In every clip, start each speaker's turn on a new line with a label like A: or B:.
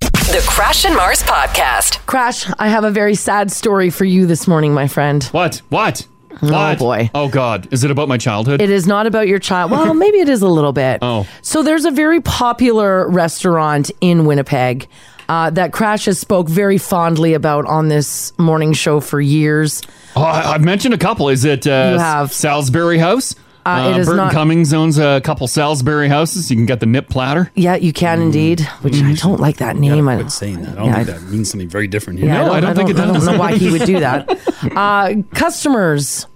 A: The Crash and Mars Podcast.
B: Crash, I have a very sad story for you this morning, my friend.
C: What? What?
B: Oh,
C: What?
B: boy.
C: Oh God. Is it about my childhood?
B: It is not about your child. Well, maybe it is a little bit.
C: Oh.
B: So there's a very popular restaurant in Winnipeg uh, that Crash has spoke very fondly about on this morning show for years.
C: Oh, I, I've mentioned a couple. Is it uh,
B: You have.
C: Salisbury House?
B: Uh, it is
C: Burton
B: not-
C: Cummings owns a couple Salisbury houses. You can get the nip platter.
B: Yeah, you can
D: Mm.
B: indeed, which I don't like that name. I
D: Quit saying that. I don't
B: Yeah,
D: think
B: I-
D: that means something very different here.
B: Yeah, I don't know why he would do that. Uh, customers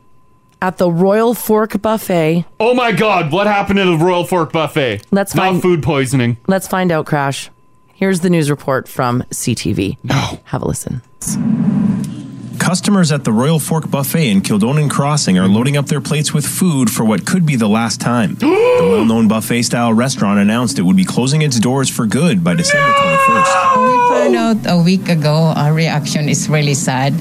B: at the Royal Fork Buffet.
C: Oh my God! What happened to the Royal Fork Buffet?
B: Let's
C: not
B: find-
C: food poisoning.
B: Let's find out, Crash. Here's the news report from CTV. No. Have a listen.
E: Customers at the Royal Fork Buffet in Kildonan Crossing are loading up their plates with food for what could be the last time. the well known buffet style restaurant announced it would be closing its doors for good by December 21st.
F: found out a week ago our reaction is really sad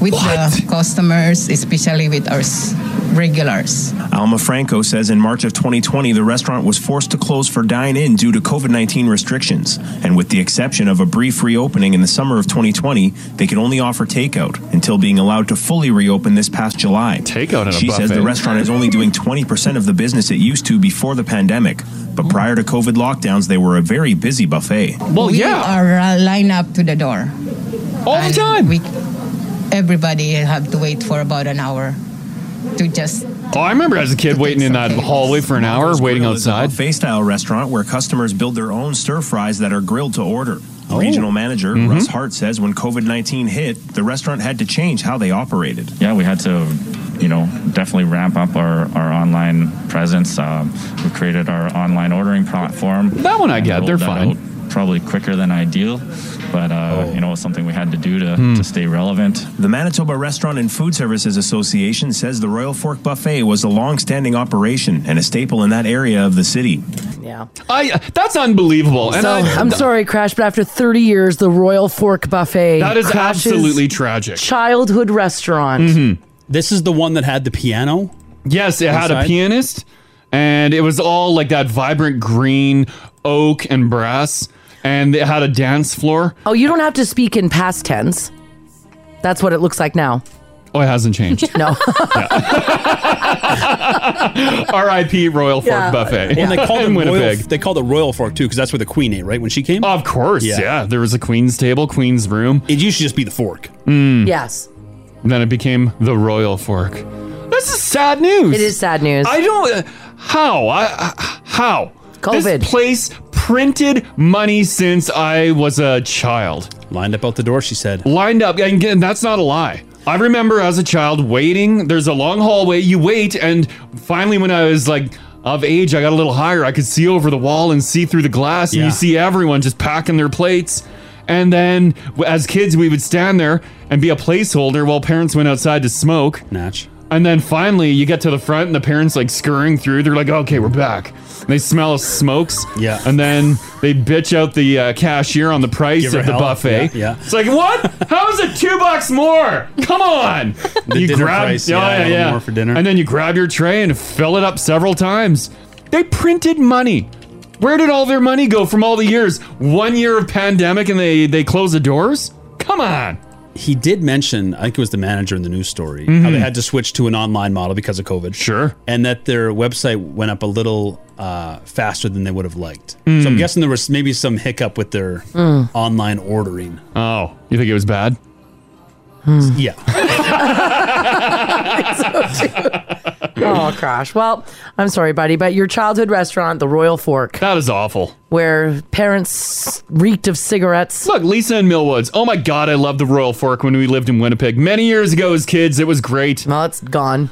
F: with the customers especially with our s- regulars
E: Alma Franco says in March of 2020, the restaurant was forced to close for dine in due to COVID 19 restrictions. And with the exception of a brief reopening in the summer of 2020, they could only offer takeout until being allowed to fully reopen this past July.
C: Takeout at a
E: She says the
C: buffet.
E: restaurant is only doing 20% of the business it used to before the pandemic. But prior to COVID lockdowns, they were a very busy buffet.
C: Well,
F: we
C: yeah,
F: are uh, lined up to the door
C: all the
F: And
C: time.
F: we, everybody have to wait for about an hour to just
C: oh, I remember as a kid waiting in that hallway for an hour, waiting outside.
E: Buffet style restaurant where customers build their own stir fries that are grilled to order. Regional
C: Oh.
E: manager
C: Mm-hmm.
E: Russ Hart says when COVID 19 hit, the restaurant had to change how they operated.
G: yeah, we had to, you know, definitely ramp up our, our online presence. Um, we created our online ordering platform.
C: That one I
G: and
C: get.
G: rolled
C: They're
G: that
C: fine. Oh.
G: out Probably quicker than ideal, but uh, you know, it's something we had to do to,
C: Hmm.
G: to stay relevant.
E: The Manitoba Restaurant and Food Services Association says the Royal Fork Buffet was a long standing operation and a staple in that area of the city.
B: Yeah.
C: I. That's unbelievable. And
B: So
C: I,
B: I'm sorry, Crash, but after 30 years, the Royal Fork Buffet.
C: That is
B: Crash's
C: absolutely tragic. Mm.
B: Childhood restaurant.
C: Mm-hmm.
D: Mm-hmm. This is the one that had the piano.
C: Yes, it had a
D: Inside?
C: pianist, and it was all like that vibrant green, oak, and brass. And it had a dance floor.
B: Oh, you don't have to speak in past tense. That's what it looks like now.
C: Oh, it hasn't changed.
B: No.
C: R.I.P. Royal Fork
B: Yeah.
C: Buffet.
D: Well, they called
C: in
D: it Royal,
C: Winnipeg.
D: they called it Royal Fork too, because that's where the queen ate, right? When she came,
C: of course, yeah.
D: Yeah.
C: There was a queen's table, queen's room.
D: it used to just be the fork.
C: Mm.
B: yes.
C: And then it became the Royal Fork. This is sad news.
B: It is sad news.
C: I don't. Uh, how? I, I- how?
B: COVID.
C: This place printed money since I was a child.
D: Lined up out the door, she said.
C: lined up and again, that's not a lie i remember as a child waiting there's a long hallway you wait and finally when i was like of age i got a little higher i could see over the wall and see through the glass and
D: Yeah.
C: you see everyone just packing their plates and then w- as kids we would stand there and be a placeholder while parents went outside to smoke
D: Natch.
C: and then finally you get to the front and the parents like scurrying through they're like okay we're back and they smell smokes
D: Yeah.
C: and then they bitch out the uh, cashier on the price
D: Give her
C: of the
D: hell.
C: buffet
D: Yeah, yeah.
C: it's like, what? How is it two bucks more? Come on. you
D: dinner price, yeah, a little more for dinner.
C: And then you grab your tray and fill it up several times. They printed money. Where did all their money go from all the years? One year of pandemic and they, they close the doors? Come on.
D: He did mention, I think it was the manager in the news story, how they had to switch to an online model because of COVID.
C: Mm-hmm. Sure.
D: And that their website went up a little uh, faster than they would have liked. So
C: Mm.
D: I'm guessing there was maybe some hiccup with their online ordering.
C: Oh, you think it was bad?
D: Yeah.
B: oh, Crash. Well, I'm sorry, buddy, but your childhood restaurant, the Royal Fork,
C: That is awful.
B: where parents reeked of cigarettes.
C: Look, Lisa and Millwoods. Oh my God, I loved the Royal Fork when we lived in Winnipeg. Many years ago as kids, it was great.
B: Well, it's gone.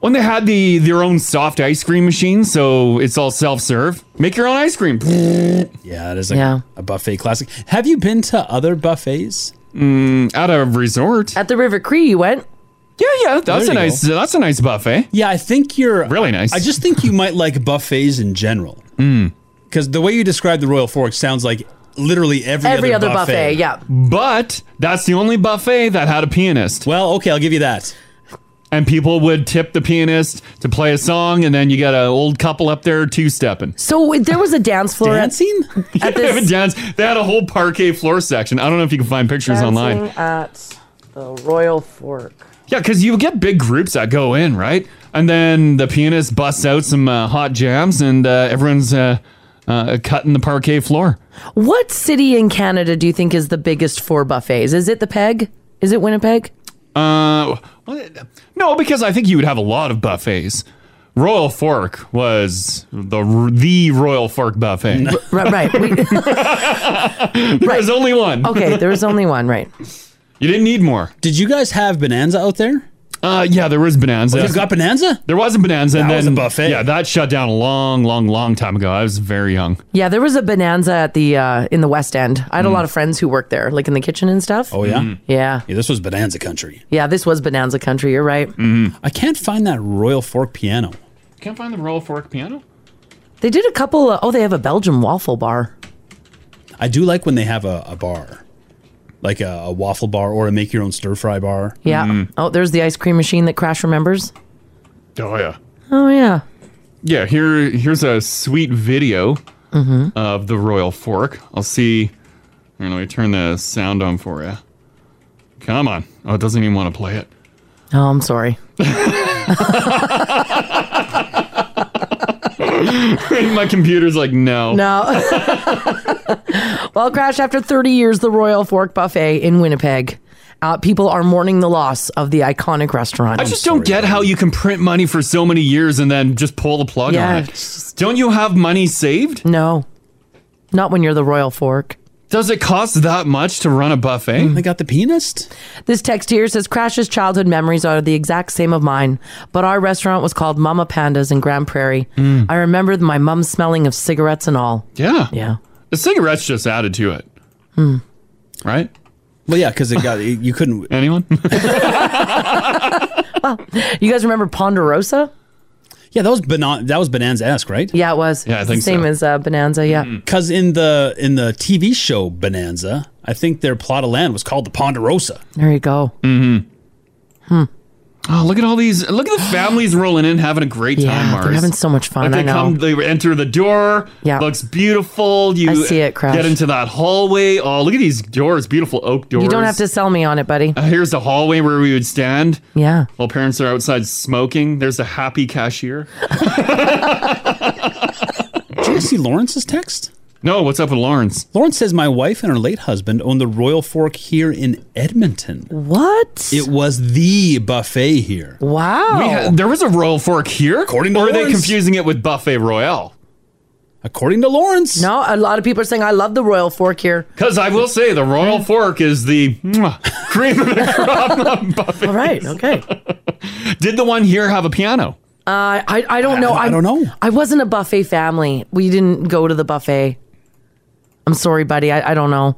C: When they had the their own soft ice cream machine, so it's all self serve. Make your own ice cream.
D: Yeah, it is like
B: Yeah.
D: a buffet classic. Have you been to other buffets?
C: Mm, At a resort.
B: At the River Cree, you went.
C: Yeah, yeah. That's a
D: you
C: nice. That's a nice buffet.
D: Yeah, I think you're
C: Really nice. Hmm.
D: I just think you might like buffets in general. Because the way you describe the Royal Fork sounds like literally every,
B: Every other, buffet. yeah.
C: But that's the only buffet that had a pianist.
D: Well, okay, I'll give you that.
C: and people would tip the pianist to play a song, and then you got an old couple up there two stepping.
B: So there was a dance floor at-
D: Dancing?
B: at this
C: dance. They had a whole parquet floor section. I don't know if you can find pictures online.
B: Dancing at the Royal Fork.
C: Yeah, because you get big groups that go in, right? And then the pianist busts out some uh, hot jams, and uh, everyone's uh, uh, cutting the parquet floor.
B: What city in Canada do you think is the biggest for buffets? Is it the Peg? Is it Winnipeg?
C: Uh, well, no, because I think you would have a lot of buffets. Royal Fork was the the Royal Fork buffet.
B: Right, right. We,
C: There's only one.
B: okay, there was only one, right?
C: You didn't need more.
D: Did you guys have Bonanza out there?
C: Uh, yeah, there was Bonanza.
D: You've got Bonanza?
C: there was a Bonanza, and
D: That
C: then
D: was a buffet.
C: Yeah, that shut down a long, long, long time ago. I was very young.
B: Yeah, there was a bonanza at the uh, in the West End. I had a lot of friends who worked there, like in the kitchen and stuff.
D: Mm. Oh, yeah?
B: yeah,
D: Yeah, this was Bonanza Country.
B: yeah. This was bonanza country. You're right.
C: Mm-hmm.
D: I can't find that Royal Fork piano.
C: Can't find the Royal Fork piano.
B: They did a couple. Of, oh, they have a Belgian waffle bar.
D: I do like when they have a, a bar, like a, a waffle bar or a make your own stir fry bar.
B: Yeah.
C: Mm-hmm.
B: Oh, there's the ice cream machine that Crash remembers.
C: Oh yeah.
B: Oh yeah.
C: Yeah, here here's a sweet video
B: Mm-hmm.
C: of the Royal Fork. I'll see. Here, let me turn the sound on for you. Come on. Oh, it doesn't even want to play it.
B: Oh, I'm sorry.
C: My computer's like, no.
B: No. well, Crash, after 30 years, the Royal Fork Buffet in Winnipeg, uh, people are mourning the loss of the iconic restaurant.
C: I just don't get how you can print money for so many years and then just pull the plug
B: Yeah,
C: on it.
B: it's
C: Don't you have money saved?
B: no, not when you're the Royal Fork.
C: Does it cost that much to run a buffet?
D: They got the pianist?
B: This text here says Crash's childhood memories are the exact same of mine, but our restaurant was called Mama Panda's in Grand Prairie. I remember my mum smelling of cigarettes and all.
C: Mm. Yeah.
B: Yeah. Hmm.
C: The cigarettes just added to it. Right?
D: Well, yeah, because it got you couldn't.
C: Anyone?
B: You guys remember Ponderosa?
D: Yeah, that was Bonanza. That was Bonanza esque, right?
B: Yeah, it was.
C: Yeah, I think
B: Same
C: so.
B: as uh, Bonanza, yeah.
D: Because in the in the TV show Bonanza, I think their plot of land was called the Ponderosa.
C: Mm-hmm.
B: There you go.
C: oh, look at all these. Look at the families rolling in having a great time,
B: Yeah,
C: Mars.
B: they're having so much fun.
C: Like
B: I
C: they
B: know.
C: come, they enter the door.
B: Yeah.
C: looks beautiful. You
B: I see it, Crash.
C: Get into that hallway. Oh, look at these doors, beautiful oak doors.
B: you don't have to sell me on it, buddy.
C: Uh, here's the hallway where we would stand.
B: Yeah.
C: While parents are outside smoking, there's a happy cashier.
D: Did you see Lawrence's text?
C: No, what's up with Lawrence?
D: Lawrence says my wife and her late husband owned the Royal Fork here in Edmonton.
B: What?
D: It was the buffet here.
B: wow.
C: We had- there was a Royal Fork here.
D: According to
C: or are they
D: Lawrence.
C: confusing it with Buffet Royale?
D: According to Lawrence.
B: no, a lot of people are saying I love the Royal Fork here.
C: Because I will say the Royal
B: Hmm.
C: Fork is the mwah, cream of the crop. buffet.
B: All right. Okay.
C: Did the one here have a piano?
B: I, Uh, I, I don't know.
D: I don't know.
B: I wasn't a buffet family. We didn't go to the buffet. I'm sorry, buddy. I, I don't know.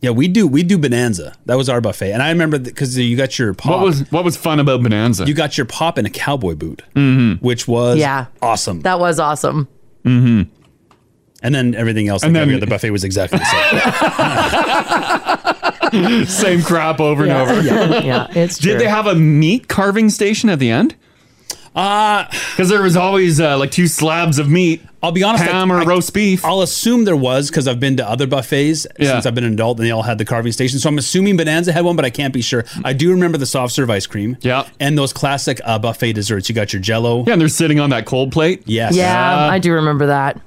D: Yeah, we do. We do Bonanza. That was our buffet, and I remember because you got your pop.
C: What was what was fun about Bonanza? Mm-hmm.
D: you got your pop in a cowboy boot, which was
B: Yeah.
D: awesome.
B: That was awesome.
D: and then everything else
C: Mm-hmm. And
D: that
C: then-
D: at the buffet was exactly the same.
C: Same crap over and over.
B: Yeah, yeah, yeah, it's true.
C: Did they have a meat carving station at the end?
D: uh,
C: Because there was always uh, like two slabs of meat,
D: I'll be honest. I-
C: ham or
D: I-
C: roast beef.
D: I'll assume there was because I've been to other buffets
C: Yeah.
D: since I've been an adult, and they all had the carving station. So I'm assuming Bonanza had one, but I can't be sure. I do remember the soft serve ice cream.
C: Yeah.
D: and those classic uh, buffet desserts. You got your Jello.
C: yeah, and they're sitting on that cold plate.
D: Yes.
B: yeah, I do remember that.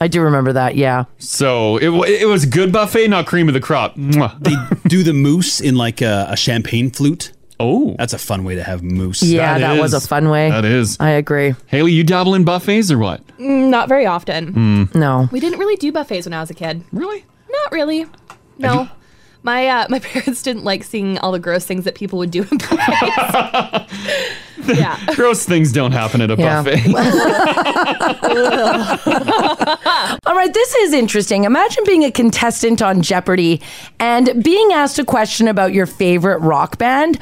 B: I do remember that. Yeah.
C: So it, wa- it was good buffet, not cream of the crop. Mwah.
D: do the mousse in like a, a champagne flute.
C: oh,
D: That's a fun way to have mousse.
B: Yeah, that, was a
C: is-
B: fun way.
C: that is.
B: I agree.
C: Haley, you dabble in buffets or what?
H: Mm,
C: Hmm.
H: Not very often.
B: No.
H: We didn't really do buffets when I was a kid.
C: Really?
H: Not really. No. My uh, my parents didn't like seeing all the gross things that people would do in buffets. yeah.
C: Gross things don't happen at a
B: Yeah.
C: buffet.
B: All right, this is interesting. Imagine being a contestant on Jeopardy and being asked a question about your favorite rock band.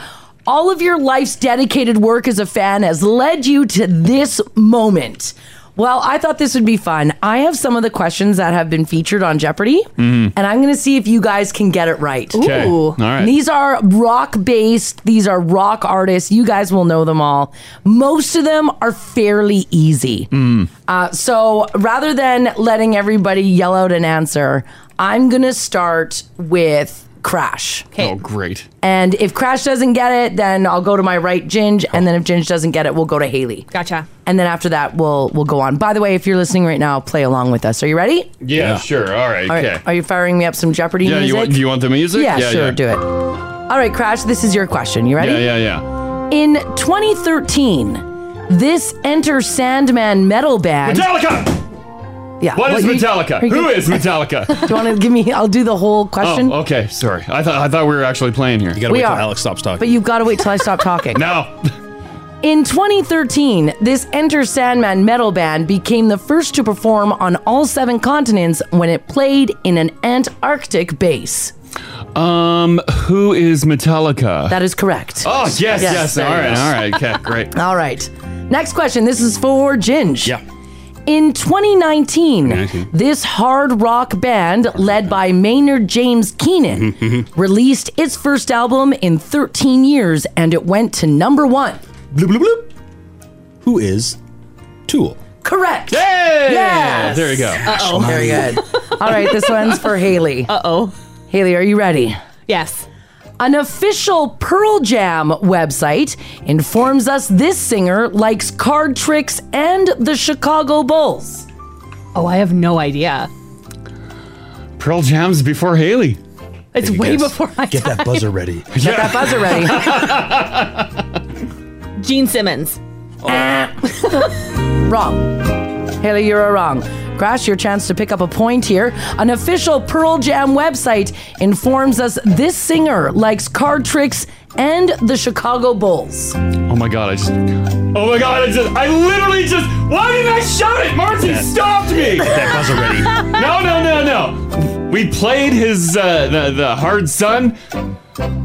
B: All of your life's dedicated work as a fan has led you to this moment. Well, I thought this would be fun. I have some of the questions that have been featured on Jeopardy,
C: Mhm.
B: and I'm going to see if you guys can get it right.
C: 'Kay. Ooh. All right.
B: These are rock based, these are rock artists. You guys will know them all. Most of them are fairly easy.
D: Mm.
B: Uh, so rather than letting everybody yell out an answer, I'm going to start with Crash.
C: Oh, great.
B: And if Crash doesn't get it, then I'll go to my right Ginge, and then if Ginge doesn't get it, we'll go to Haley.
H: Gotcha.
B: And then after that, we'll we'll go on. By the way, if you're listening right now, play along with us. Are you ready?
C: Yeah, sure. All right.
B: All right.
C: Okay.
B: Are you firing me up some Jeopardy
C: Yeah,
B: music?
C: you want, do you want the music?
B: Yeah, sure, do it. All right, Crash, this is your question. You ready?
C: Yeah, yeah, yeah.
B: In 2013, this Enter Sandman metal band.
C: Metallica!
B: Yeah.
C: What is
B: you-
C: Metallica?
B: are you
C: Who
B: good?
C: is Metallica?
B: Do you want to give me? I'll do the whole question.
C: Oh, okay. Sorry. I thought I thought we were actually playing here. You
B: gotta We wait till are. Alex
C: stops talking.
B: But you've got to wait till I stop talking.
C: no.
B: In 2013, this Enter Sandman metal band became the first to perform on all seven continents when it played in an Antarctic base.
C: Um, who is Metallica?
B: That is correct.
C: Oh yes, yes.
B: there
C: All
B: you
C: right,
B: go.
C: all right. Okay, great.
B: All right. Next question. This is for Ginge.
D: Yeah.
B: In 2019,
D: 2019.
B: this hard rock band led by Maynard James Keenan
D: Mm-hmm.
B: released its first album in 13 years and it went to number one.
D: Bloop, bloop, bloop. Who is Tool?
B: Correct.
C: Hey!
B: Yes.
D: There you go.
B: Uh-oh. Very
D: Smiley.
B: good. All right, this one's for Haley. Uh-oh. Haley, are you ready?
H: Yes.
B: An official Pearl Jam website informs us this singer likes card tricks and the Chicago Bulls.
H: Oh, I have no idea.
C: Pearl Jam's before Haley.
H: It's
C: Take a
H: way
C: guess.
H: before my
C: Get that
H: time.
C: buzzer ready.
B: Get that buzzer ready.
H: Gene Simmons.
B: wrong. Haley, you're wrong. Crash, your chance to pick up a point here. An official Pearl Jam website informs us this singer likes card tricks and the Chicago Bulls.
C: Oh my god, I just. Oh my god, I just. I literally just. Why did I shout it? Martin
D: That-
C: stopped me.
D: that buzzer ready.
C: No, no, no, no. We played his uh, the the hard son.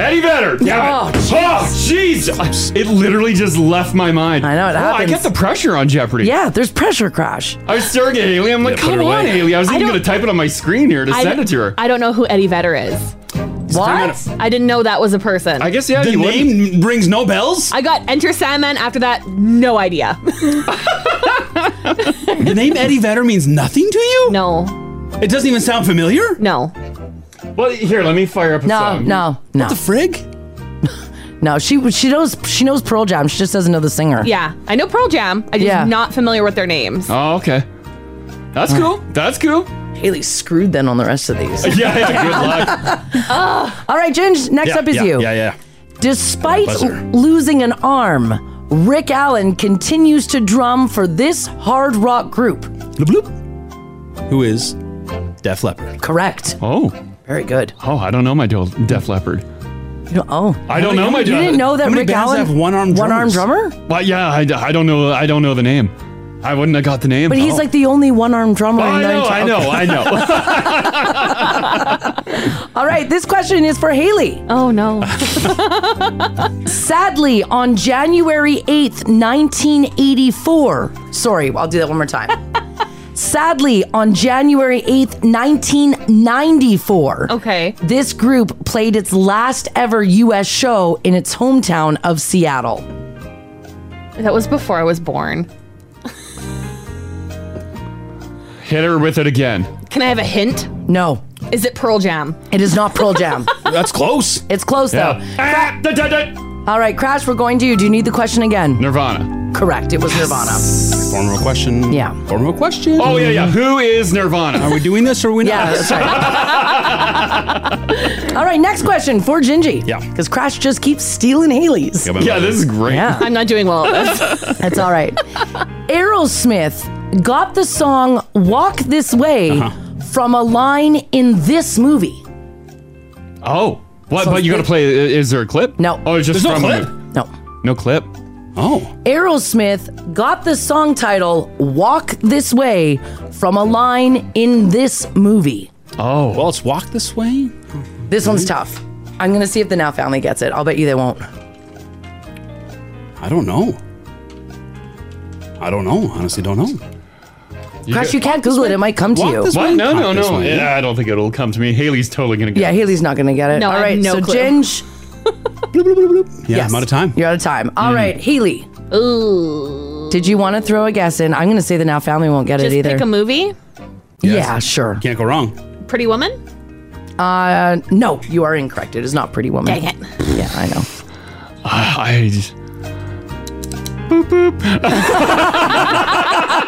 C: Eddie Vedder. Damn it. Oh, jeez. It literally just left my mind. I know
B: it
C: I
B: happens.
C: get the pressure on Jeopardy.
B: Yeah, there's pressure, Crash.
C: I was staring at Haley. I'm like,
B: Yeah, put
C: come
B: it
C: on,
B: away.
C: Haley. I was
H: I
C: even
H: don't-
C: going to type it on my screen here to
H: I
C: send
H: don't-
C: it to her.
H: I don't know who Eddie Vedder is.
C: What?
H: I didn't know that was a person.
C: I guess, yeah,
D: The
C: you
D: name rings no bells.
H: I got Enter Sandman after that. No idea.
D: the name Eddie Vedder means nothing to you?
H: No.
D: It doesn't even sound familiar?
H: No.
C: Well, here, let me fire up a
B: No,
C: song.
B: no, no. What the
D: frig?
B: no, she she knows she knows Pearl Jam. She just doesn't know the singer.
H: Yeah, I know Pearl Jam. I just
B: Yeah.
H: not familiar with their names.
C: Oh, okay. That's cool. That's cool.
B: Haley screwed then on the rest of these.
C: Yeah, good luck.
B: All right, Ginge, next
D: Yeah,
B: up is
D: yeah,
B: you.
D: Yeah, yeah.
B: Despite
D: Buzzer.
B: losing an arm, Rick Allen continues to drum for this hard rock group.
D: Bloop, bloop. Who is Def Leppard?
B: Correct.
C: Oh.
B: Very good.
C: Oh, I don't know my Dol- Def Leppard.
B: You know- oh,
C: I don't know my
B: You
C: Def
B: didn't know
D: How
B: that
D: many
B: Rick
D: bands
B: Allen
D: have one-armed
B: one-arm
D: drummers?
B: drummer?
C: Well, yeah, I, I don't know. I don't know the name. I wouldn't have got the name.
B: But he's
C: Oh.
B: like the only one-armed drummer.
C: Oh,
B: in
C: I
B: the
C: know,
B: entire-
C: I know, I know.
B: All right, this question is for Haley.
H: Oh no.
B: Sadly, on January 8th, 1984. Sorry, I'll do that one more time. Sadly, on January 8th, 1994.
H: Okay.
B: This group played its last ever US show in its hometown of Seattle.
H: That was before I was born.
C: Hit her with it again.
H: Can I have a hint?
B: No.
H: Is it Pearl Jam?
B: It is not Pearl Jam.
D: That's close.
B: It's close though.
C: Ah, da, da, da.
B: All right, Crash, we're going to you. Do you need the question again?
C: Nirvana.
B: Correct. It was Nirvana.
D: Form of a question.
B: Yeah.
D: Form of a question.
C: Oh yeah, yeah. Who is Nirvana?
D: Are we doing this or are we not?
B: Yeah, that's right. All right, next question for Gingy.
D: Yeah.
B: Because Crash just keeps stealing Haley's.
C: yeah, this is great.
B: Yeah,
H: I'm not doing well at this.
B: that's all right. Aerosmith got the song Walk This Way
D: Uh-huh.
B: from a line in this movie.
C: Oh, what? but you got to play. i- Is there a clip?
B: No.
C: Oh, it's just
D: There's
C: from
D: no
C: a
D: clip?
C: movie.
B: No.
C: No clip.
D: Oh.
B: Aerosmith got the song title Walk This Way from a line in this movie.
C: Oh.
D: Well, it's Walk This Way.
B: This one's tough. I'm going to see if the Now family gets it. I'll bet you they won't.
D: I don't know. I don't know. Honestly, don't know.
B: Gosh, you can't Google it. It might come to
D: Walk
B: you.
D: this
C: What?
D: way.
C: No, no,
D: Walk this
C: no.
D: way.
C: Yeah, I don't think it'll come to me. Haley's totally gonna get.
B: Yeah, Haley's not going to get it.
H: No,
B: All
H: I have
B: right,
H: no
B: so
H: clue.
B: Ginge.
D: Yeah,
B: yes.
D: I'm out of time.
B: You're out of time.
C: Mm.
B: All right, Haley.
H: Ooh.
B: Did you want to throw a guess in? I'm going to say the Now family won't get
H: Just
B: it either.
H: pick a movie.
B: Yeah, sure.
D: Can't go wrong.
H: Pretty Woman.
B: Uh, no, you are incorrect. It is not Pretty Woman.
H: Dang it.
B: Yeah, I know.
C: I just,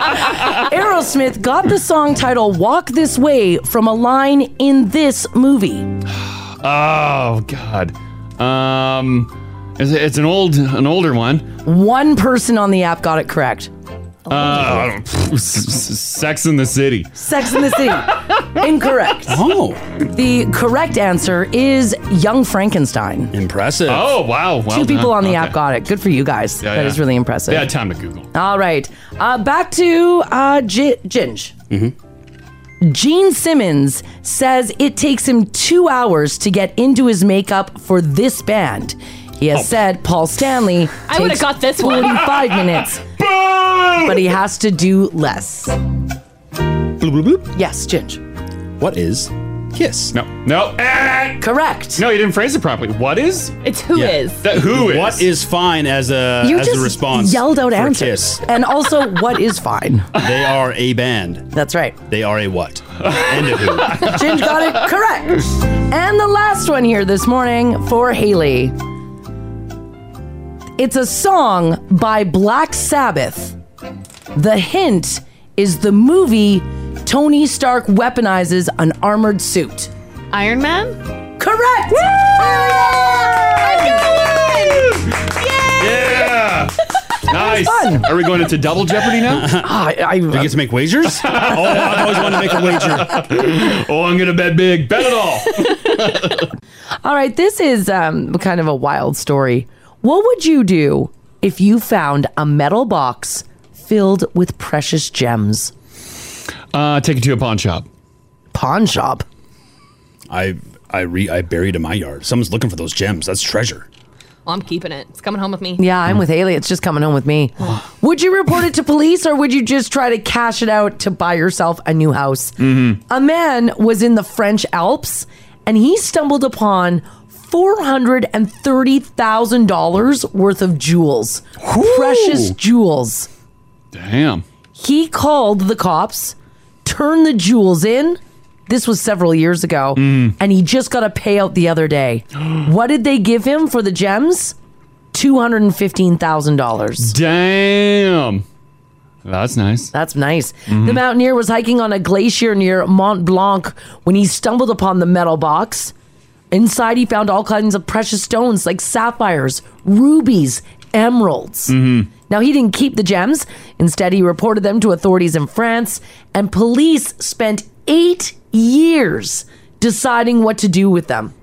B: Aerosmith got the song title Walk This Way from a line in this movie.
C: oh god. Um, it's, it's an old, an older one.
B: One person on the app got it correct.
C: Uh, I don't- pff, s- s- Sex in the City.
B: Sex in the City. Incorrect.
D: Oh,
B: The correct answer is Young Frankenstein.
D: impressive.
C: Oh wow. Well
B: Two people
C: done.
B: on the
C: Okay.
B: app got it. Good for you guys. That is
C: Yeah, yeah.
B: really impressive.
C: Yeah, time to Google.
B: All right. Uh, back to uh, G- Ginge. Gene Simmons says it takes him two hours to get into his makeup for this band. He
D: Oh.
B: has said Paul Stanley
H: I would have
B: takes
H: got this one.
B: 45 minutes, but he has to do less.
D: Bloop, bloop, bloop.
B: Yes, Ginge.
D: What is Kiss?
C: No, no, eh,
B: Correct.
C: no. You didn't phrase it properly. What is
H: It's who is.
D: Yeah.
C: that? Who is?
D: What is fine as a
B: You
D: Uh, as
B: just
D: a response?
B: yelled out
D: for
B: answers.
D: Kiss.
B: And also, what is fine?
D: They are a band.
B: That's right.
D: They are a what? And a who?
B: Ginge got it correct. And the last one here this morning for Haley. It's a song by Black Sabbath. The hint is the movie Tony Stark weaponizes an armored suit.
H: Iron Man.
B: Correct! I got one!
C: Yeah. nice.
B: fun.
C: Are we going into double jeopardy now?
B: I,
D: You
B: I,
D: get to make wagers. oh, I've always wanted to make a wager.
C: oh, I'm gonna bet big. Bet it all.
B: all right, this is um, kind of a wild story. What would you do if you found a metal box filled with precious gems?
C: Uh, take it to a pawn shop.
B: Pawn shop.
D: I I re I buried in my yard. Someone's looking for those gems. That's treasure.
H: Well, I'm keeping it. It's coming home with me.
B: Yeah, I'm with Haley. It's just coming home with me. would you report it to police or would you just try to cash it out to buy yourself a new house? A man was in the French Alps and he stumbled upon $430,000 worth of jewels, precious jewels.
C: Damn.
B: He called the cops, turned the jewels in. This was several years ago,
C: Mm.
B: and he just got a payout the other day. what did they give him for the gems? Two hundred and fifteen thousand dollars.
C: Damn. That's nice. Mm-hmm.
B: That's nice. The mountaineer was hiking on a glacier near Mont Blanc when he stumbled upon the metal box. Inside, he found all kinds of precious stones like sapphires, rubies, emeralds. Now, he didn't keep the gems. Instead, he reported them to authorities in France, and police spent eight years deciding what to do with them.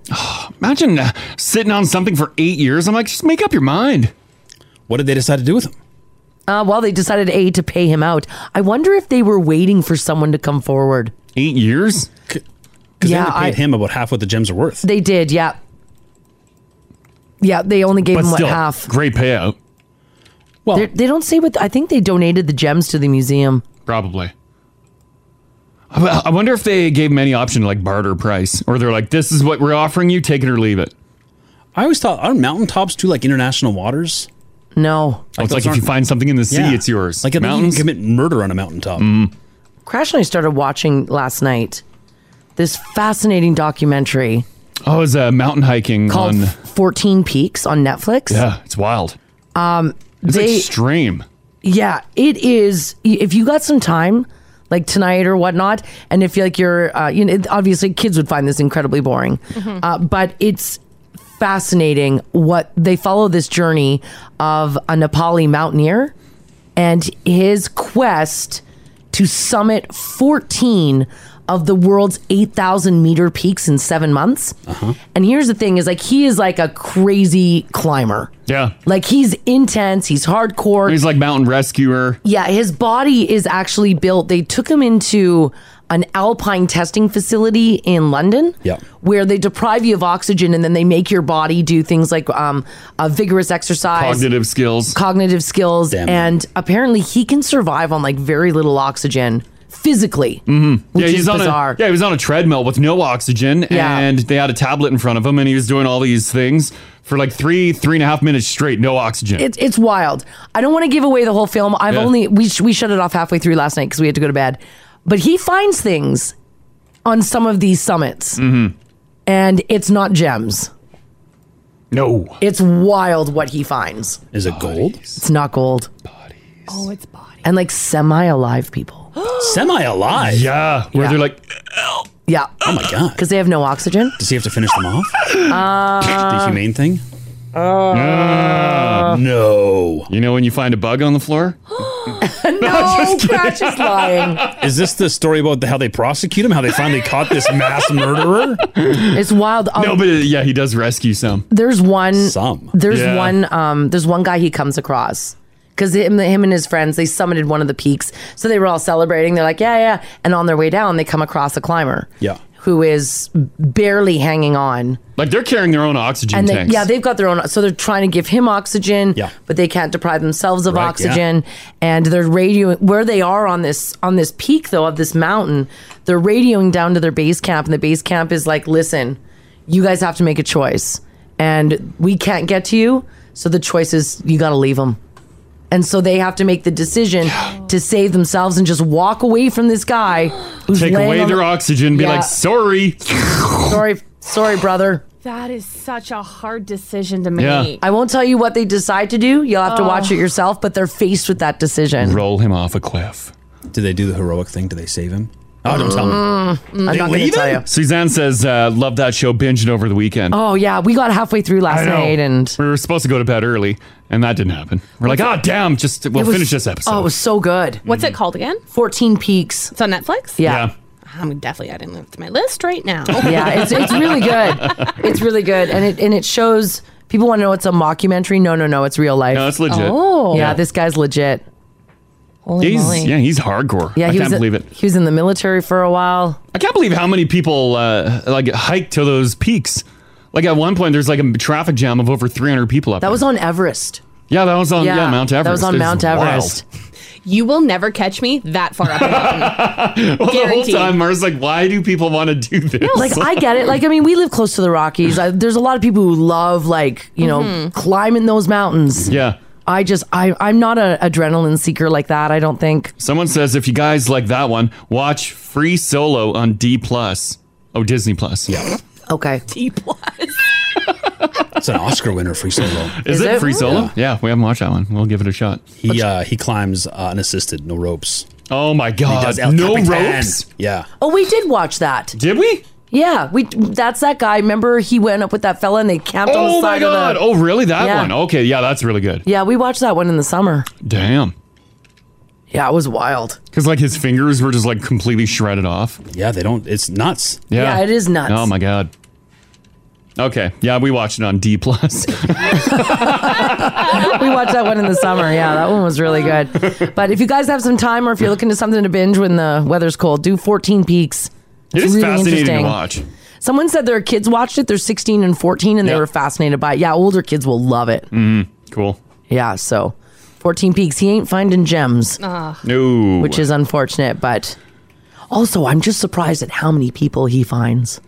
C: Imagine uh, sitting on something for eight years. I'm like, just make up your mind.
D: What did they decide to do with them?
B: Uh, well, they decided, A, to pay him out. I wonder if they were waiting for someone to come forward.
C: Eight years?
D: Because
B: Yeah,
D: they only paid
B: I-
D: him about half what the gems are worth.
B: They did, yeah. Yeah, they only gave
C: But
B: him
C: still,
B: what half.
C: great payout.
D: well,
B: They're, they do not say what. I think they donated the gems to the museum.
C: Probably. I I wonder if they gave him any option to like barter price, or they're like, "This is what we're offering you. Take it or leave it."
D: I always thought aren't mountaintops too like international waters?
B: No,
C: Oh, it's
D: those
C: like if you
D: aren't-
C: find something in the sea,
D: Yeah.
C: it's yours.
D: Like I think
C: mountains. Mm,
D: you can commit murder on a mountaintop.
B: Crash and I started watching last night this fascinating documentary
C: oh, it's uh, mountain hiking
B: called
C: on.
B: "14 Peaks" on Netflix. Um,
C: Yeah, it's wild. It's
B: they,
C: extreme.
B: yeah, it is. If you got some time, like tonight or whatnot, and if like you're, uh, you know, it- obviously kids would find this incredibly boring, uh, but it's fascinating what they follow this journey of a Nepali mountaineer and his quest to summit 14 of the world's 8,000 meter peaks in seven months. And here's the thing is like, he is like a crazy climber.
C: Yeah,
B: Like he's intense, he's hardcore.
C: he's like mountain rescuer.
B: Yeah, his body is actually built. They took him into an alpine testing facility in London,
D: Yeah.
B: where they deprive you of oxygen and then they make your body do things like um, a vigorous exercise,
C: Cognitive skills.
B: cognitive skills,
D: Damn.
B: and apparently he can survive on like very little oxygen physically. Which
C: Mm-hmm. yeah,
B: is
C: he's on
B: bizarre.
C: a yeah, he was on a treadmill with no oxygen,
B: Yeah.
C: and they had a tablet in front of him, and he was doing all these things for like three three and a half minutes straight, no oxygen.
B: It's it's wild. I don't want to give away the whole film. I've
C: Yeah.
B: only we sh- we shut it off halfway through last night because we had to go to bed. But he finds things on some of these summits,
C: Mm-hmm.
B: and it's not gems.
C: no,
B: It's wild what he finds.
D: Is it gold?
B: It's not gold,
H: Oh, it's body.
B: and like semi alive people.
D: Semi alive.
C: yeah, where
B: Yeah.
C: they're like,
B: Yeah,
D: Oh my god.
B: because they have no oxygen.
D: Does he have to finish them off?
B: Uh,
D: the humane thing? no.
C: you know, when you find a bug on the floor,
B: No, Crash is lying.
D: Is this the story about the, how they prosecute him? How they finally caught this mass murderer?
B: It's wild. Um,
C: no, but uh, yeah, he does rescue some.
B: there's one
D: Some.
B: there's
C: Yeah.
B: one um there's one guy he comes across because him, him and his friends they summited one of the peaks so they were all celebrating they're like yeah yeah and on their way down they come across a climber
D: Yeah.
B: who is barely hanging on
C: Like they're carrying their own oxygen
B: and they,
C: tanks.
B: yeah they've got their own so they're trying to give him oxygen
D: Yeah.
B: but they can't deprive themselves of
D: Right,
B: oxygen and they're radioing where they are on this on this peak though of this mountain they're radioing down to their base camp and the base camp is like listen you guys have to make a choice and we can't get to you so the choice is you got to leave them and so they have to make the decision to save themselves and just walk away from this guy who's
C: Take
B: laying
C: away
B: on
C: their
B: the-
C: oxygen, be
B: Yeah.
C: like, sorry.
B: sorry sorry brother
H: That is such a hard decision to make.
C: Yeah.
B: I won't tell you what they decide to do. You'll have to watch it yourself, but they're faced with that decision.
C: Roll him off a cliff.
D: Do they do the heroic thing? Do they save him? Oh, don't tell me.
B: Mm. I'm not going to
D: leave
B: tell
D: it?
B: you.
C: Suzanne says, uh, love that show, binging over the weekend.
B: Oh, yeah. We got halfway through last night and
C: we were supposed to go to bed early, and that didn't happen. We're like, ah, damn, just we'll
B: it was-
C: finish this episode.
B: Oh, it was so good.
H: What's it called again?
B: 14 peaks.
H: It's on Netflix?
B: Yeah.
C: yeah.
H: I'm definitely adding that to my list right now.
B: Yeah. it's, it's really good. It's really good. And it, and it shows people want to know it's a mockumentary. No, no, no. It's real life.
C: No, it's legit.
H: Oh.
B: yeah, This guy's legit.
H: Holy moly.
C: He's, yeah, he's hardcore.
B: Yeah.
C: I
B: he
C: can't
B: was in-
C: believe it.
B: He was in the military for a while.
C: I can't believe how many people uh, like hike to those peaks. Like at one point, there's like a traffic jam of over 300 people up
B: That
C: there.
B: was on Everest.
C: yeah, that was on yeah, Mount Everest.
B: That was on
C: It's
B: Mount
C: wild.
B: Everest.
H: You will never catch me that far up. a mountain.
C: Well, the whole
H: Guaranteed.
C: time, Mars like, why do people want to do this?
B: like I get it. Like I mean, we live close to the Rockies. I, there's a lot of people who love like you know climbing those mountains.
C: Mm-hmm. yeah.
B: I just I I'm not an adrenaline seeker like that. I don't think.
C: Someone says if you guys like that one, watch Free Solo on D plus. Oh, Disney Plus. Yeah.
B: Okay.
D: It's an Oscar winner, Free Solo.
C: Is,
B: Is
C: it,
B: it?
C: Free Solo? Yeah. we haven't watched that one. We'll give it a shot.
D: He uh, he climbs uh, unassisted, no ropes.
C: Oh my god.
D: Does El
C: No
D: Capitan.
C: ropes.
D: Yeah.
B: Oh, we did watch that.
C: Did we?
B: Yeah, we. That's that guy. Remember, he went up with that fella and they camped on
C: Oh
B: the
C: my
B: side
C: god.
B: of the.
C: Oh really? That
B: Yeah.
C: one. Okay, yeah, that's really good.
B: Yeah, we watched that one in the summer.
C: Damn.
B: Yeah, it was wild.
C: Because like his fingers were just like completely shredded off.
D: Yeah, they don't. It's nuts.
C: Yeah,
B: Yeah, it is nuts.
C: Oh my god. Okay, yeah, we watched it on D plus.
B: we watched that one in the summer. Yeah, that one was really good. But if you guys have some time, or if you're looking to something to binge when the weather's cold, do 14 Peaks.
C: it is
B: really
C: fascinating to
B: interesting.
C: watch.
B: Someone said their kids watched it. They're 16 and 14, and
C: Yeah. Mm-hmm.
B: they were fascinated by it. Yeah, older kids will love it.
C: Cool.
B: Yeah, so 14 Peaks. He ain't finding gems,
H: Ah.
C: No,
B: which is unfortunate, but also I'm just surprised at how many people he finds.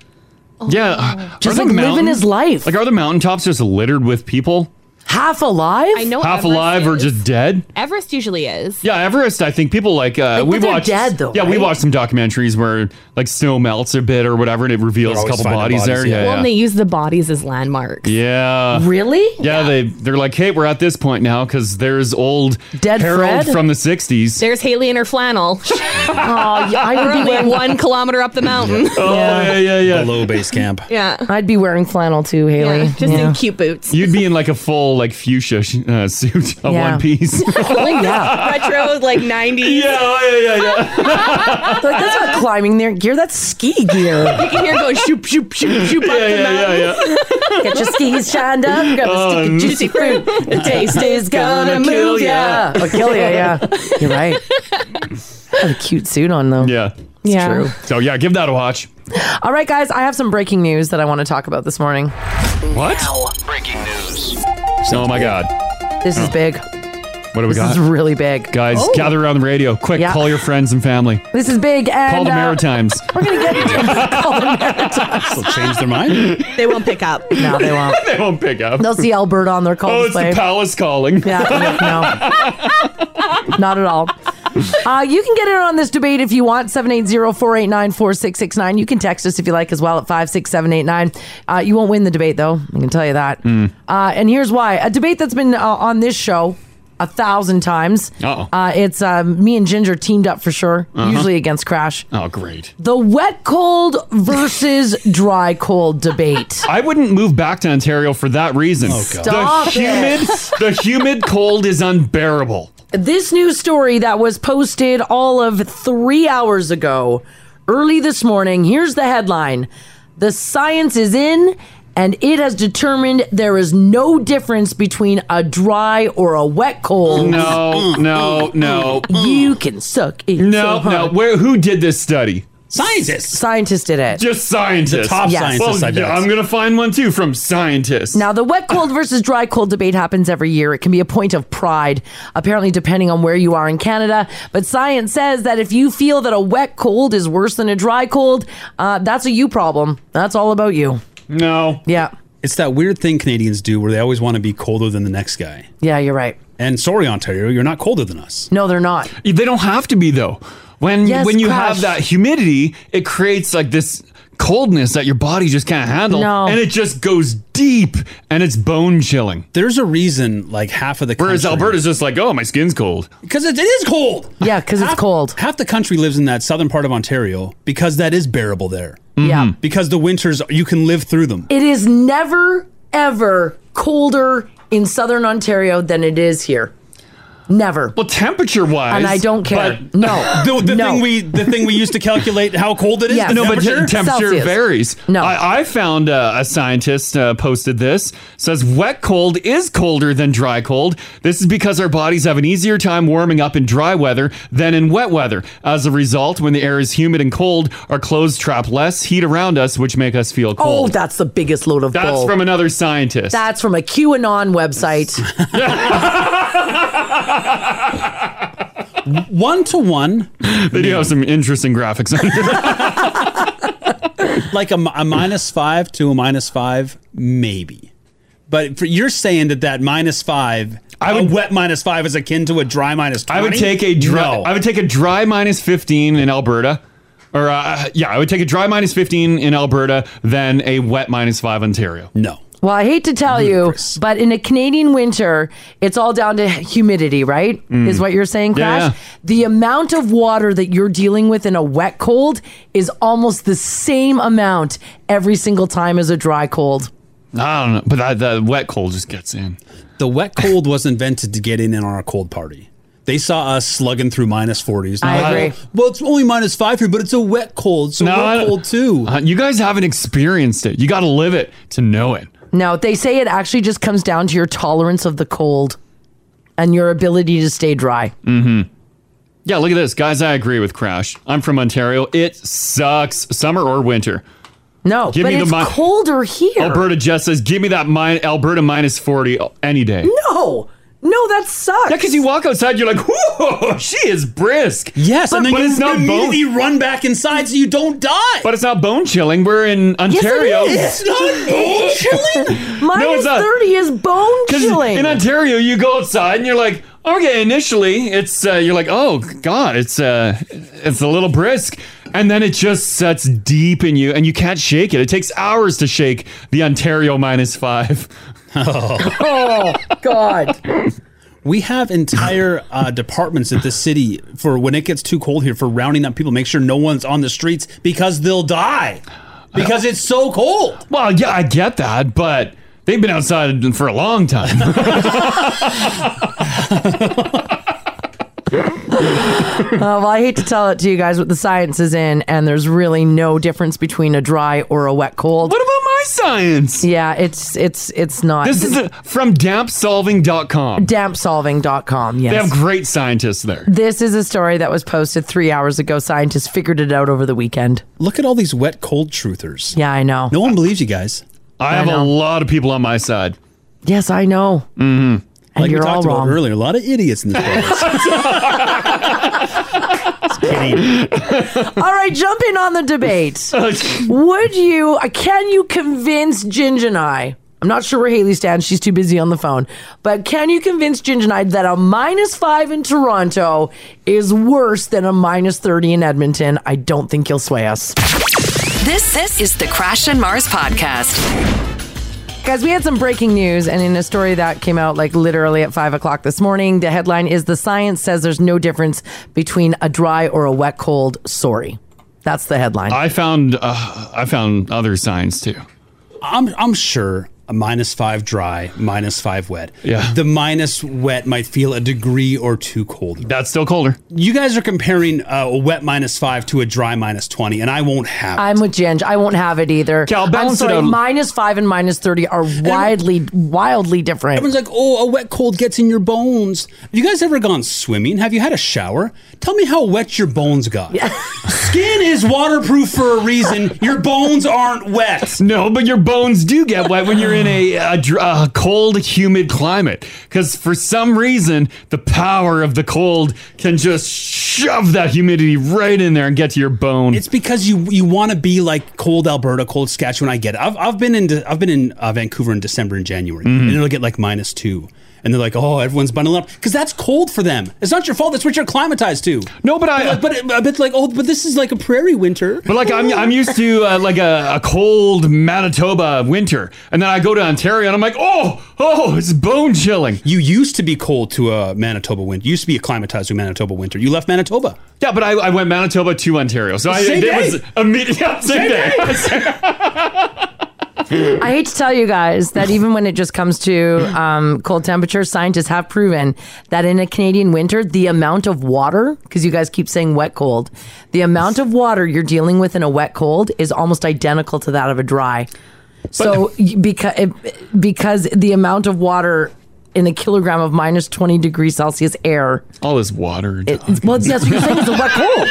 C: yeah,
B: Oh.
C: uh,
B: Just
C: are the
B: like living his
C: mountain-
B: life.
C: Like, are the mountaintops just littered with people,
B: Half alive?
H: I know
C: half
H: Everest
C: alive or
H: is.
C: just dead?
H: Everest usually is.
C: Yeah, Everest. I think people like uh,
B: Like,
C: we
B: but they're
C: watched.
B: dead, though,
C: yeah, we
B: right?
C: watched some documentaries where like snow melts a bit or whatever, and it reveals a
D: always
C: couple
D: finding
C: bodies,
D: bodies,
C: there.
D: yeah.
C: Yeah,
H: Well,
C: yeah.
H: and they use the bodies as landmarks.
C: yeah.
B: Really?
C: Yeah, they they're like, hey, we're at this point now because there's old
B: Dead
C: Harold
B: Fred?
C: from the '60s.
H: There's Haley in her flannel.
B: Oh, yeah, I would be
H: Only
B: wearing,
H: one kilometer up the mountain.
C: oh yeah, yeah, yeah.
D: Below base camp.
H: Yeah.
B: I'd be wearing flannel too, Haley.
H: Yeah, just
B: Yeah.
H: in cute boots.
C: You'd be in like a full like fuchsia sh- uh, suit, a
B: Yeah.
C: one piece.
B: Oh, yeah.
H: Retro, like 90s.
C: yeah, yeah, yeah.
B: like, that's not climbing their gear. That's ski gear.
H: You can hear it going shoop, shoop, shoop, shoop up
C: yeah,
H: the
C: yeah,
H: mountain.
C: yeah, yeah. Oh,
B: Get your skis shined up. Grab a stick of juicy fruit. The taste is gonna
C: Gonna kill
B: move
C: ya.
B: ya. Or kill ya, yeah. You're right. Have a cute suit on though.
C: Yeah.
B: It's
H: Yeah.
B: true.
C: So yeah, give that a watch.
B: All right, guys, I have some breaking news that I want to talk about this morning.
C: What?
A: Now.
C: Oh my god.
B: This is big.
C: What do we
B: This
C: got?
B: is really big.
C: Guys,
B: Oh.
C: gather around the radio. Quick,
B: Yeah.
C: call your friends and family.
B: This is big. And,
C: Call the
B: uh,
C: Maritimes.
B: we're going to get call the Maritimes.
D: They'll change their mind.
I: They won't pick up.
B: No, they won't.
C: they won't pick up.
B: They'll see Alberta on their call
C: Oh, it's
B: display.
C: the palace calling.
B: Yeah, no. Not at all. Uh, you can get in on this debate if you want, 780-489-4669. You can text us if you like as well at 56789. Uh, you won't win the debate, though. I can tell you that. Uh, and here's why. A debate that's been uh, on this show a thousand times.
C: Uh-oh.
B: Uh, it's uh, me and Ginger teamed up for sure, usually against Crash.
C: Oh, great.
B: The wet cold versus dry cold debate.
C: I wouldn't move back to Ontario for that reason. Oh,
D: God.
B: Stop
C: the
B: it.
C: humid, the humid cold is unbearable.
B: This news story that was posted all of three hours ago, early this morning, here's the headline The science is in, and it has determined there is no difference between a dry or a wet cold.
C: No,
D: Mm.
C: no, no,
B: You can suck it. so
C: no, no.
B: hard.
C: Where? Who did this study?
D: Scientists.
B: Scientists did it.
C: Just scientists.
D: Top
B: Yes.
D: scientists, I
C: Well,
D: bet.
C: I'm gonna find one too from scientists.
B: Now, the wet cold versus dry cold debate happens every year. It can be a point of pride, apparently, depending on where you are in Canada. But science says that if you feel that a wet cold is worse than a dry cold, uh, that's a you problem. That's all about you.
C: no,
B: Yeah.
D: It's that weird thing Canadians do where they always want to be colder than the next guy.
B: Yeah, you're right.
D: And sorry, Ontario, you're not colder than us.
B: No, they're not.
C: they don't have to be though. When
B: Yes,
C: when you
B: Crash.
C: have that humidity, it creates like this coldness that your body just can't handle,
B: No.
C: and it just goes deep, and it's bone chilling.
D: There's a reason like half of the country.
C: Whereas Alberta's just like, oh, my skin's cold.
D: Because it, it is cold.
B: Yeah, 'cause it's
D: Half-
B: cold.
D: Half the country lives in that southern part of Ontario because that is bearable there.
C: Mm-hmm.
B: Yeah.
D: Because the winters, you can live through them.
B: It is never, ever colder in southern Ontario than it is here. Never.
C: Well, temperature wise,
B: And I don't care. no.
D: The, the
B: no.
D: thing we the thing we use to calculate how cold it is.
B: Yeah.
D: the
B: No,
C: but
D: temperature?
C: temperature, temperature
B: Celsius.
C: varies.
B: No.
C: I, I found uh, a scientist uh, posted this says wet cold is colder than dry cold. This is because our bodies have an easier time warming up in dry weather than in wet weather. As a result, when the air is humid and cold, our clothes trap less heat around us, which make us feel
B: Oh,
C: cold.
B: that's the biggest load of
C: That's
B: bull.
C: from another scientist.
B: That's from a QAnon website.
D: one to one,
C: they do have some interesting graphics on here.
D: like a, mi- a minus five to a minus five, maybe. But for, you're saying that that minus five, I would, a wet minus five is akin to a dry minus. 20?
C: I would take a dry.
D: No.
C: I would take a dry minus fifteen in Alberta, or uh, yeah, I would take a dry minus fifteen in Alberta than a wet minus five Ontario.
D: no.
B: Well, I hate to tell
D: Ludicrous.
B: you, but in a Canadian winter, it's all down to humidity, right? Is what you're saying,
C: Mm. Yeah,
B: Crash?
C: yeah.
B: The amount of water that you're dealing with in a wet cold is almost the same amount every single time as a dry cold.
C: I don't know, but that, that wet cold just gets in.
D: The wet cold was invented to get in on our cold party. They saw us slugging through minus forties.
B: I
D: Now,
B: agree.
D: Well, it's only minus five here, but it's a wet cold, so
C: I
D: we're
C: don't-
D: cold too.
C: Uh, you guys haven't experienced it. You got to live it to know it.
B: No, they say it actually just comes down to your tolerance of the cold and your ability to stay dry.
C: Mm-hmm. Yeah, look at this, guys. I agree with Crash. I'm from Ontario. It sucks, summer or winter.
B: No,
C: Give
B: but
C: me the
B: it's
C: mi-
B: colder here.
C: Alberta just says, "Give me that min- Alberta minus forty any day."
B: No, no, that sucks.
C: Yeah, because you walk outside, you're like, "Whoa, she is brisk."
D: Yes, and then
C: but
D: you
C: it's not
D: immediately run back inside so you don't die.
C: But it's not bone chilling. We're in
B: it
C: Ontario.
B: is.
D: it's not cold chilling.
B: Minus
C: not.
B: 30 is bone
C: 'Cause
B: chilling.
C: in Ontario, you go outside and you're like, okay, initially it's uh, you're like, oh god, it's uh, it's a little brisk, and then it just sets deep in you, and you can't shake it. It takes hours to shake the Ontario minus five.
B: oh, God.
D: We have entire uh, departments at the city for when it gets too cold here for rounding up people, make sure no one's on the streets because they'll die because it's so cold.
C: Well, yeah, I get that, but they've been outside for a long time.
B: Uh, well, I hate to tell it to you guys, but the science is in, and there's really no difference between a dry or a wet cold.
C: what about my science?
B: Yeah, it's it's it's not.
C: This is a, from dampsolving.com.
B: dampsolving.com. Yes.
C: They have great scientists there.
B: this is a story that was posted three hours ago. Scientists figured it out over the weekend.
D: Look at all these wet cold truthers.
B: Yeah, I know.
D: No one believes you guys.
C: I have a
B: know.
C: lot of people on my side. Mm-hmm.
B: Yes, I know. And
D: like
B: you're
D: we
B: all
D: talked
B: wrong.
D: about earlier, a lot of idiots in this program.
B: All right, jumping on the debate. Would you, uh, can you convince Ginge and I? I'm not sure where Haley stands. She's too busy on the phone. But can you convince Ginge and I that a minus five in Toronto is worse than a minus 30 in Edmonton? I don't think he'll sway us.
A: This this is the Crash and Mars podcast.
B: Guys, we had some breaking news, and in a story that came out like literally at five o'clock this morning, the headline is The Science Says There's No Difference Between a Dry or a Wet Cold. Sorry. That's the headline.
C: I found uh, I found other signs too.
D: I'm I'm sure a minus five dry, minus five wet.
C: Yeah.
D: The minus wet might feel a degree or two colder.
C: That's still colder.
D: You guys are comparing uh, a wet minus five to a dry minus twenty, and I won't have. it.
B: I'm with Ginge. I won't have it either.
C: Okay, I'll
B: I'm
C: balance it
B: sorry.
C: out.
B: minus five and minus thirty are widely, wildly different.
D: Everyone's like, oh, a wet cold gets in your bones. Have you guys ever gone swimming? Have you had a shower? Tell me how wet your bones got. Skin is waterproof for a reason. Your bones aren't wet.
C: No, but your bones do get wet when you're in a, a, dr- a cold, humid climate. Because for some reason, the power of the cold can just shove that humidity right in there and get to your bone.
D: It's because you you want to be like cold Alberta, cold Saskatchewan. I get it. I've, I've been in De- I've been in uh, Vancouver in December and January,
C: Mm-hmm.
D: and it'll get like minus two, and they're like, oh, everyone's bundling up because that's cold for them. It's not your fault. That's what you're acclimatized to.
C: no, but I.
D: Like, but it- but it's like oh, but this is like a prairie winter.
C: But like I'm, I'm used to uh, like a, a cold Manitoba winter, and then I go to Ontario and I'm like, oh, oh, it's bone chilling.
D: You used to be cold to a Manitoba winter. You used to be acclimatized to a Manitoba winter. You left Manitoba.
C: Yeah, but I, I went Manitoba to Ontario, so I,
D: Same
C: it
D: day.
C: was immediate yeah, same, day.
B: I hate to tell you guys that even when it just comes to um, cold temperatures, scientists have proven that in a Canadian winter, the amount of water, because you guys keep saying wet cold, the amount of water you're dealing with in a wet cold is almost identical to that of a dry. So because because the amount of water in a kilogram of minus twenty degrees Celsius air
C: All this water.
B: It's- Well, that's what you're saying. It's a wet cold.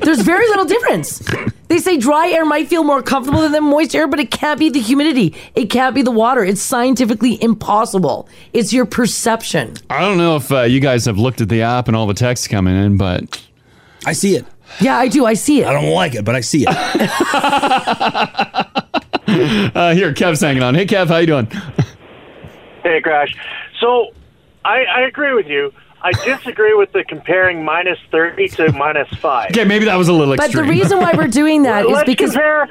B: There's very little difference. They say dry air might feel more comfortable than moist air, but it can't be the humidity. It can't be the water. It's scientifically impossible. It's your perception.
C: I don't know if uh, you guys have looked at the app and all the texts coming in, but
D: I see it.
B: Yeah, I do. I see it.
D: I don't like it, but I see it.
C: uh, here Kev's hanging on. Hey Kev, how you doing?
I: Hey, Crash. So I, I agree with you. I disagree with the comparing minus 30 to minus 5.
C: Okay, maybe that was a little
B: But
C: extreme.
B: the reason why we're doing that is
I: let's
B: because
I: compare.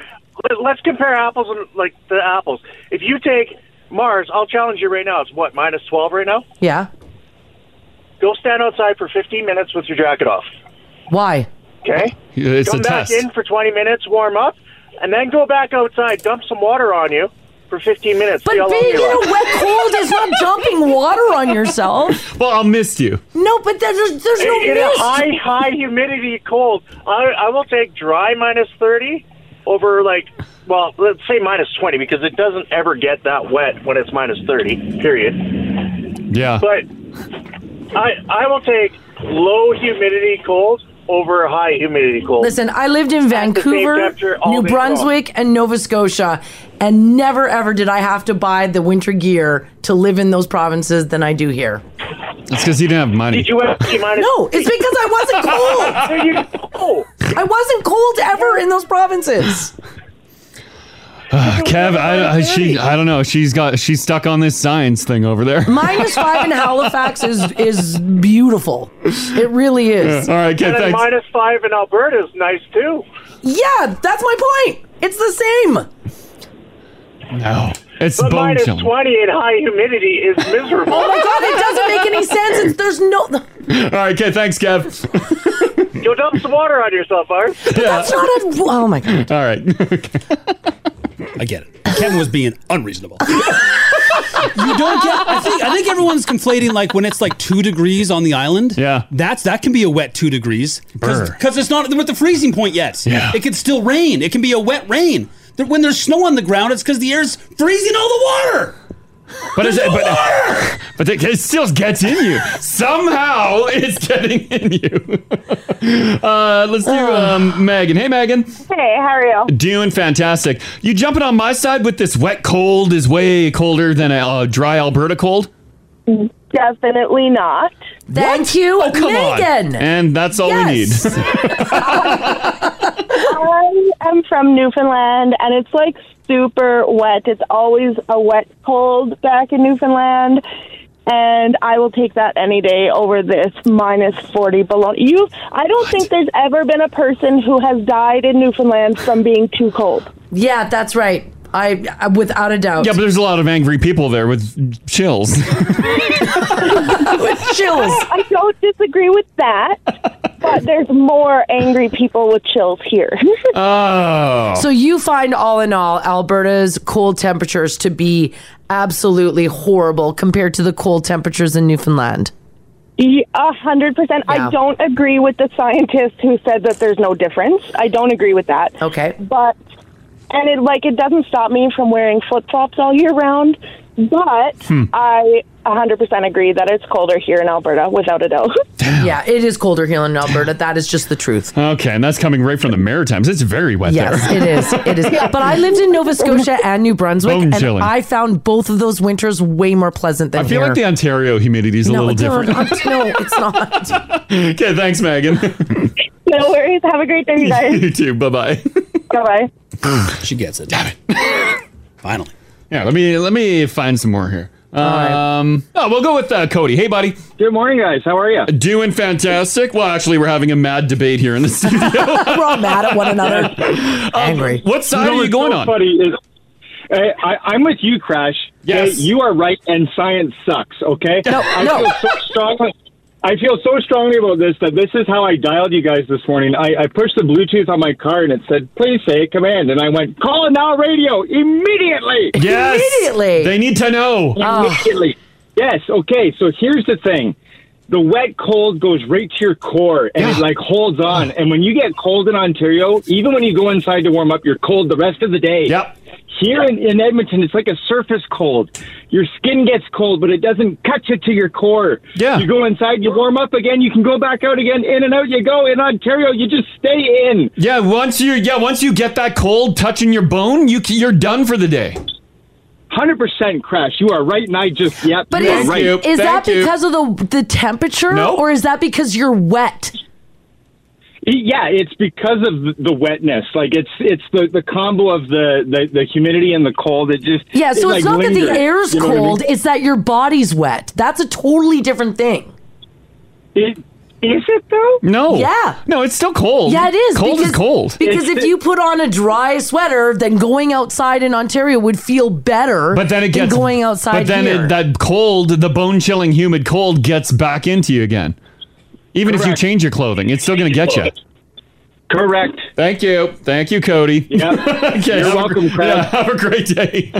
I: Let, let's compare apples and like the apples. If you take Mars, I'll challenge you right now. It's what minus 12 right now.
B: yeah.
I: Go stand outside for 15 minutes with your jacket off.
B: Why?
I: Okay.
C: it's
I: Come
C: a
I: back
C: test.
I: in for 20 minutes, warm up, and then go back outside, dump some water on you for 15 minutes. see how
B: But
I: long
B: being in
I: you last.
B: a wet cold is not dumping water on yourself.
C: Well, um, I'll miss you.
B: No, but there's, there's no
I: in a
B: mist.
I: high, high humidity cold, I, I will take dry minus 30 over like, well, let's say minus 20 because it doesn't ever get that wet when it's minus 30, period.
C: Yeah.
I: But I, I will take low humidity cold over high humidity cold.
B: Listen, I lived in
I: the same
B: Vancouver,
I: temperature all
B: New
I: day long.
B: Brunswick, and Nova Scotia, and never ever did I have to buy the winter gear to live in those provinces than I do here.
C: It's because you didn't have money.
I: Did you have to minus?
B: No, it's because I wasn't cold.
I: There you go.
B: I wasn't cold ever in those provinces.
C: Uh, Kev, I, I, she, I don't know. She's got, she's stuck on this science thing over there.
B: Minus five in Halifax is is beautiful. It really is.
C: All right, Kev,
I: And then
C: thanks.
I: minus five in Alberta is nice too.
B: Yeah, that's my point. It's the same.
C: No, it's
I: But
C: bone
I: minus
C: chilling.
I: 20 in high humidity is miserable.
B: Oh my god, it doesn't make any sense. It's, there's no.
C: All right, okay, thanks, Kev.
I: Go dump some water on yourself, Art.
B: That's not a. Oh my god.
C: All right.
D: I get it. Kevin was being unreasonable. you don't get. I think. I think everyone's conflating like when it's like two degrees on the island.
C: Yeah.
D: that's that can be a wet two degrees
C: Brr.
D: because it's not at the freezing point yet.
C: Yeah.
D: it can still rain. It can be a wet rain. There- When there's snow on the ground, it's because the air's freezing all the water.
C: But, it's, but, but it, it still gets in you. Somehow it's getting in you. uh, let's do um, Megan. Hey, Megan.
J: Hey, how are you?
C: Doing fantastic. You jumping on my side with this wet cold is way colder than a uh, dry Alberta cold?
K: Definitely not.
B: Thank you,
C: Oh, come on.
B: Megan.
C: And that's all we need.
K: I am from Newfoundland, and it's like super wet. It's always a wet cold back in Newfoundland, and I will take that any day over this minus forty below. You, I don't think there's ever been a person who has died in Newfoundland from being too cold.
B: Yeah, that's right. I, I without a doubt.
C: Yeah, but there's a lot of angry people there with chills.
B: chills.
K: I don't disagree with that, but there's more angry people with chills here.
C: Oh.
B: So you find all in all Alberta's cold temperatures to be absolutely horrible compared to the cold temperatures in Newfoundland.
K: Ye- A hundred percent.
B: Yeah.
K: I don't agree with the scientist who said that there's no difference. I don't agree with that.
B: Okay.
K: But and it like it doesn't stop me from wearing flip flops all year round. But
B: Hmm.
K: I a hundred percent agree that it's colder here in Alberta, without a doubt.
B: Yeah, it is colder here in Alberta. That is just the truth.
C: Okay, and that's coming right from the Maritimes. It's very wet
B: Yes,
C: there.
B: it is. It is. But I lived in Nova Scotia and New Brunswick,
C: Bone
B: and
C: chilling.
B: I found both of those winters way more pleasant than
C: I feel
B: here.
C: like the Ontario humidity is a
B: no,
C: little
B: don't.
C: different.
B: no, it's not.
C: okay, thanks, Megan.
K: no worries. Have a great day, you guys.
C: you too. Bye bye.
K: Bye bye.
D: She gets it. Finally.
C: Yeah, let me let me find some more here. Um, oh, we'll go with uh, Cody. Hey, buddy, Uh,
L: Good morning, guys. How are you?
C: doing fantastic. Well, actually, we're having a mad debate here in the studio. Um,
B: We're all mad at one another. Angry.
C: what side
L: know
C: are you
L: what's
C: going
L: so
C: on?
L: Funny is, I, I, I'm with you, Crash.
C: Yes.
L: Okay, you are right, and science sucks. Okay,
B: No,
L: I
B: no.
L: feel so strongly. I feel so strongly about this that this is how I dialed you guys this morning. I, I pushed the Bluetooth on my car and it said, "Please say a command," and I went, "Call now, radio immediately."
C: Yes,
B: Immediately. Oh.
C: They need to know.
L: immediately. Yes. Okay. So here's the thing: the wet cold goes right to your core, and it
C: Yeah.
L: like holds on. And when you get cold in Ontario, even when you go inside to warm up, you're cold the rest of the day.
C: Yep.
L: Here in, in Edmonton, it's like a surface cold. Your skin gets cold, but it doesn't cut you to your core.
C: Yeah.
L: You go inside, you warm up again, you can go back out again, in and out you go. In Ontario, you just stay in.
C: Yeah, once you yeah once you get that cold touching your bone, you c- you're done for the day.
L: 100% crash. You are right, and I just, yep.
B: But
L: you are
B: is,
L: right.
C: you.
B: is that
C: Thank you.
B: because of the the temperature,
C: No.
B: or is that because you're wet?
L: Yeah, it's because of the wetness. Like it's it's the, the combo of the, the, the humidity and the cold. It just
B: Yeah, so
L: it, like,
B: it's not
L: lingers.
B: that the air's
L: You know what I mean?
B: cold, it's that your body's wet. That's a totally different thing.
L: It- Is it though?
C: No.
B: Yeah.
C: No, it's still cold.
B: Yeah, it is.
C: Cold is cold.
B: Because if you put on a dry sweater, then going outside in Ontario would feel better.
C: But then it
B: than
C: gets
B: going outside.
C: But then
B: here.
C: It, that cold, the bone chilling, humid cold gets back into you again. Even if you
L: Correct.
C: change your clothing, it's still going to get you.
L: Correct.
C: Thank you, thank you, Cody.
L: Yeah.
C: Okay,
L: You're
C: have a-
L: welcome, Craig.
C: yeah, have a great day.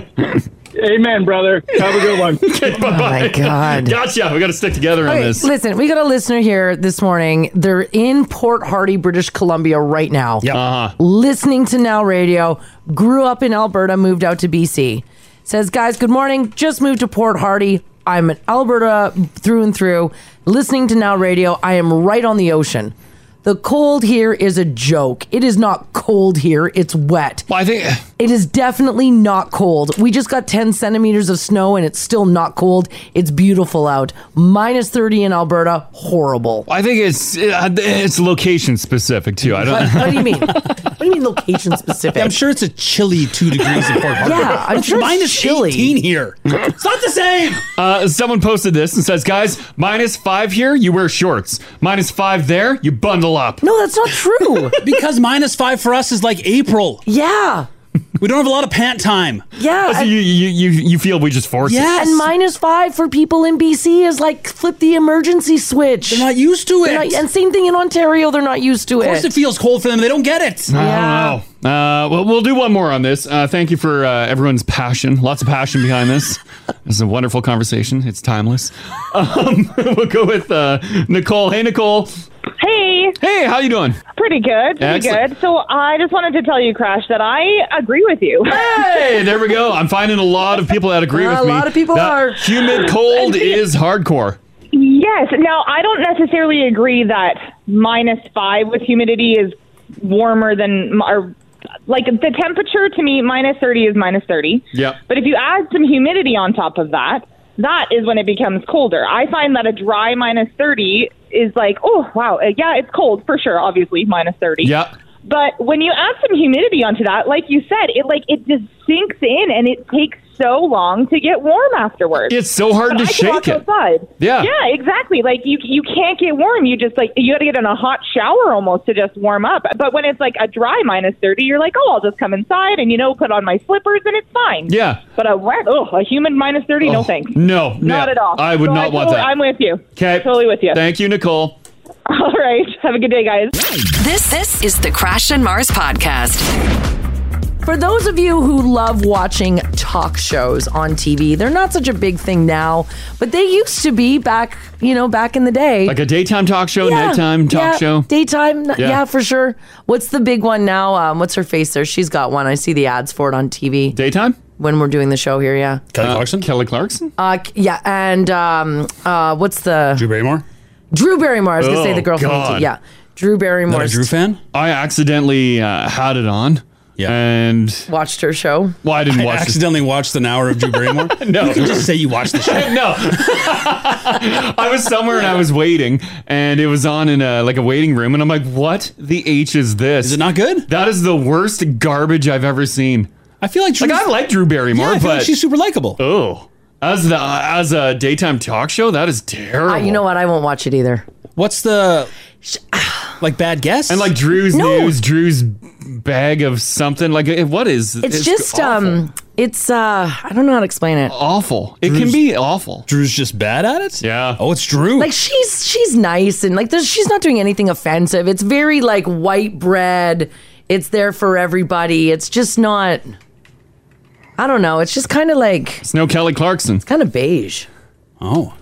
L: Amen, brother. Have a good one.
B: oh my god.
C: Gotcha. We got to stick together on
B: Okay,
C: this.
B: listen, we got a listener here this morning. They're in Port Hardy, British Columbia right now.
D: Yep.
C: Uh-huh.
B: Listening to Now Radio, grew up in Alberta, moved out to BC. Says, guys, good morning. Just moved to Port Hardy. I'm in Alberta through and through. Listening to Now Radio, I am right on the ocean. The cold here is a joke. It is not cold here, it's wet.
C: Well, I think
B: It is definitely not cold. We just got 10 centimeters of snow and it's still not cold. It's beautiful out. Minus 30 in Alberta, horrible.
C: I think it's uh, it's location specific too.
B: What,
C: I don't.
B: what do you mean? What do you mean location specific?
D: I'm sure it's a chilly two degrees in Port Harcourt.
B: Yeah, I'm sure it's
D: minus
B: chilly.
D: 18 here. It's not the same.
C: Uh, someone posted this and says, "Guys, minus five here, you wear shorts. Minus five there, you bundle up."
B: No, that's not true.
D: Because minus five for us is like April.
B: yeah.
D: We don't have a lot of pant time.
B: Yeah.
C: So
B: and-
C: you, you you you feel we just force it.
D: Yes.
B: and minus five for people in BC is like flip the emergency switch.
D: They're not used to it.
B: They're not- and same thing in Ontario, they're not used to
D: of course, it feels cold for them. They don't get
C: I
D: it.
C: don't know. Uh, well, we'll do one more on this. Uh, thank you for uh, everyone's passion. Lots of passion behind this. This is a wonderful conversation. It's timeless. Um, we'll go with uh, Nicole. Hey, Nicole.
K: Hey.
C: Hey, how you doing?
K: Pretty good. Pretty
C: Excellent.
K: good. So I just wanted to tell you, Crash, that I agree with you.
C: Hey, there we go. I'm finding a lot of people that agree
B: A
C: with me.
B: lot of people
C: that
B: are.
C: Humid cold is hardcore.
K: Yes. Now, I don't necessarily agree that minus five with humidity is warmer than, or like the temperature to me, minus 30 is minus 30.
C: Yep.
K: But if you add some humidity on top of that,
M: that is when it becomes colder. I find that a dry minus 30 is like, oh, wow, uh, yeah, it's cold for sure, obviously, minus 30.
C: Yeah.
M: But when you add some humidity onto that, like you said, it like it just sinks in and it takes so long to get warm afterwards.
C: It's so hard to
M: But I can walk
C: shake it.
M: Outside.
C: Yeah.
M: Yeah, exactly. Like you you can't get warm. You just like you got to get in a hot shower almost to just warm up. But when it's like a dry minus 30, you're like, "Oh, I'll just come inside and you know, put on my slippers and it's fine."
C: Yeah.
M: But a wet, oh, a humid minus 30, no thanks.
C: Oh, No,
M: Not
C: no,
M: at all.
C: I would
M: So
C: not want
M: totally-
C: that.
M: I'm with you.
C: Okay.
M: Totally with you.
C: Thank you, Nicole.
M: All right. Have a good day, guys.
A: This this is the Crash and Mars podcast.
B: For those of you who love watching talk shows on TV, they're not such a big thing now, but they used to be back, you know, back in the day.
C: Like a daytime talk show, nighttime talk
B: yeah,
C: show.
B: Daytime, n-
C: Yeah.
B: yeah. for sure. What's the big one now? Um, what's her face there? She's got one. I see the ads for it on TV.
C: Daytime?
B: When we're doing the show here, yeah.
D: Kelly Clarkson?
C: Kelly Clarkson?
B: Uh, c- yeah, and um, uh, what's the
D: Drew Barrymore?
B: Drew Barrymore. I was gonna say the
C: Oh,
B: girl from ET. Yeah, Drew Barrymore.
D: fan?
C: I accidentally uh, had it on. Yeah. And
B: watched her show.
C: Well, I didn't
D: I
C: watch it.
D: accidentally watched an hour of Drew Barrymore.
C: No.
D: you can just say you watched the show.
C: no. I was somewhere and I was waiting, and it was on in a like a waiting room, and I'm like, "What the h is this? Is it not good? That is the worst garbage I've ever seen."
D: I feel like
C: like I like Drew Barrymore,
D: Yeah, I
C: but
D: feel like she's super likable.
C: Oh, as the as a daytime talk show, that is terrible.
B: Uh, you know what? I won't watch it either. ah.
D: What's the like bad guess?
C: And like Drew's news, Drew's bag of something. Like, eh, what is?
B: It's, just um, it's uh, I don't know how to explain it.
C: Awful. It can be awful.
D: Drew's just bad at it.
C: Yeah.
D: Oh, it's Drew.
B: Like she's she's nice and like there's, she's not doing anything offensive. It's very like white bread. It's there for everybody. It's just not. I don't know. It's just kind of like
C: it's no Kelly Clarkson. It's
B: kind of beige.
D: Oh,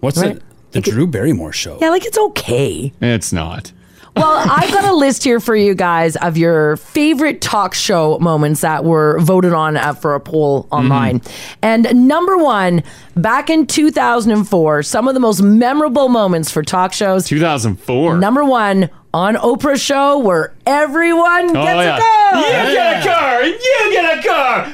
D: what's
B: Right.
D: it? The Drew Barrymore show.
B: Yeah, like it's okay.
C: It's not.
B: Well, I've got a list here for you guys of your favorite talk show moments that were voted on uh, for a poll
C: Mm-hmm.
B: online. And number one, back in 2004, some of the most memorable moments for talk shows.
C: 2004.
B: Number one, on Oprah's show where everyone
C: Oh,
B: gets a car.
C: You get a car. and You get a car.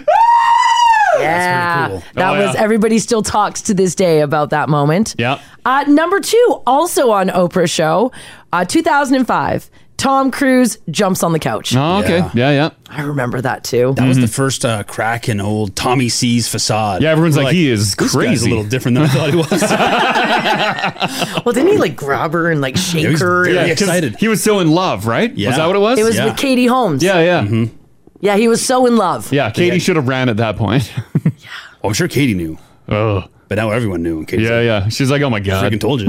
B: Yeah.
C: pretty cool.
B: That
C: Oh,
B: was
C: yeah.
B: everybody still talks to this day about that moment.
C: Yeah.
B: Uh, number two, also on Oprah show, uh, 2005. Tom Cruise jumps on the couch.
C: Oh, okay. Yeah, yeah. Mhm.
B: I remember that too.
D: That was the first uh, crack in old Tommy C's facade.
C: Yeah, everyone's
D: We're
C: like, "He is
D: Uh, this guy's
C: crazy."
D: a little different than I thought he was.
B: Well, Oh, didn't he like grab her and like shake her?
C: Yeah,
B: and-
C: 'cause He was so in love, right? Was that what it was?
B: It was with Katie Holmes.
C: Yeah, yeah.
D: Mm-hmm.
B: Yeah, he was so in love.
C: Yeah, Katie should have ran at that point.
D: Well, I'm sure Katie knew.
C: Oh.
D: But now everyone knew. And Katie's
C: yeah, yeah. She's like, oh my God.
D: Freaking told you.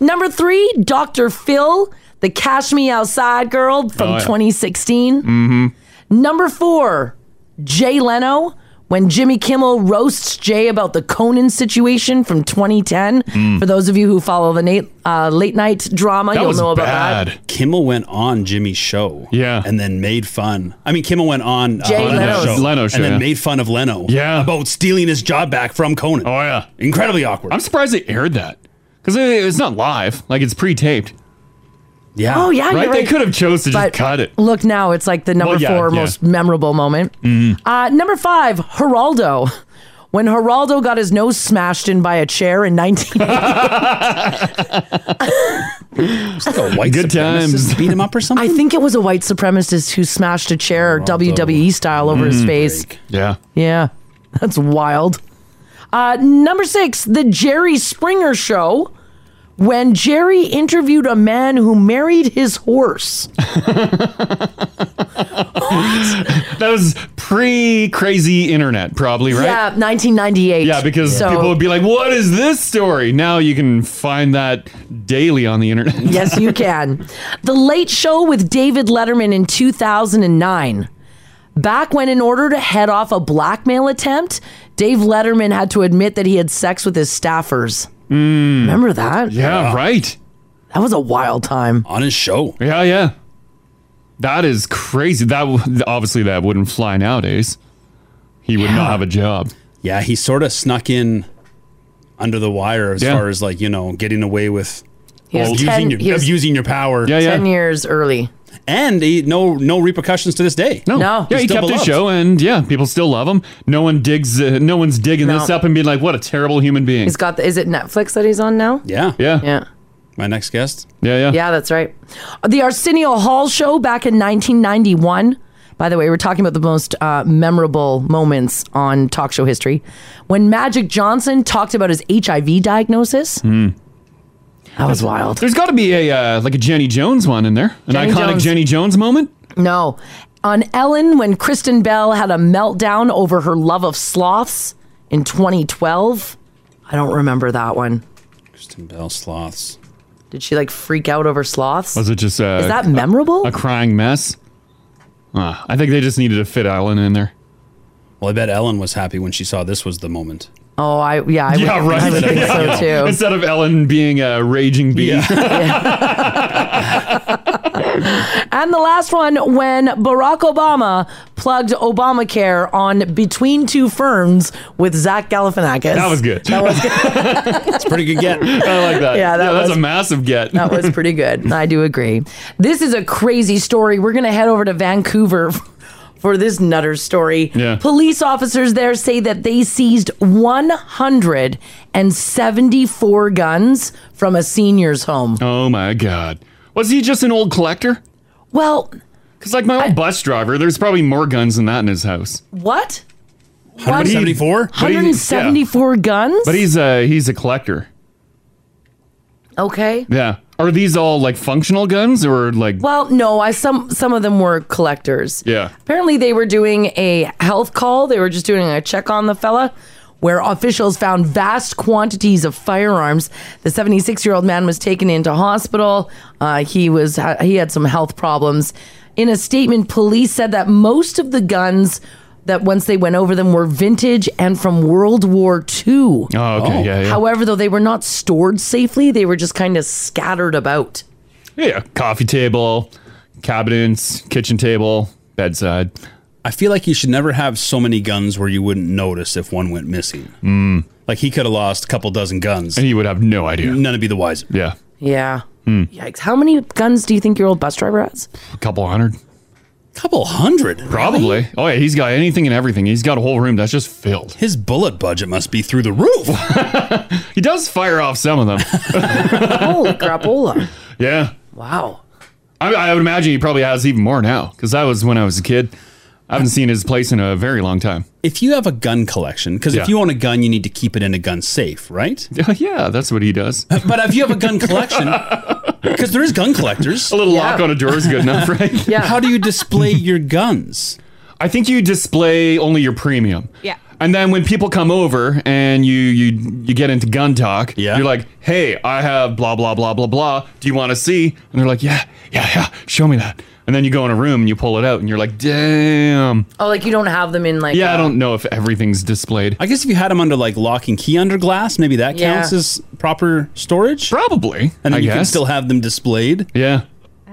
B: Number three, Dr. Phil, the Cash Me Outside girl from
C: Oh, yeah.
B: 2016.
C: mm-hmm.
B: Number four, Jay Leno. When Jimmy Kimmel roasts Jay about the Conan situation from 2010,
C: Hmm.
D: Mm.
B: for those of you who follow the Nate, uh, late night drama, you'll know about that.
D: Kimmel went on Jimmy's show. Yeah. And then made fun. I mean, Kimmel went on
B: Jay Leno's.
C: Leno's show,
D: And then
C: yeah.
D: made fun of Leno.
C: Yeah.
D: About stealing his job back from Conan.
C: Oh, yeah.
D: Incredibly awkward.
C: I'm surprised they aired that because it's not live. Like, it's pre taped.
D: Yeah.
B: Oh, yeah, you're
C: Right? They
B: right.
C: could have chose to just
B: But-
C: cut it.
B: Look now, it's like the number
C: Well, yeah,
B: four
C: yeah.
B: most memorable moment.
C: Mm-hmm.
B: Uh, number five, Geraldo. When Geraldo got his nose smashed in by a chair in 1980.
D: It's like a white Good times. Beat him up or something?
B: I think it was a white supremacist who smashed a chair WWE style over his
C: Mm-hmm.
D: Mm.
B: face.
C: Yeah.
B: Yeah, that's wild. Uh, number six, the Jerry Springer Show. When Jerry interviewed a man who married his horse.
C: That was pre crazy internet, probably, right?
B: Yeah, 1998.
C: Yeah, because
B: So-
C: people would be like, what is this story? Now you can find that daily on the internet.
B: yes, you can. The Late Show with David Letterman in 2009. Back when, in order to head off a blackmail attempt, Dave Letterman had to admit that he had sex with his staffers. Remember that?
C: Hmm. Yeah, right.
B: That was a wild time.
D: On his show.
C: Yeah, yeah. That is crazy. That w- obviously that wouldn't fly nowadays. He would not have a job.
D: Yeah. He sort of snuck in under the wire as
C: Yeah.
D: far as like, you know, getting away with
B: He was
D: abusing,
B: 10
D: your,
B: he was-
D: abusing your power.
B: 10 years early.
D: and he, no no repercussions to this day.
C: No, yeah, he kept his show, and yeah, people still love him. No one digs, uh, no one's digging
B: No.
C: this up and being like, "What a terrible human being."
B: He's got the, is it Netflix that he's on now?
D: Yeah,
C: yeah,
B: yeah.
D: My next guest.
C: Yeah, yeah.
B: Yeah, that's right. The Arsenio Hall show back in 1991. By the way, we're talking about the most uh, memorable moments on talk show history. When Magic Johnson talked about his HIV diagnosis. That was wild.
C: There's got to be a uh, like a Jenny Jones one in there, an
B: Jenny
C: iconic
B: Jones.
C: Jenny Jones moment.
B: No. On Ellen, when Kristen Bell had a meltdown over her love of sloths in 2012. I don't remember that one.
D: Kristen Bell sloths.
B: Did she like freak out over sloths?
C: Was it just uh,
B: Is that
C: a-
B: memorable?
C: A, crying mess. Uh, I think they just needed to fit Ellen in there.
D: Well, I bet Ellen was happy when she saw this was the moment.
B: Oh, I yeah, I
C: yeah,
B: would,
C: right.
B: I would think so too.
C: Instead of Ellen being a raging bee.
B: And the last one when Barack Obama plugged Obamacare on Between Two Ferns with Zach Galifianakis.
C: That was good.
B: That was
D: That's pretty good get.
C: I like that.
B: Yeah, that
C: that's
B: was-
C: a massive get.
B: That was pretty good. I do agree. This is a crazy story. We're going to head over to Vancouver for this nutter story.
N: Yeah.
B: Police officers there say that they seized 174 guns from a senior's home.
C: Oh my god. Was he just an old collector?
B: Well,
C: because like my old bus driver, there's probably more guns than that in his house.
B: What?
C: But he- but he- yeah.
B: 174 guns?
C: But he's a he's a collector.
B: Okay.
C: Yeah. Are these all like functional guns or like?
B: Well, no, I some some of them were collectors.
C: Yeah.
B: Apparently, they were doing a health call. They were just doing a check on the fella, where officials found vast quantities of firearms. The 76 year old man was taken into hospital. Uh, he was he had some health problems. In a statement, police said that most of the guns that once they went over them were vintage and from World War II. Oh, okay,
C: yeah, yeah.
B: However, though they were not stored safely, they were just kind of scattered about.
C: Yeah, coffee table, cabinets, kitchen table, bedside.
D: I feel like you should never have so many guns where you wouldn't notice if one went missing.
C: Mm.
D: Like he could have lost a couple dozen guns,
C: and he would have no idea.
D: None would be the wiser.
C: Yeah, Hmm.
B: Yeah. Yikes. How many guns do you think your old bus driver has?
C: a couple hundred.
D: Couple hundred,
C: probably. Oh yeah, he's got anything and everything. He's got a whole room that's just filled.
D: His bullet budget must be through the roof.
C: he does fire off some of them.
B: Holy crapola.
C: Yeah.
B: Wow.
C: I, I would imagine he probably has even more now because that was when I was a kid. I haven't seen his place in a very long time.
D: If you have a gun collection, because
C: Yeah.
D: if you own a gun, you need to keep it in a gun safe, right?
C: yeah, that's what he does.
D: but if you have a gun collection, because there is gun collectors, a
C: little lock on a door is good enough, right?
D: yeah. How do you display your guns?
C: I think you display only your premium.
H: Yeah.
C: And then when people come over and you you you get into gun talk, yeah. you're like, "Hey, I have blah blah blah blah blah. Do you want to see?" And they're like, "Yeah, yeah, yeah. Show me that." And then you go in a room and you pull it out and you're like, "Damn."
B: Oh, like you don't have them in like.
C: yeah, I
B: uh,
C: don't know if everything's displayed.
D: I guess if you had them under like lock and key under glass, maybe that
B: Yeah.
D: counts as proper storage.
C: Probably,
D: and then
C: I
D: you can
C: guess.
D: still have them displayed.
C: Yeah.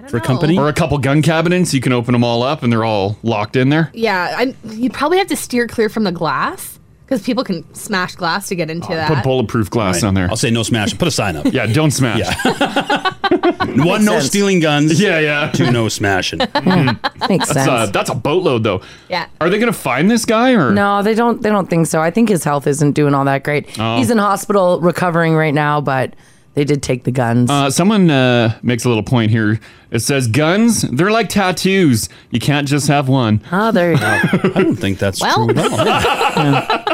D: For company
C: or a couple gun cabinets, you can open them all up and they're all locked in there.
H: Yeah, I, you probably have to steer clear from the glass because people can smash glass to get into
C: Put
H: that.
C: bulletproof glass on there. I'll
D: say no smash. Put a sign up.
C: yeah, don't smash.
D: One, no stealing guns.
C: Yeah, yeah.
D: Two, no smashing.
B: Makes
C: that's
B: sense.
C: A, that's a boatload, though.
H: Yeah.
C: Are they going to find this guy or?
B: No, they don't. They don't think so. I think his health isn't doing all that great.
C: Oh.
B: He's in hospital recovering right now, but they did take the guns.
C: Uh, someone uh, makes a little point here. It says guns, they're like tattoos. You can't just have one.
B: Ah, there you go.
D: I don't think that's
B: Well.
D: true at all.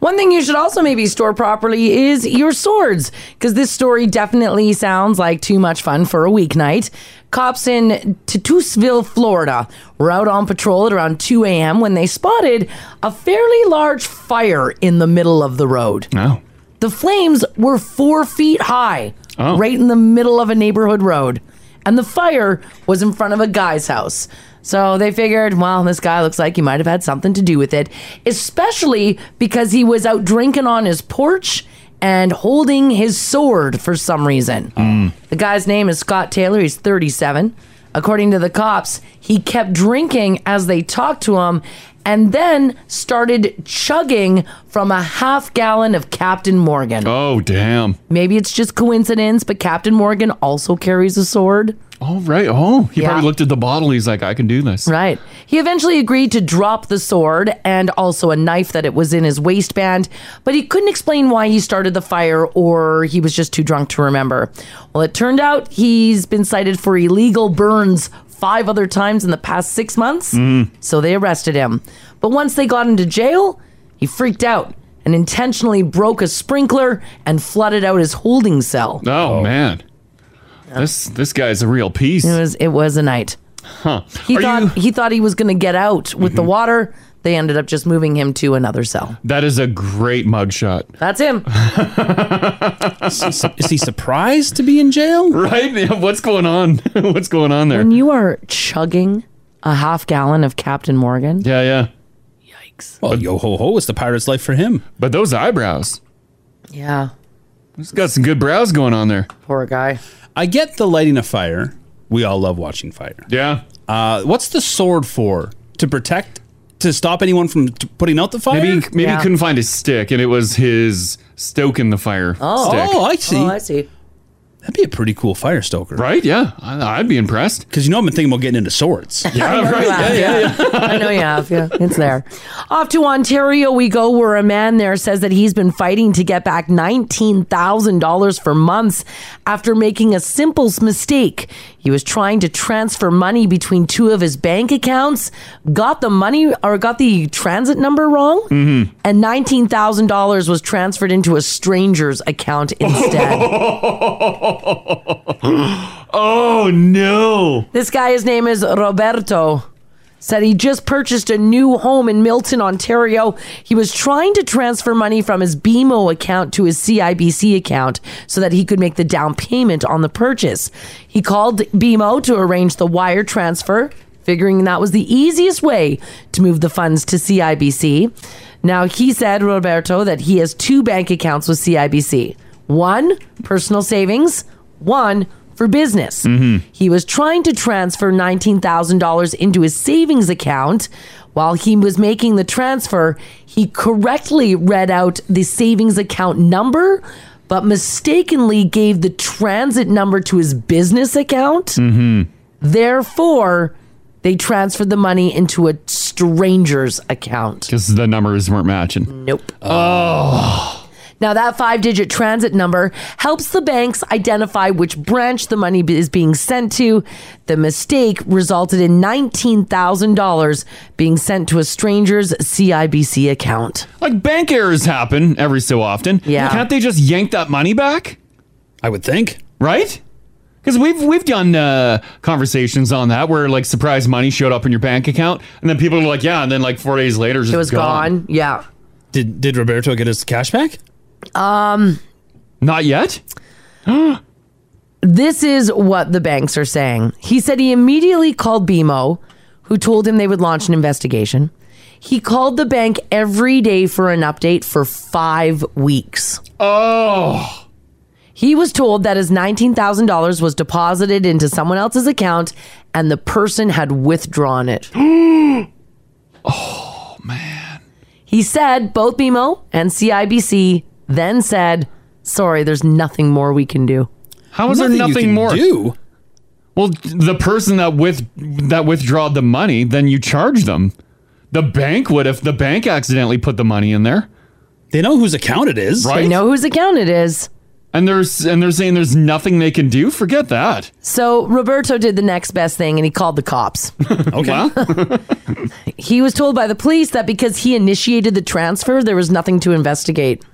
B: One thing you should also maybe store properly is your swords, because this story definitely sounds like too much fun for a weeknight. Cops in Titusville, Florida, were out on patrol at around 2 a.m. when they spotted a fairly large fire in the middle of the road.
C: No.
B: The flames were four feet high,
C: Oh.
B: right in the middle of a neighborhood road. And the fire was in front of a guy's house. So they figured, well, this guy looks like he might have had something to do with it, especially because he was out drinking on his porch and holding his sword for some reason. The guy's name is Scott Taylor. He's 37. According to the cops, he kept drinking as they talked to him and then started chugging from a half gallon of Captain Morgan.
C: Oh, damn.
B: Maybe it's just coincidence, but Captain Morgan also carries a sword.
C: All right. Oh, he
B: Yeah.
C: probably looked at the bottle. He's like, I can do this.
B: Right. He eventually agreed to drop the sword and also a knife that it was in his waistband, but he couldn't explain why he started the fire or he was just too drunk to remember. Well, it turned out he's been cited for illegal burns five other times in the past six months,
N: Mm.
C: Mm-hmm.
B: so they arrested him. But once they got into jail, he freaked out and intentionally broke a sprinkler and flooded out his holding cell.
C: Oh, man, this this guy's a real piece. It
B: was it was a night.
C: Huh?
B: He thought he thought he was going to get out with the water. They ended up just moving him to another cell.
C: That is a great mugshot.
B: That's him.
D: is, he, su- is he surprised to be in jail?
C: Right? Yeah, What's going on? What's going on there?
B: When you are chugging a half gallon of Captain Morgan,
C: Yeah, yeah.
D: Yikes. Well, yo ho ho, it's the pirate's life for him.
C: But those eyebrows.
B: yeah,
C: He's got some good brows going on there.
B: Poor guy.
D: I get the lighting a fire. We all love watching fire.
C: Yeah.
D: Uh, what's the sword for? To protect? To stop anyone from t- putting out the fire?
C: Maybe maybe he couldn't find his stick, and it was his stoke in the fire. stick.
D: oh, I see.
B: see.
D: That'd be a pretty cool fire stoker,
C: right? Yeah, I, I'd be impressed.
D: Because you know I've been thinking about getting into swords.
B: I know you have, I know you have. Yeah, it's there. Off to Ontario we go, where a man there says that he's been fighting to get back $19,000 for months after making a simple mistake. He was trying to transfer money between two of his bank accounts, got the money or got the transit number wrong, and $19,000 was transferred into a stranger's account instead.
C: Oh no.
B: This guy, his name is Roberto. Said he just purchased a new home in Milton, Ontario. He was trying to transfer money from his BMO account to his CIBC account so that he could make the down payment on the purchase. He called BMO to arrange the wire transfer, figuring that was the easiest way to move the funds to CIBC. Now, he said, Roberto, that he has two bank accounts with CIBC one, personal savings, one, for business. He was trying to transfer $19,000 into his savings account. While he was making the transfer, he correctly read out the savings account number, but mistakenly gave the transit number to his business account.
N: Mm-hmm.
B: Therefore, they transferred the money into a stranger's account.
C: Because the numbers weren't matching.
B: Nope.
C: Oh.
B: Now, that five digit transit number helps the banks identify which branch the money is being sent to. The mistake resulted in $19,000 being sent to a stranger's CIBC account.
C: Like bank errors happen every so often.
B: Yeah.
C: Can't they just yank that money back?
D: I would think.
C: Right? Because we've we've done uh, conversations on that where like surprise money showed up in your bank account, and then people are like, yeah, and then like four days later, just
B: It was gone. Yeah.
D: Did did Roberto get his cash back?
B: Um,
C: Not yet.
B: this is what the banks are saying. He said he immediately called BMO, who told him they would launch an investigation. He called the bank every day for an update for five weeks.
C: Oh.
B: He was told that his $19,000 was deposited into someone else's account and the person had withdrawn it. He said both BMO and CIBC then said, sorry, there's nothing more we can do.
C: How is there nothing more? Well, the person that with that withdrawed the money, then you charge them. The bank would if the bank accidentally put the money in there.
D: They know whose account it is.
C: Right?
B: They know whose account it is.
C: And there's and they're saying there's nothing they can do. Forget that.
B: So Roberto did the next best thing and he called the cops.
C: Okay.
B: he was told by the police that because he initiated the transfer, there was nothing to investigate.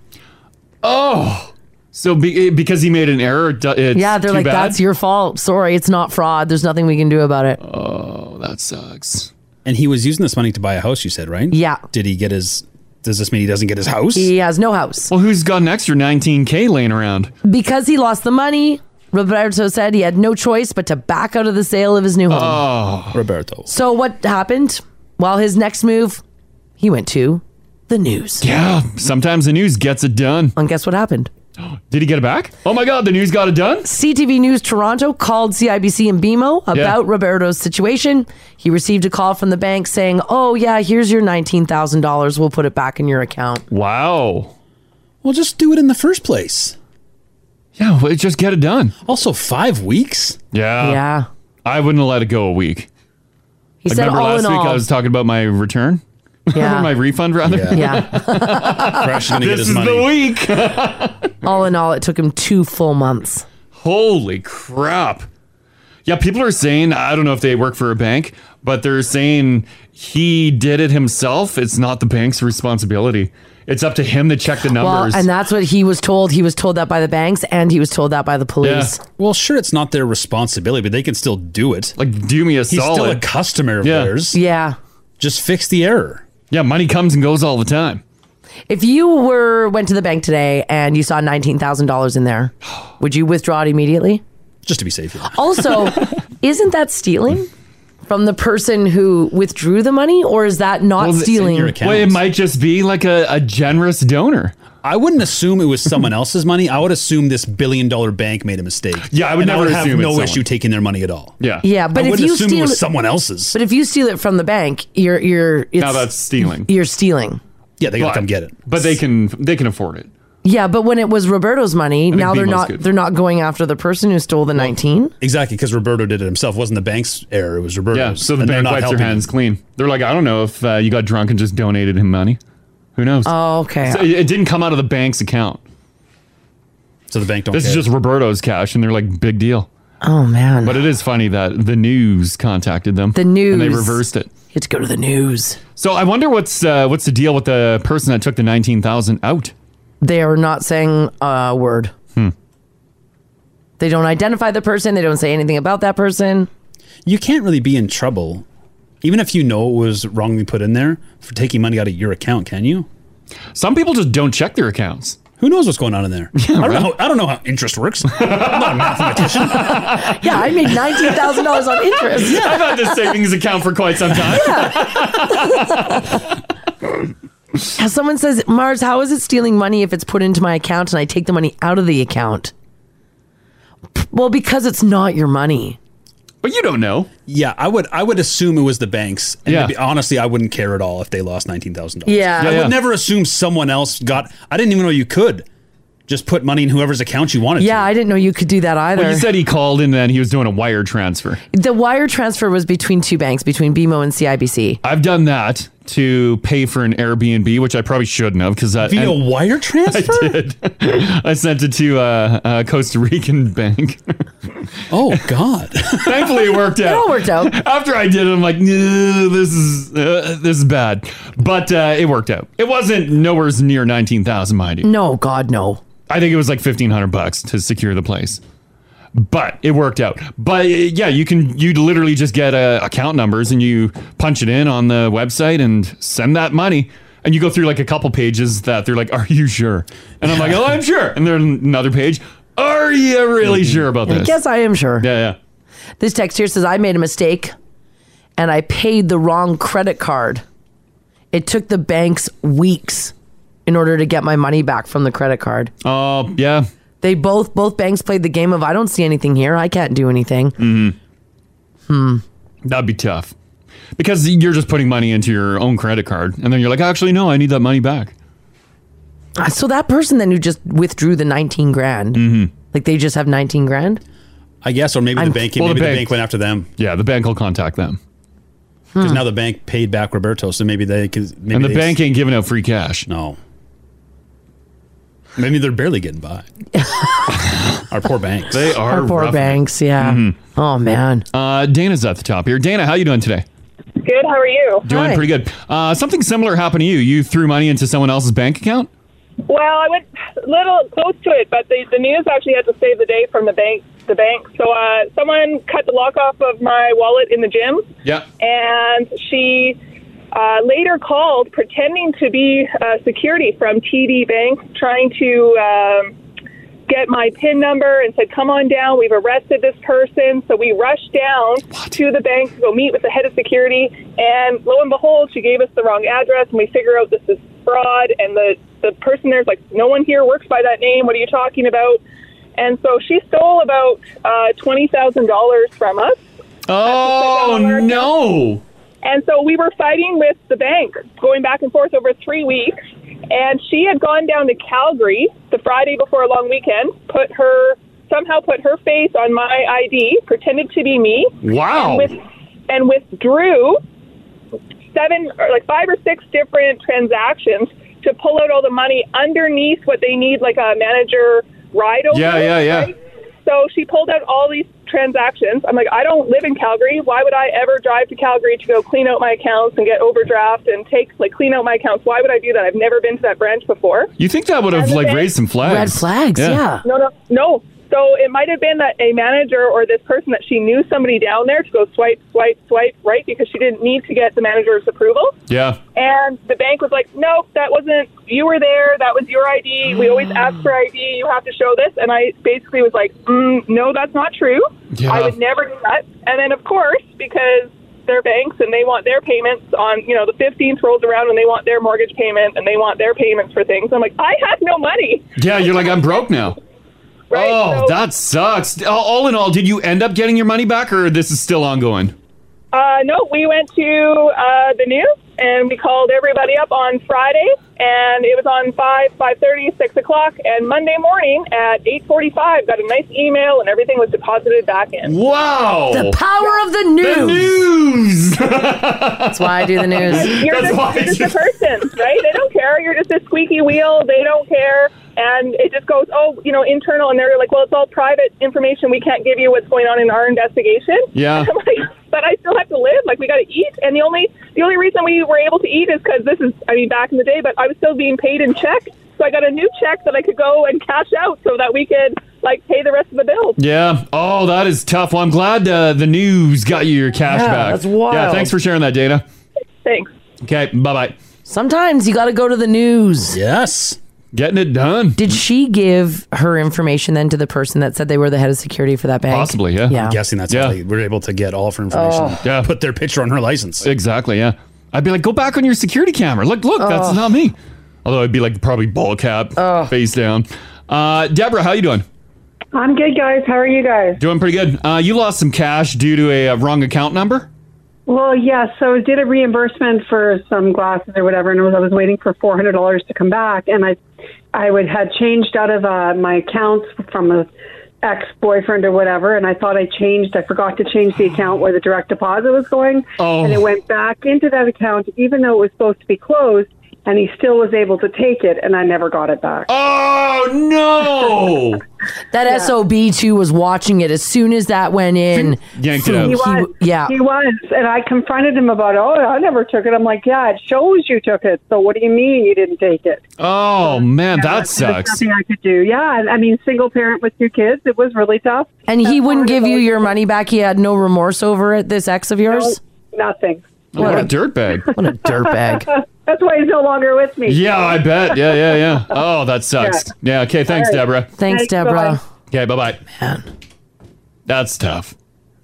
C: Oh, so be, because he made an error. it do- It's
B: yeah, they're
C: too
B: like,
C: bad?
B: that's your fault. Sorry, it's not fraud. There's nothing we can do about it.
C: Oh, that sucks.
D: And he was using this money to buy a house, you said, right?
B: Yeah.
D: Did he get his does this mean he doesn't get his house?
B: He has no house.
C: Well, who's got an extra 19k laying around?
B: Because he lost the money, Roberto said he had no choice but to back out of the sale of his new home.
C: Oh,
D: Roberto.
B: So what happened? Well, his next move, he went to the news.
C: Yeah, sometimes the news gets it done.
B: And guess what happened?
C: Did he get it back? Oh my God, the news got it done.
B: CTV News Toronto called CIBC and BMO about
C: Yeah.
B: Roberto's situation. He received a call from the bank saying, "Oh yeah, here's your nineteen thousand dollars. We'll put it back in your account."
C: Wow.
D: Well, just do it in the first place.
C: Yeah, well, just get it done.
D: Also, five weeks.
C: Yeah.
B: Yeah.
C: I wouldn't have let it go a week.
B: He
C: Like,
B: said,
C: remember
B: all
C: last
B: in
C: week
B: all.
C: I was talking about my return?
B: Yeah.
C: Or my refund, rather?
B: Yeah.
D: Crash is gonna get
C: this
D: his
C: is
D: money.
C: the week.
B: all in all, it took him two full months.
C: Holy crap. Yeah, people are saying, I don't know if they work for a bank, but they're saying he did it himself. It's not the bank's responsibility. It's up to him to check the numbers.
B: Well, and that's what he was told. He was told that by the banks and he was told that by the police.
D: Well, sure, it's not their responsibility, but they can still do it.
C: Like, do me a
D: He's still a
C: solid.
D: customer of
C: Yeah.
D: theirs.
B: Yeah.
D: Just fix the error.
C: Yeah, money comes and goes all the time.
B: If you were went to the bank today and you saw nineteen thousand dollars in there, would you withdraw it immediately?
D: Just to be safe.
B: Also, isn't that stealing from the person who withdrew the money, or is that not stealing?
C: Well, it might just be like a, a generous donor.
D: I wouldn't assume it was someone else's money. I would assume this billion dollar bank made a mistake.
C: Yeah, I would
D: And
C: never
D: have
C: assume it's
D: no
C: someone.
D: issue taking their money at all.
C: Yeah,
B: Yeah, but
D: I
B: if
D: wouldn't
B: you
D: assume
B: steal
D: it was someone else's.
B: But if you steal it from the bank, you're you're it's,
C: now that's stealing.
B: You're stealing.
D: Yeah, they
C: gotta come
D: get it.
C: But they can they can afford it.
B: Yeah, but when it was Roberto's money,
D: think
B: now they're
D: BMO's
B: not
D: good.
B: they're not going after the person who stole the nineteen.
D: Exactly, because Roberto did it himself. It wasn't the bank's error. It was Roberto's.
C: Yeah, so the
D: and they're
C: bank
D: not
C: wipes
D: helping
C: their hands clean. They're like, I don't know if uh, you got drunk and just donated him money. Who knows?
B: Oh, okay.
C: So it it didn't come out of the bank's account.
D: So the bank don't.
C: This
D: care.
C: is just Roberto's cash, and they're like, big deal.
B: Oh man!
C: But it is funny that the news contacted them. The
B: news,
C: and they reversed it. You
B: had to go to the news.
C: So I wonder what's uh, what's the deal with the person that took the nineteen thousand out.
B: They are not saying a word.
C: Hmm.
B: They don't identify the person. They don't say anything about that person.
D: You can't really be in trouble, even if you know it was wrongly put in there for taking money out of your account. Can you?
C: Some people just don't check their accounts.
D: Who knows what's going on in there? I, don't know how, I don't know how interest works.
B: Yeah, I made nineteen thousand dollars on interest.
C: I've had this savings account for quite some time. Mm-hmm.
B: Yeah, Someone says, Mars, how is it stealing money if it's put into my account and I take the money out of the account? P- Well, because it's not your money.
C: But you don't know.
D: Yeah, I would. I would assume it was the banks. And
C: Yeah.
D: to be, honestly, I wouldn't care at all if they lost nineteen thousand dollars.
B: Yeah. Yeah,
D: I
B: yeah.
D: would never assume someone else got. I didn't even know you could just put money in whoever's account you wanted.
B: Yeah, I didn't know you could do that either.
C: Well, you said he called and then he was doing a wire transfer.
B: the wire transfer was between two banks, between BMO and CIBC.
C: I've done that to pay for an Airbnb, which I probably shouldn't have because that
D: Via wire transfer?
C: I did. I sent it to uh, uh, Costa Rican bank.
D: oh God!
C: Thankfully, it worked out. It all
B: worked out.
C: After I did it, I'm like, "No, this is uh, this is bad, but uh, it worked out. It wasn't nowhere near nineteen thousand, mind you.
B: No, God, no.
C: I think it was like fifteen hundred bucks to secure the place. But it worked out. But uh, yeah, you can you literally just get uh, account numbers and you punch it in on the website and send that money. And you go through like a couple pages that they're like, "Are you sure?" And I'm like, "Oh, I'm sure." And then another page, "Are you really sure about
B: Mm-hmm. I
C: this?"
B: guess I am sure.
C: Yeah,
B: This text here says, I made a mistake and I paid the wrong credit card. It took the banks weeks in order to get my money back from the credit card.
C: Oh, yeah.
B: They both, both banks played the game of, I don't see anything here. I can't do anything.
C: yeah. hmm
B: Hmm.
C: That'd be tough because you're just putting money into your own credit card, and then you're like, "Actually, no, I need that money back."
B: Ah, So that person then who just withdrew the 19 grand,
C: Mm-hmm.
B: like they just have 19 grand?
D: I guess, or maybe
B: I'm-
D: the bank.
B: Well, the
D: maybe the
B: bank-
D: bank, went after them.
C: Yeah, the bank will contact them
B: Hmm.
D: because now the bank paid back Roberto, so maybe they can. Maybe
C: and the
D: they-
C: bank ain't giving out free cash.
D: No. Maybe they're barely getting by. Our poor banks.
C: They are Mm-hmm.
B: Our poor banks, yeah. Oh man.
C: Uh, Dana's at the top here. Dana, how you doing today?
N: Good. How are you?
C: Doing pretty good. Uh, something similar happened to you. You threw money into someone else's bank account.
N: Well, I went a little close to it, but the, the news actually had to save the day from the bank. The bank. So uh, someone cut the lock off of my wallet in the gym,
C: Yeah.
N: and she uh, later called pretending to be uh, security from TD Bank, trying to um, get my PIN number, and said, "Come on down. We've arrested this person." So we rushed down to the bank to go meet with the head of security, and lo and behold, she gave us the wrong address, and we figure out this is fraud. And the the person there's like, "No one here works by that name. What are you talking about?" And so she stole about uh, twenty thousand dollars from us.
C: Oh no!
N: And so we were fighting with the bank, going back and forth over three weeks. And she had gone down to Calgary the Friday before a long weekend, put her somehow put her face on my ID, pretended to be me. And,
C: Wow.
N: with, and withdrew seven or like five or six different transactions to pull out all the money underneath what they need, like a manager ride over.
C: Yeah, yeah, yeah.
N: right? So she pulled out all these transactions. I'm like, I don't live in Calgary. Why would I ever drive to Calgary to go clean out my accounts and get overdraft and take like clean out my accounts? Why would I do that? I've never been to that branch before.
C: You think that would have
N: And
C: like
N: then-
C: raised some flags?
N: No, no, no. So it might have been that a manager or this person that she knew somebody down there to go swipe, swipe, swipe right because she didn't need to get the manager's approval.
C: Yeah.
N: And the bank was like, nope, that wasn't, you were there, that was your ID. We
C: Mm.
N: always ask for ID, you have to show this. And I basically was like, mm, no, that's not true.
C: Yeah.
N: I would never do that. And then, of course, because they're banks and they want their payments on, you know, the 15th rolls around and they want their mortgage payment and they want their payments for things. I'm like, I have no money.
C: Yeah, you're like, I'm broke now. oh, that sucks. All- All in all, did you end up getting your money back or this is still ongoing?
N: Uh, no, we went to uh, the news and we called everybody up on Friday, and it was on five, five thirty, six o'clock, and Monday morning at eight forty-five, got a nice email, and everything was deposited back in.
C: Wow!
B: The power of the news.
C: news.
B: That's why I do the news.
N: You're just, you're just a person, right? They don't care. You're just a squeaky wheel. They don't care. And it just goes, oh, you know, internal. And they're like, well, it's all private information. We can't give you what's going on in our investigation.
C: Yeah.
N: And I'm like, but I still have to live. Like, we got to eat. And the only the only reason we were able to eat is because this is, I mean, back in the day, but I was still being paid in check. So I got a new check that I could go and cash out so that we could, like, pay the rest of the bills.
C: Yeah. Oh, that is tough. Well, I'm glad uh, the news got you your cash
B: Yeah,
C: back.
B: that's wild.
C: Yeah, thanks for sharing that, Dana.
N: Thanks.
C: Okay, bye bye.
B: Sometimes you got to go to the news.
D: Yes.
C: Getting it done.
B: Did she give her information then to the person that said they were the head of security for that bank?
D: Possibly,
C: yeah.
B: Yeah.
D: I'm guessing that's how they were able to get all of her information.
B: Oh.
C: Yeah.
D: Put their picture on her license.
C: Exactly, yeah. I'd be like, go back on your security camera. Look, look,
D: Oh.
C: that's not me. Although I'd be like probably ball cap,
B: Oh.
C: face down. Uh, Deborah, how you doing?
O: I'm good, guys. How are you guys?
C: Doing pretty good. Uh, you lost some cash due to a, uh wrong account number.
O: Well, yeah. So I did a reimbursement for some glasses or whatever, and I was- I was waiting for four hundred dollars to come back, and I, I would had changed out of uh, my accounts from a ex boyfriend or whatever, and I thought I changed. I forgot to change the account where the direct deposit was going,
P: Oh.
O: and it went back into that account, even though it was supposed to be closed, and he still was able to take it, and I never got it back.
C: Oh no!
B: That SOB too was watching it as soon as that went in.
C: Yanked
O: He was,
B: He- yeah.
O: he was, and I confronted him about, oh, I never took it. I'm like, yeah, it shows you took it. So what do you mean you didn't take it?
C: Oh man, that
O: There's
C: sucks.
O: nothing I could do. Yeah, I mean, single parent with two kids, it was really tough.
B: And he wouldn't give you your money back. He had no remorse over it. This ex of yours.
O: Nothing.
C: Oh, what a dirtbag.
B: What a dirtbag.
O: That's why he's no longer with me.
C: Yeah, I bet. Yeah, yeah, yeah. Oh, that sucks. Yeah. okay. Thanks,
O: All right.
C: Deborah.
O: Thanks, Thanks, Deborah.
C: Okay. Bye, bye. Man, that's tough.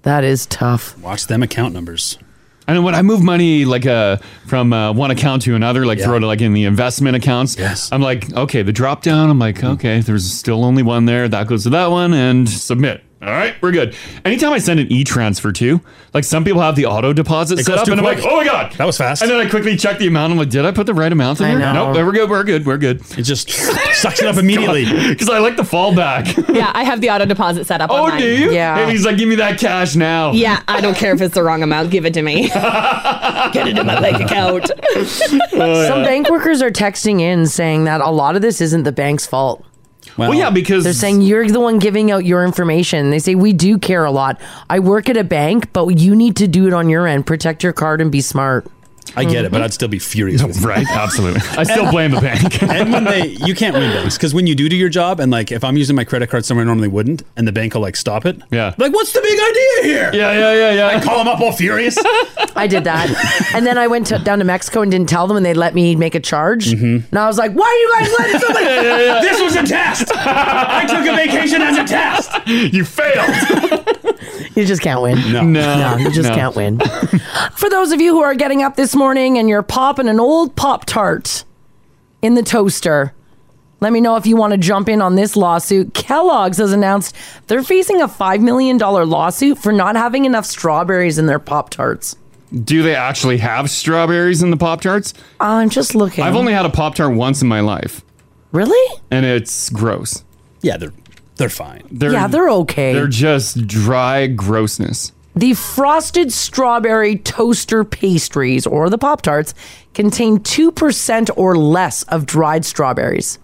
B: That is tough.
D: Watch them account numbers.
C: I know when I move money like uh, from uh, one account to another, like throw it like in the investment accounts. Yes. I'm like, okay, the drop down. I'm like, okay, there's still only one there. That goes to that one and submit. All right, we're good. Anytime I send an e transfer to, like some people have the auto deposit
D: It
C: set
D: goes
C: up,
D: too
C: and I'm
D: quick.
C: like, oh my god, that was fast. And then I quickly check the amount. I'm like, did I put the right amount in
D: I
C: there?
D: know.
C: Nope, we're good. We're good. We're good.
D: It just sucks it up immediately.
C: because I like the fallback.
H: yeah, I have the auto deposit set up.
C: Oh,
H: on mine.
C: do you? And he's like, oh. give me that cash now.
H: yeah, I don't care if it's the wrong amount. Give it to me. Get it in my bank account.
C: Oh,
B: Some bank workers are texting in saying that a lot of this isn't the bank's fault.
C: Well, yeah, because
B: they're saying you're the one giving out your information. They say we do care a lot. I work at a bank, but you need to do it on your end. Protect your card and be smart. Mm-hmm.
D: I get it, but I'd still be furious. with
C: Mm-hmm. right, absolutely. I still blame the bank.
D: and when they, you can't win banks because when you do do your job, and like if I'm using my credit card somewhere I normally wouldn't, and the bank will like stop it. Yeah. Like, what's the big idea here?
C: Yeah, yeah, yeah, yeah.
D: I call them up all furious.
B: I did that, and then I went to, down to Mexico and didn't tell them, and they let me make a charge. And I was like, "Why are you guys letting somebody?"
D: Mm-hmm. This was a test. I took a vacation as a test.
C: You failed.
B: you just can't win.
C: No, no,
B: you just
C: no.
B: can't win. For those of you who are getting up this morning and you're popping an old Pop Tart in the toaster, let me know if you want to jump in on this lawsuit. Kellogg's has announced they're facing a $5 million lawsuit for not having enough strawberries in their Pop Tarts.
C: Do they actually have strawberries in the Pop Tarts?
B: I'm just looking.
C: I've only had a Pop Tart once in my life.
B: Really?
C: And it's gross.
D: Yeah, they're They're fine.
C: They're,
B: Yeah, they're okay.
C: They're just dry grossness.
B: The frosted strawberry toaster pastries or the Pop Tarts contain 2% or less of dried strawberries,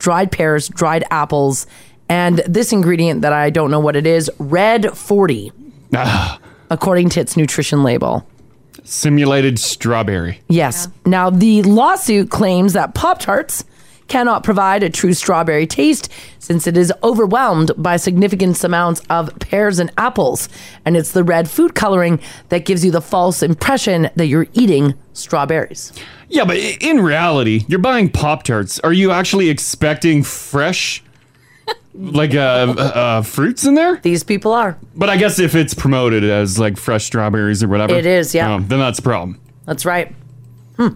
B: dried pears, dried apples, and this ingredient that I don't know what it is, red 40, according to its nutrition label.
C: Simulated strawberry.
B: Yes. Now, the lawsuit claims that Pop Tarts cannot provide a true strawberry taste since it is overwhelmed by significant amounts of pears and apples. And it's the red food coloring that gives you the false impression that you're eating strawberries.
C: Yeah, but i- in reality, you're buying Pop Tarts. Are you actually expecting fresh, like uh, uh, fruits in there?
B: These people are.
C: But I guess if it's promoted as like fresh strawberries or whatever,
B: It is, yeah.
C: oh, then that's a problem.
B: That's right. Hmm.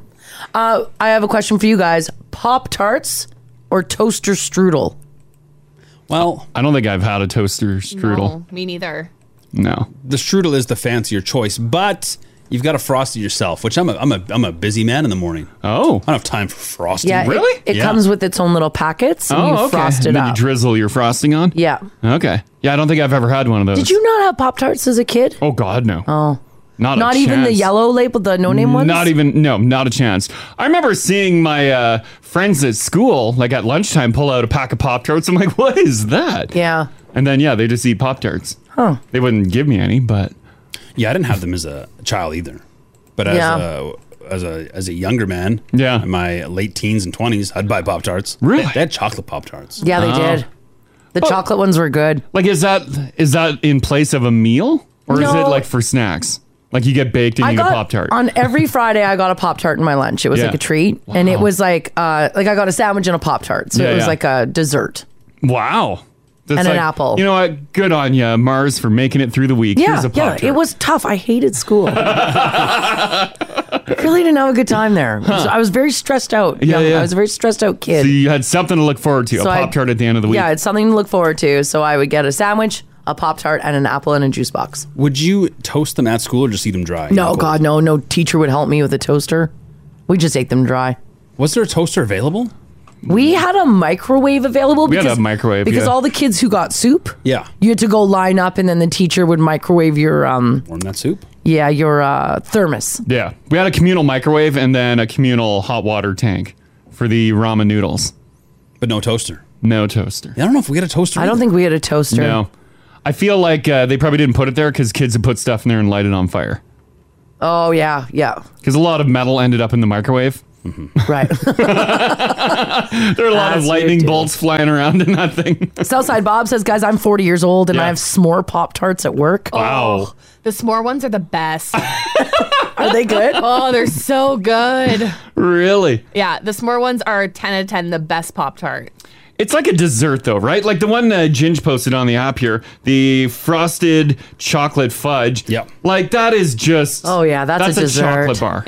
B: Uh, I have a question for you guys Pop Tarts or toaster strudel?
D: Well,
C: I don't think I've had a toaster
H: No, me neither.
C: No.
D: The strudel is the fancier choice, but you've got to frost it yourself, which I'm a, I'm a, I'm a busy man in the morning.
C: Oh.
D: I don't have time for frosting.
B: Yeah, it- It, comes with its own little packets and you frost it
C: Oh, and then
B: up.
C: you drizzle your frosting on?
B: yeah.
C: Okay. Yeah, I don't think I've ever had one of those.
B: Did you not have Pop Tarts as a kid?
C: Oh, God, no.
B: Oh.
C: Not, a
B: even the
C: chance.
B: yellow label, the no name ones.
C: Not even no, not a chance. I remember seeing my uh, friends at school, like at lunchtime, pull out a pack of pop tarts. I'm like, what is that?
B: Yeah.
C: And then yeah, they just eat pop tarts.
B: Huh.
C: They wouldn't give me any, but
D: yeah, I didn't have them as a child either, but as
B: Yeah.
D: a as a as a younger man,
C: yeah,
D: in my late teens and twenties, I'd buy pop tarts.
C: Really?
D: They, they had chocolate pop tarts.
B: Yeah, they did. The chocolate ones were good.
C: Oh. Like, is that is that in place of a meal, or is
B: No.
C: it like for snacks? Like you get baked and
B: I
C: you
B: got
C: get a pop tart.
B: on every Friday. I got a pop tart in my lunch. It was
C: Yeah.
B: like a treat, and it was like uh, like I got a sandwich and a pop tart, so
C: Yeah,
B: it was
C: yeah.
B: like a dessert.
C: Wow.
B: And an apple.
C: You know what? Good on you, Mars, for making it through the week.
B: yeah,
C: Here's a
B: yeah.
C: pop
B: It was tough. I hated school. really didn't have a good time there.
C: Huh.
B: I was very stressed out.
C: Yeah,
B: young-
C: yeah.
B: I was a very stressed out kid.
C: So you had something to look forward to.
B: So
C: a
B: I-
C: pop tart at the end of the week.
B: Yeah, it's something to look forward to. So I would get a sandwich, a pop tart, and an apple and a juice box.
D: Would you toast them at school or just eat them dry?
B: No, God, no, no teacher would help me with a toaster. We just ate them dry.
D: Was there a toaster available?
B: We had a microwave available.
D: We had a
B: because,
D: microwave,
B: because
D: yeah.
B: all the kids who got soup,
D: Yeah,
B: you had to go line up, and then the teacher would microwave your um,
D: warm that soup.
B: yeah, your uh, thermos.
C: Yeah. We had a communal microwave and then a communal hot water tank for the ramen noodles.
D: But no toaster.
C: No toaster.
D: I don't know if we had a toaster.
B: I don't think we had a toaster.
C: No. I feel like uh, they probably didn't put it there because kids would put stuff in there and light it on fire.
B: Oh yeah, yeah.
C: Because a lot of metal ended up in the microwave.
B: Mm-hmm. Right.
C: there are a lot
B: As
C: of
B: you
C: lightning bolts flying around in that thing.
B: Southside Bob says, guys, I'm 40 years old and I have s'more pop tarts at work.
C: Wow.
H: The s'more ones are the best.
B: are they good?
H: Oh, they're so good.
C: Really?
H: Yeah, the s'more ones are 10 out of 10, the best Pop Tart.
C: It's like a dessert, though, right? Like the one uh, Ginge posted on the app here, the frosted chocolate fudge. Yeah. Like that is just. Oh yeah,
B: that's a
C: chocolate bar,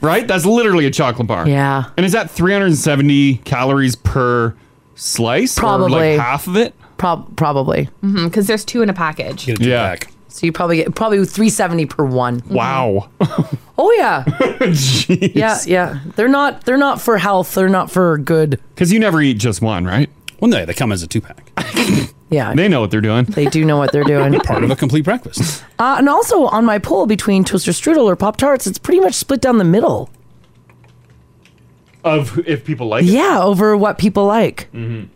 C: right? That's literally a chocolate bar.
B: Yeah.
C: And is that 370 calories per slice? Or
B: Probably.
C: like half of it.
B: Prob- probably.
H: Because Mm-hmm, there's two in a package.
C: yeah.
B: So you probably get probably 370 per one.
C: Mm-hmm. Wow.
B: Oh yeah. Yeah, yeah. They're not they're not for health. They're not for good.
C: Because you never eat just one, right?
D: Well, no, they come as a two pack.
B: Yeah.
C: They know what they're doing. They
B: do know what they're doing.
D: Part of a complete breakfast.
B: Uh, and also on my poll between toaster strudel or pop tarts, it's pretty much split down the middle.
C: Of if people like it.
B: Yeah, over what people like.
C: Mhm.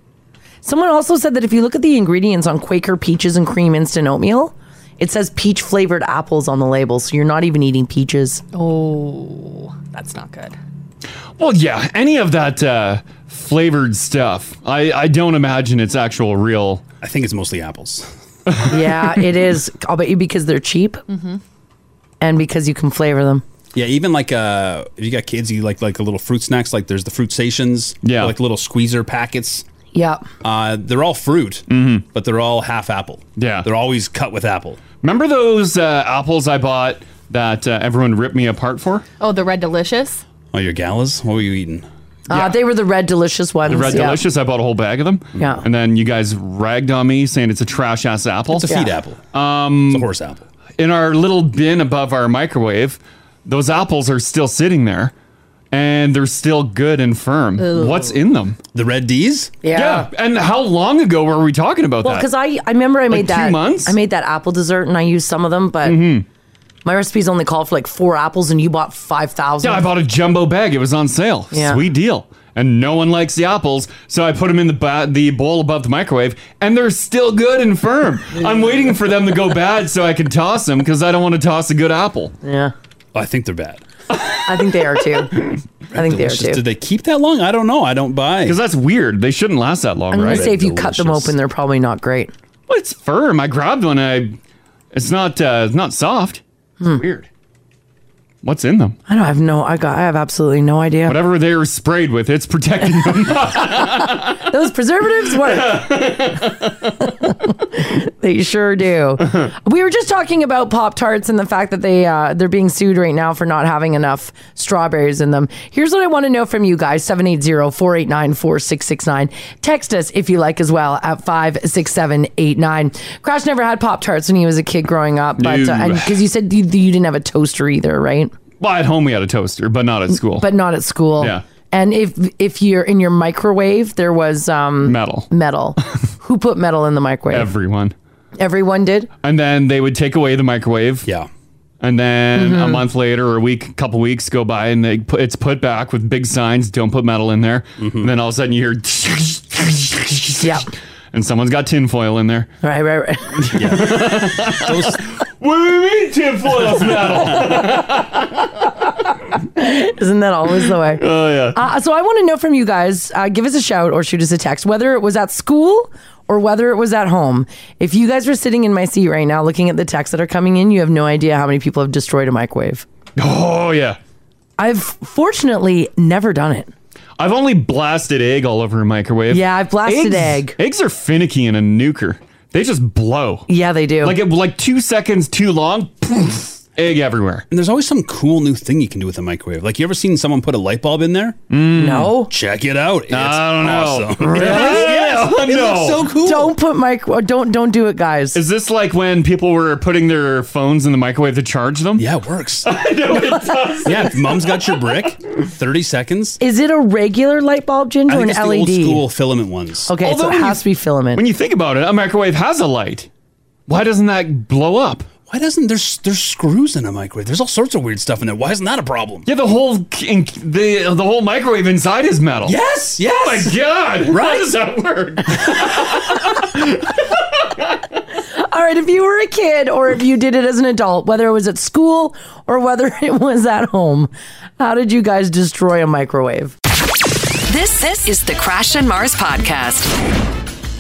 B: Someone also said that if you look at the ingredients on Quaker peaches and cream instant oatmeal, it says peach flavored apples on the label, so you're not even eating peaches.
H: Oh, that's not good.
C: Well, yeah. Any of that uh, flavored stuff, I, I don't imagine it's actual real.
D: I think it's mostly apples.
B: yeah, it is. I'll bet you because they're cheap and because you can flavor them.
D: Yeah, even like uh, if you got kids, you like like the little fruit snacks. Like there's the fruit stations. Yeah, like little squeezer packets.
B: Yeah.
D: Uh, they're all fruit, but they're all half apple.
C: Mm-hmm. Yeah.
D: they're always cut with apple.
C: Remember those uh, apples I bought that uh, everyone ripped me apart for?
H: Oh, the Red Delicious?
D: Oh, your galas? What were you eating?
B: Uh, they were the red delicious ones.
C: The Red
B: yeah.
C: Delicious. I bought a whole bag of them.
B: Yeah.
C: And then you guys ragged on me saying it's a trash ass apple.
D: It's a feed Yeah. apple.
C: Um,
D: it's a horse apple.
C: In our little bin above our microwave, those apples are still sitting there. and they're still good and firm.
B: Ooh.
C: What's in them?
D: The red D's?
B: Yeah.
C: And how long ago were we talking about
B: Well,
C: that?
B: because I, I remember I
C: Like
B: made
C: two
B: that
C: months? Mm-hmm.
B: I made that apple dessert and I used some of them, but my recipes only call for like four apples and you bought five thousand.
C: Yeah, I bought a jumbo bag. It was on sale.
B: Yeah.
C: Sweet deal. And no one likes the apples, so I put them in the ba- the bowl above the microwave, and they're still good and firm. I'm waiting for them to go bad so I can toss them because I don't want to toss a good apple.
B: Yeah.
D: I think they're bad.
B: I think they are too. I think they are
D: Delicious.
B: too.
D: Did they keep that long? I don't know. I don't buy. Because
C: that's weird. They shouldn't last that long,
B: I'm gonna say if you cut them open, they're probably not great.
C: Well, it's firm. I grabbed one. I it's not uh, it's not soft.
B: Hmm.
C: It's weird. What's in them?
B: I don't have no. I got. I have absolutely no idea.
C: Whatever they were sprayed with, it's protecting them.
B: Those preservatives work. they sure do.
C: Oh,
B: we were just talking about Pop Tarts and the fact that they uh, they're being sued right now for not having enough strawberries in them. Here's what I want to know from you guys 780-489-4669. Text us if you like as well at 56789. Crash never had Pop Tarts when he was a kid growing up, but
C: No.
B: because you said you, you didn't have a toaster either, right?
C: well, at home we had a toaster, but not at school.
B: Mm, But not at school.
C: Yeah.
B: And if if you're in your microwave, there was um,
C: metal.
B: Metal. Who put metal in the microwave?
C: everyone.
B: Everyone did.
C: And then they would take away the microwave.
D: Yeah.
C: And then a
B: Mhm.
C: month later, or a week, couple weeks go by, and they put, it's put back with big signs: "Don't put metal in there." And then all of a sudden, you hear,
B: yeah,
C: and someone's got tinfoil in there.
B: Right, right, right.
C: what do you mean tinfoil's metal?
B: Isn't that always the way?
C: Oh yeah.
B: Uh, so I want to know from you guys. Uh, give us a shout or shoot us a text, whether it was at school or whether it was at home. If you guys were sitting in my seat right now, looking at the texts that are coming in, you have no idea how many people have destroyed a microwave.
C: Oh yeah.
B: I've fortunately never done it.
C: I've only blasted egg all over a microwave.
B: Yeah, I've blasted
C: Eggs-
B: egg.
C: Eggs are finicky in a nuker. They just blow.
B: Yeah, they do.
C: Like it, like two seconds too long. poof, egg everywhere.
D: And there's always some cool new thing you can do with a microwave. Like you ever seen someone put a light bulb in there?
B: Mm. No.
D: Check it out. It's
C: I don't know.
D: Awesome.
C: Really?
D: Yes, it looks so cool.
B: Don't put micro. Don't don't do it, guys.
C: Is this like when people were putting their phones in the microwave to charge them?
D: Yeah, it works.
C: does.
D: yeah, if mom's got your brick. Thirty seconds.
B: Is it a regular light bulb, Ginger,
D: I
B: or
D: think
B: an
D: it's the
B: LED?
D: old school filament ones.
B: Okay, so it has to be filament.
C: When you think about it, a microwave has a light. Why doesn't that blow up?
D: Why doesn't there's there's screws in a microwave? There's all sorts of weird stuff in there. Why isn't that a problem?
C: Yeah, the whole k- in- the the whole microwave inside is metal.
D: Yes, yes.
C: Oh my god! How
D: Right.
C: does that work?
B: All right, if you were a kid or if you did it as an adult, whether it was at school or whether it was at home, how did you guys destroy a microwave?
A: This this is the Crash and Mars podcast.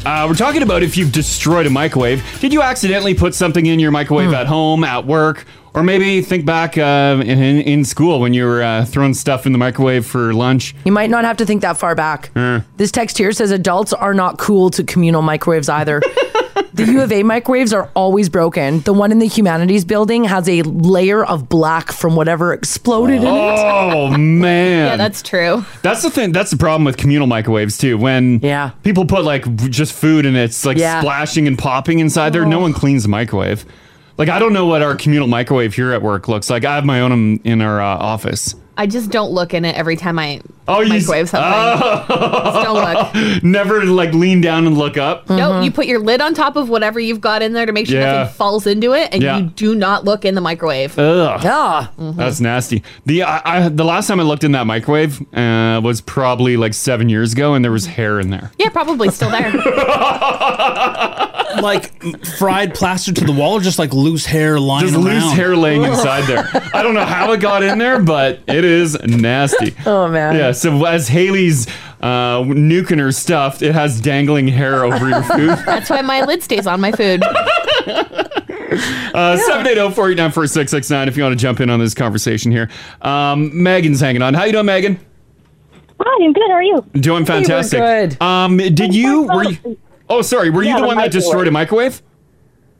C: Uh, we're talking about if you've destroyed a microwave. Did you accidentally put something in your
D: Hmm.
C: microwave at home, at work, or maybe think back uh, in, in school when you were uh, throwing stuff in the microwave for lunch?
B: You might not have to think that far back.
C: Uh,
B: This text here says adults are not cool to communal microwaves either. the U of A microwaves are always broken. The one in the humanities building has a layer of black from whatever exploded in it.
C: Oh man.
B: Yeah, that's
H: true.
C: That's the thing. That's the problem with communal microwaves too. When yeah. people put like w- just food and it's like
B: Yeah.
C: splashing and popping inside there,
H: Oh.
C: no one cleans the microwave. Like I don't know what our communal microwave here at work looks like. I have my own in, in our uh, office.
H: I just don't look in it every time I
C: Oh, you
H: microwave
C: s-
H: something. Just don't look.
C: Never like lean down and look up.
B: Mm-hmm.
H: No, you put your lid on top of whatever you've got in there to make sure
C: Yeah.
H: nothing falls into it, and
C: Yeah.
H: you do not look in the microwave.
C: Ugh.
B: Yeah.
H: Mm-hmm.
C: That's nasty. The I, I, the last time I looked in that microwave uh, was probably like seven years ago, and there was hair in there.
H: Yeah, probably still there.
D: like fried plaster to the wall, or just like loose hair lying
C: Just loose
D: around?
C: hair laying inside there. I don't know how it got in there, but it is nasty.
B: Oh, man.
C: Yeah. So as Haley's uh, nuking her stuff, it has dangling hair over your food.
H: That's why my lid stays on my food.
C: Uh, 780-489-4669 If you want to jump in on this conversation here, um, Megan's hanging on. How you doing, Megan?
P: Hi, I'm good. How are you?
C: Doing fantastic. good. Um, did you? Were you? Oh, sorry. Were you
P: Yeah,
C: the
P: the
C: one that destroyed a microwave?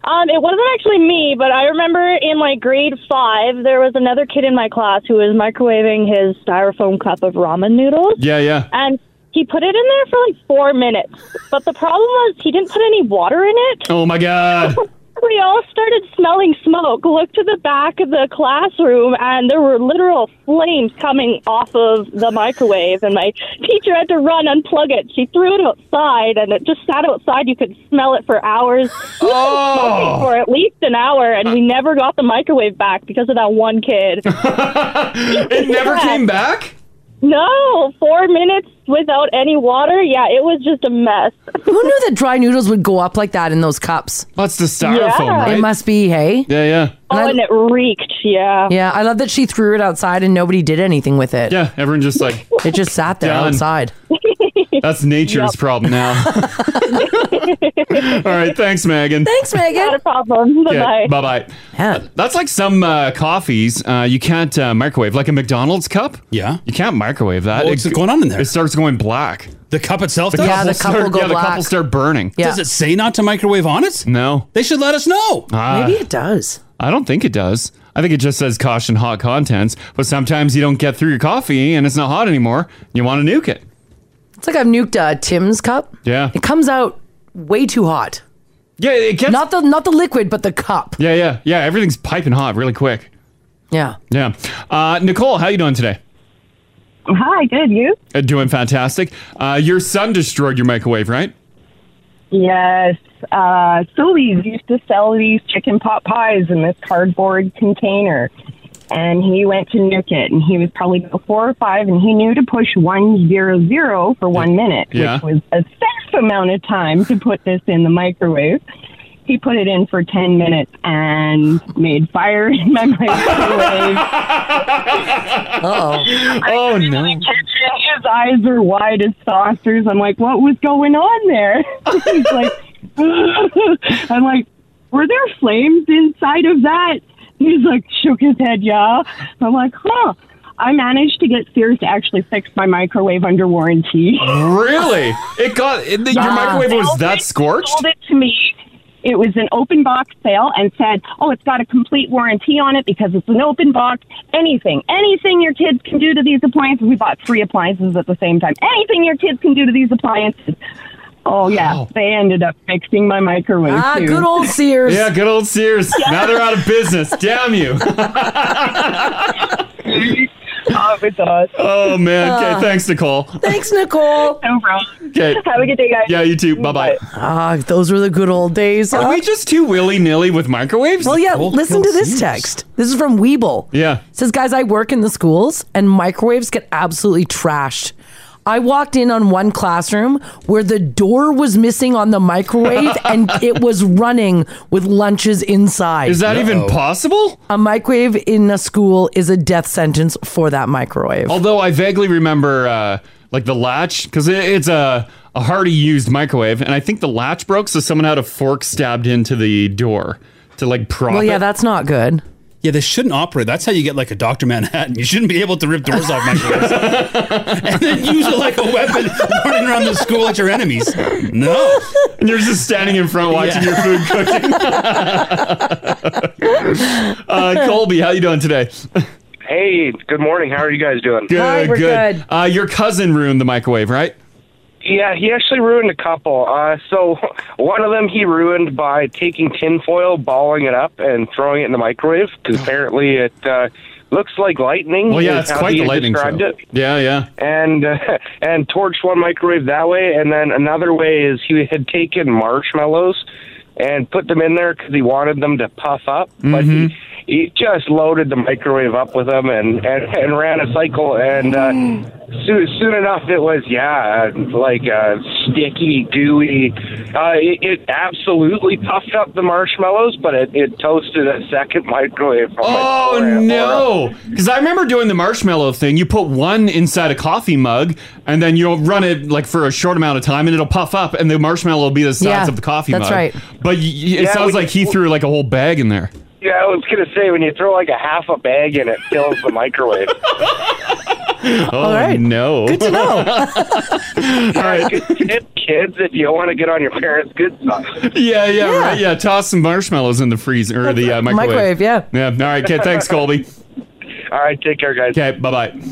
P: Um, it wasn't actually me, but I remember in like grade five, there was another kid in my class who was microwaving his styrofoam cup of ramen noodles.
C: Yeah, yeah.
P: And he put it in there for like four minutes. But the problem was he didn't put any water in it.
C: Oh my god.
P: we all started smelling smoke. Looked to the back of the classroom, and there were literal flames coming off of the microwave. And my teacher had to run unplug it. She threw it outside, and it just sat outside. You could smell it for hours. We had been smoking for at least an hour, and we never got the microwave back because of that one kid.
C: it never came back?
P: No, four minutes without any water. Yeah, it was just a mess.
B: Who knew that dry noodles would go up like that in those cups?
C: That's the styrofoam,
B: yeah.
C: right?
B: It must be, hey?
C: Yeah, yeah.
P: Oh, and it reeked. Yeah.
B: Yeah, I love that she threw it outside and nobody did anything with it.
C: Yeah, everyone just like
B: it just sat there
C: Done.
B: outside.
C: That's nature's problem now. All right, thanks, Megan.
B: Thanks, Megan.
P: Not a problem. Bye bye.
C: Bye bye. That's like some uh, coffees uh, you can't uh, microwave, like a McDonald's cup. Yeah, you can't microwave that.
D: What's going on in there?
C: It starts going black.
D: The cup itself.
C: The
D: does?
C: cup Yeah, will the cup start- will go yeah, the cup black. will start burning. Yeah.
D: Does it say not to microwave on it?
C: No.
D: They should let us know.
C: Ah.
B: Maybe it does.
C: I don't think it does. I think it just says caution hot contents. But sometimes you don't get through your coffee and it's not hot anymore. You want to nuke it.
B: It's like I've nuked uh, Tim's cup.
C: Yeah.
B: It comes out way too hot.
C: Yeah, it gets
B: not the not the liquid, but the cup.
C: Yeah, yeah, yeah. Everything's piping hot really quick.
B: Yeah.
C: Yeah. Uh, Nicole, how you doing today?
K: Hi, good. You?
C: Uh, doing fantastic. Uh, your son destroyed your microwave, right?
K: Yes. Uh, Sully's used to sell these chicken pot pies in this cardboard container. And he went to nuke it, and he was probably about four or five, and he knew to push one zero zero for one minute,
Q: Yeah.
K: which was a safe amount of time to put this in the microwave. He put it in for ten minutes and made fire in my microwave.
B: Oh.
C: Oh no.
K: his eyes are wide as saucers. I'm like, what was going on there? He's like, I'm like, were there flames inside of that? He's like, shook his head, yeah. I'm like, huh. I managed to get Sears to actually fix my microwave under warranty.
C: Really? It got it, your
K: Yeah.
C: microwave was
K: They
C: that scorched?
K: sold it to me. It was an open box sale and said, "Oh, it's got a complete warranty on it because it's an open box. Anything, anything your kids can do to these appliances. We bought three appliances at the same time. Anything your kids can do to these appliances." Oh yeah, they ended up fixing my microwave
C: Ah,
K: too.
B: Ah, Sears.
C: Yeah, good old Sears. Now they're out of business. Damn you.
K: oh, it was awesome.
C: Oh man.
B: Ah.
C: Okay, thanks, Nicole.
B: Thanks, Nicole.
K: No problem.
C: Okay.
K: Have a good day, guys.
C: Yeah, you too. Bye bye.
B: Ah, those were the good old days.
C: Are we just too willy nilly with microwaves?
B: Well, yeah, listen to this text. This is from Weeble.
C: Yeah.
B: It says, guys, I work in the schools and microwaves get absolutely trashed. I walked in on one classroom where the door was missing on the microwave and it was running with lunches inside.
C: Is that even Uh-oh. possible?
B: A microwave in a school is a death sentence for that microwave.
C: Although I vaguely remember uh, like the latch because it, it's a a hardy used microwave, and I think the latch broke, so someone had a fork stabbed into the door to like prop.
B: well, yeah,
C: it.
B: that's not good.
D: Yeah, they shouldn't operate. That's how you get like a Dr. Manhattan. You shouldn't be able to rip doors off microwaves. and then use it like a weapon running around the school at your enemies. No.
C: And you're just standing in front watching your food cooking. uh, Colby, how you doing today?
R: Hey, good morning. How are you guys doing?
C: Uh, your cousin ruined the microwave, right?
R: Yeah, he actually ruined a couple. Uh, so one of them he ruined by taking tinfoil, balling it up, and throwing it in the microwave because apparently it uh, looks like lightning.
C: Oh. Well, yeah,
R: is
C: it's
R: how
C: quite
R: he
C: the lightning
R: described
C: show.
R: it.
C: Yeah, yeah.
R: and uh, and torched one microwave that way, and then another way is he had taken marshmallows and put them in there because he wanted them to puff up, but he,
C: Mm-hmm.
R: he just loaded the microwave up with them and and, and ran a cycle, and uh, soon soon enough it was yeah like uh, sticky gooey. Uh, it, it absolutely puffed up the marshmallows, but it, it toasted a second microwave.
C: Oh no! Because I remember doing the marshmallow thing. You put one inside a coffee mug, and then you'll run it like for a short amount of time, and it'll puff up, and the marshmallow will be the size
R: Yeah,
C: of the coffee
R: that's
C: mug.
R: right.
C: But y- y- it
R: Yeah,
C: sounds
R: we-
C: like he threw like a whole bag in there.
R: Yeah, I was gonna say when you throw like a half a bag in, it fills the microwave.
C: Oh no! Good to know.
R: All right, tip, kids, if you want to get on your parents' good side.
C: Uh, yeah, yeah, right. Yeah, toss some marshmallows in the freezer or the uh, microwave.
B: Microwave, yeah.
C: Yeah. All right. Okay. Thanks, Colby.
R: All right. Take care, guys.
C: Okay. Bye bye.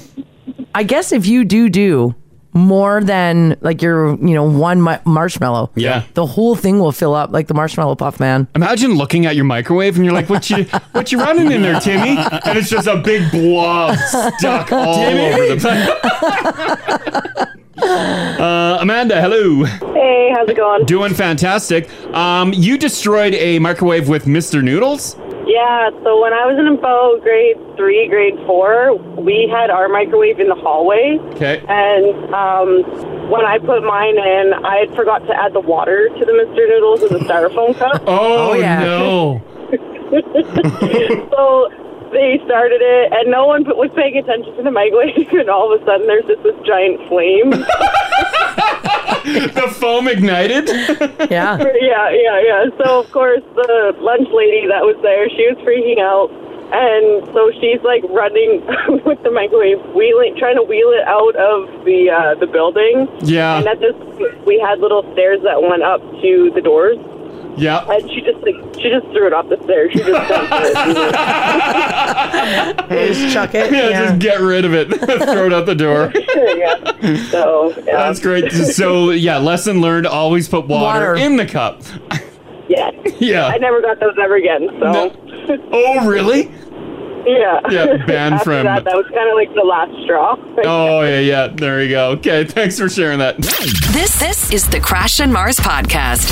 B: I guess if you do do more than like your you know one ma- marshmallow.
C: Yeah.
B: the whole thing will fill up like the marshmallow puff man.
C: Imagine looking at your microwave and you're like, "What you what you running in there, Timmy?" And it's just a big blob stuck all
Q: Timmy?
C: over the place. uh, Amanda, hello.
Q: Hey, how's it going?
C: Doing fantastic. Um, you destroyed a microwave with Mr. Noodles.
Q: Yeah, so when I was in about grade three, grade four, we had our microwave in the hallway.
C: Okay.
Q: And um, when I put mine in, I had forgot to add the water to the Mr. Noodles in the styrofoam cup.
C: Oh, no!
Q: so they started it, and no one was paying attention to the microwave, and all of a sudden there's just this giant flame.
C: the foam ignited.
B: Yeah.
Q: yeah, yeah, yeah. So of course the lunch lady that was there, she was freaking out, and so she's like running with the microwave, wheeling, trying to wheel it out of the uh, the building.
C: Yeah.
Q: And at this, we had little stairs that went up to the doors.
C: Yeah.
Q: And she just like she just threw it off the stairs. She just dumped it.
B: Just chuck it.
C: Yeah, just get rid of it. Throw it out the door.
Q: yeah. So um, yeah.
C: That's great. So yeah, lesson learned. Always put water,
Q: Water.
C: in the cup.
Q: Yeah.
C: Yeah.
Q: I never got those ever again. So.
C: Oh really?
Q: Yeah.
C: Yeah, banned
Q: After
C: from-
Q: that. That was kind of like the last straw.
C: Oh yeah, yeah. There you go. Okay, thanks for sharing that.
A: This this is the Crash and Mars podcast.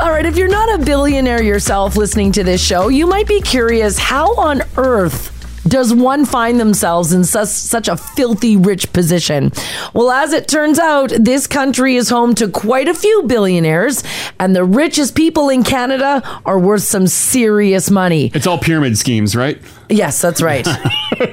B: All right, if you're not a billionaire yourself listening to this show, you might be curious how on earth does one find themselves in such, such a filthy rich position? Well, as it turns out, this country is home to quite a few billionaires, and the richest people in Canada are worth some serious money.
C: It's all pyramid schemes, right?
B: Yes, that's right.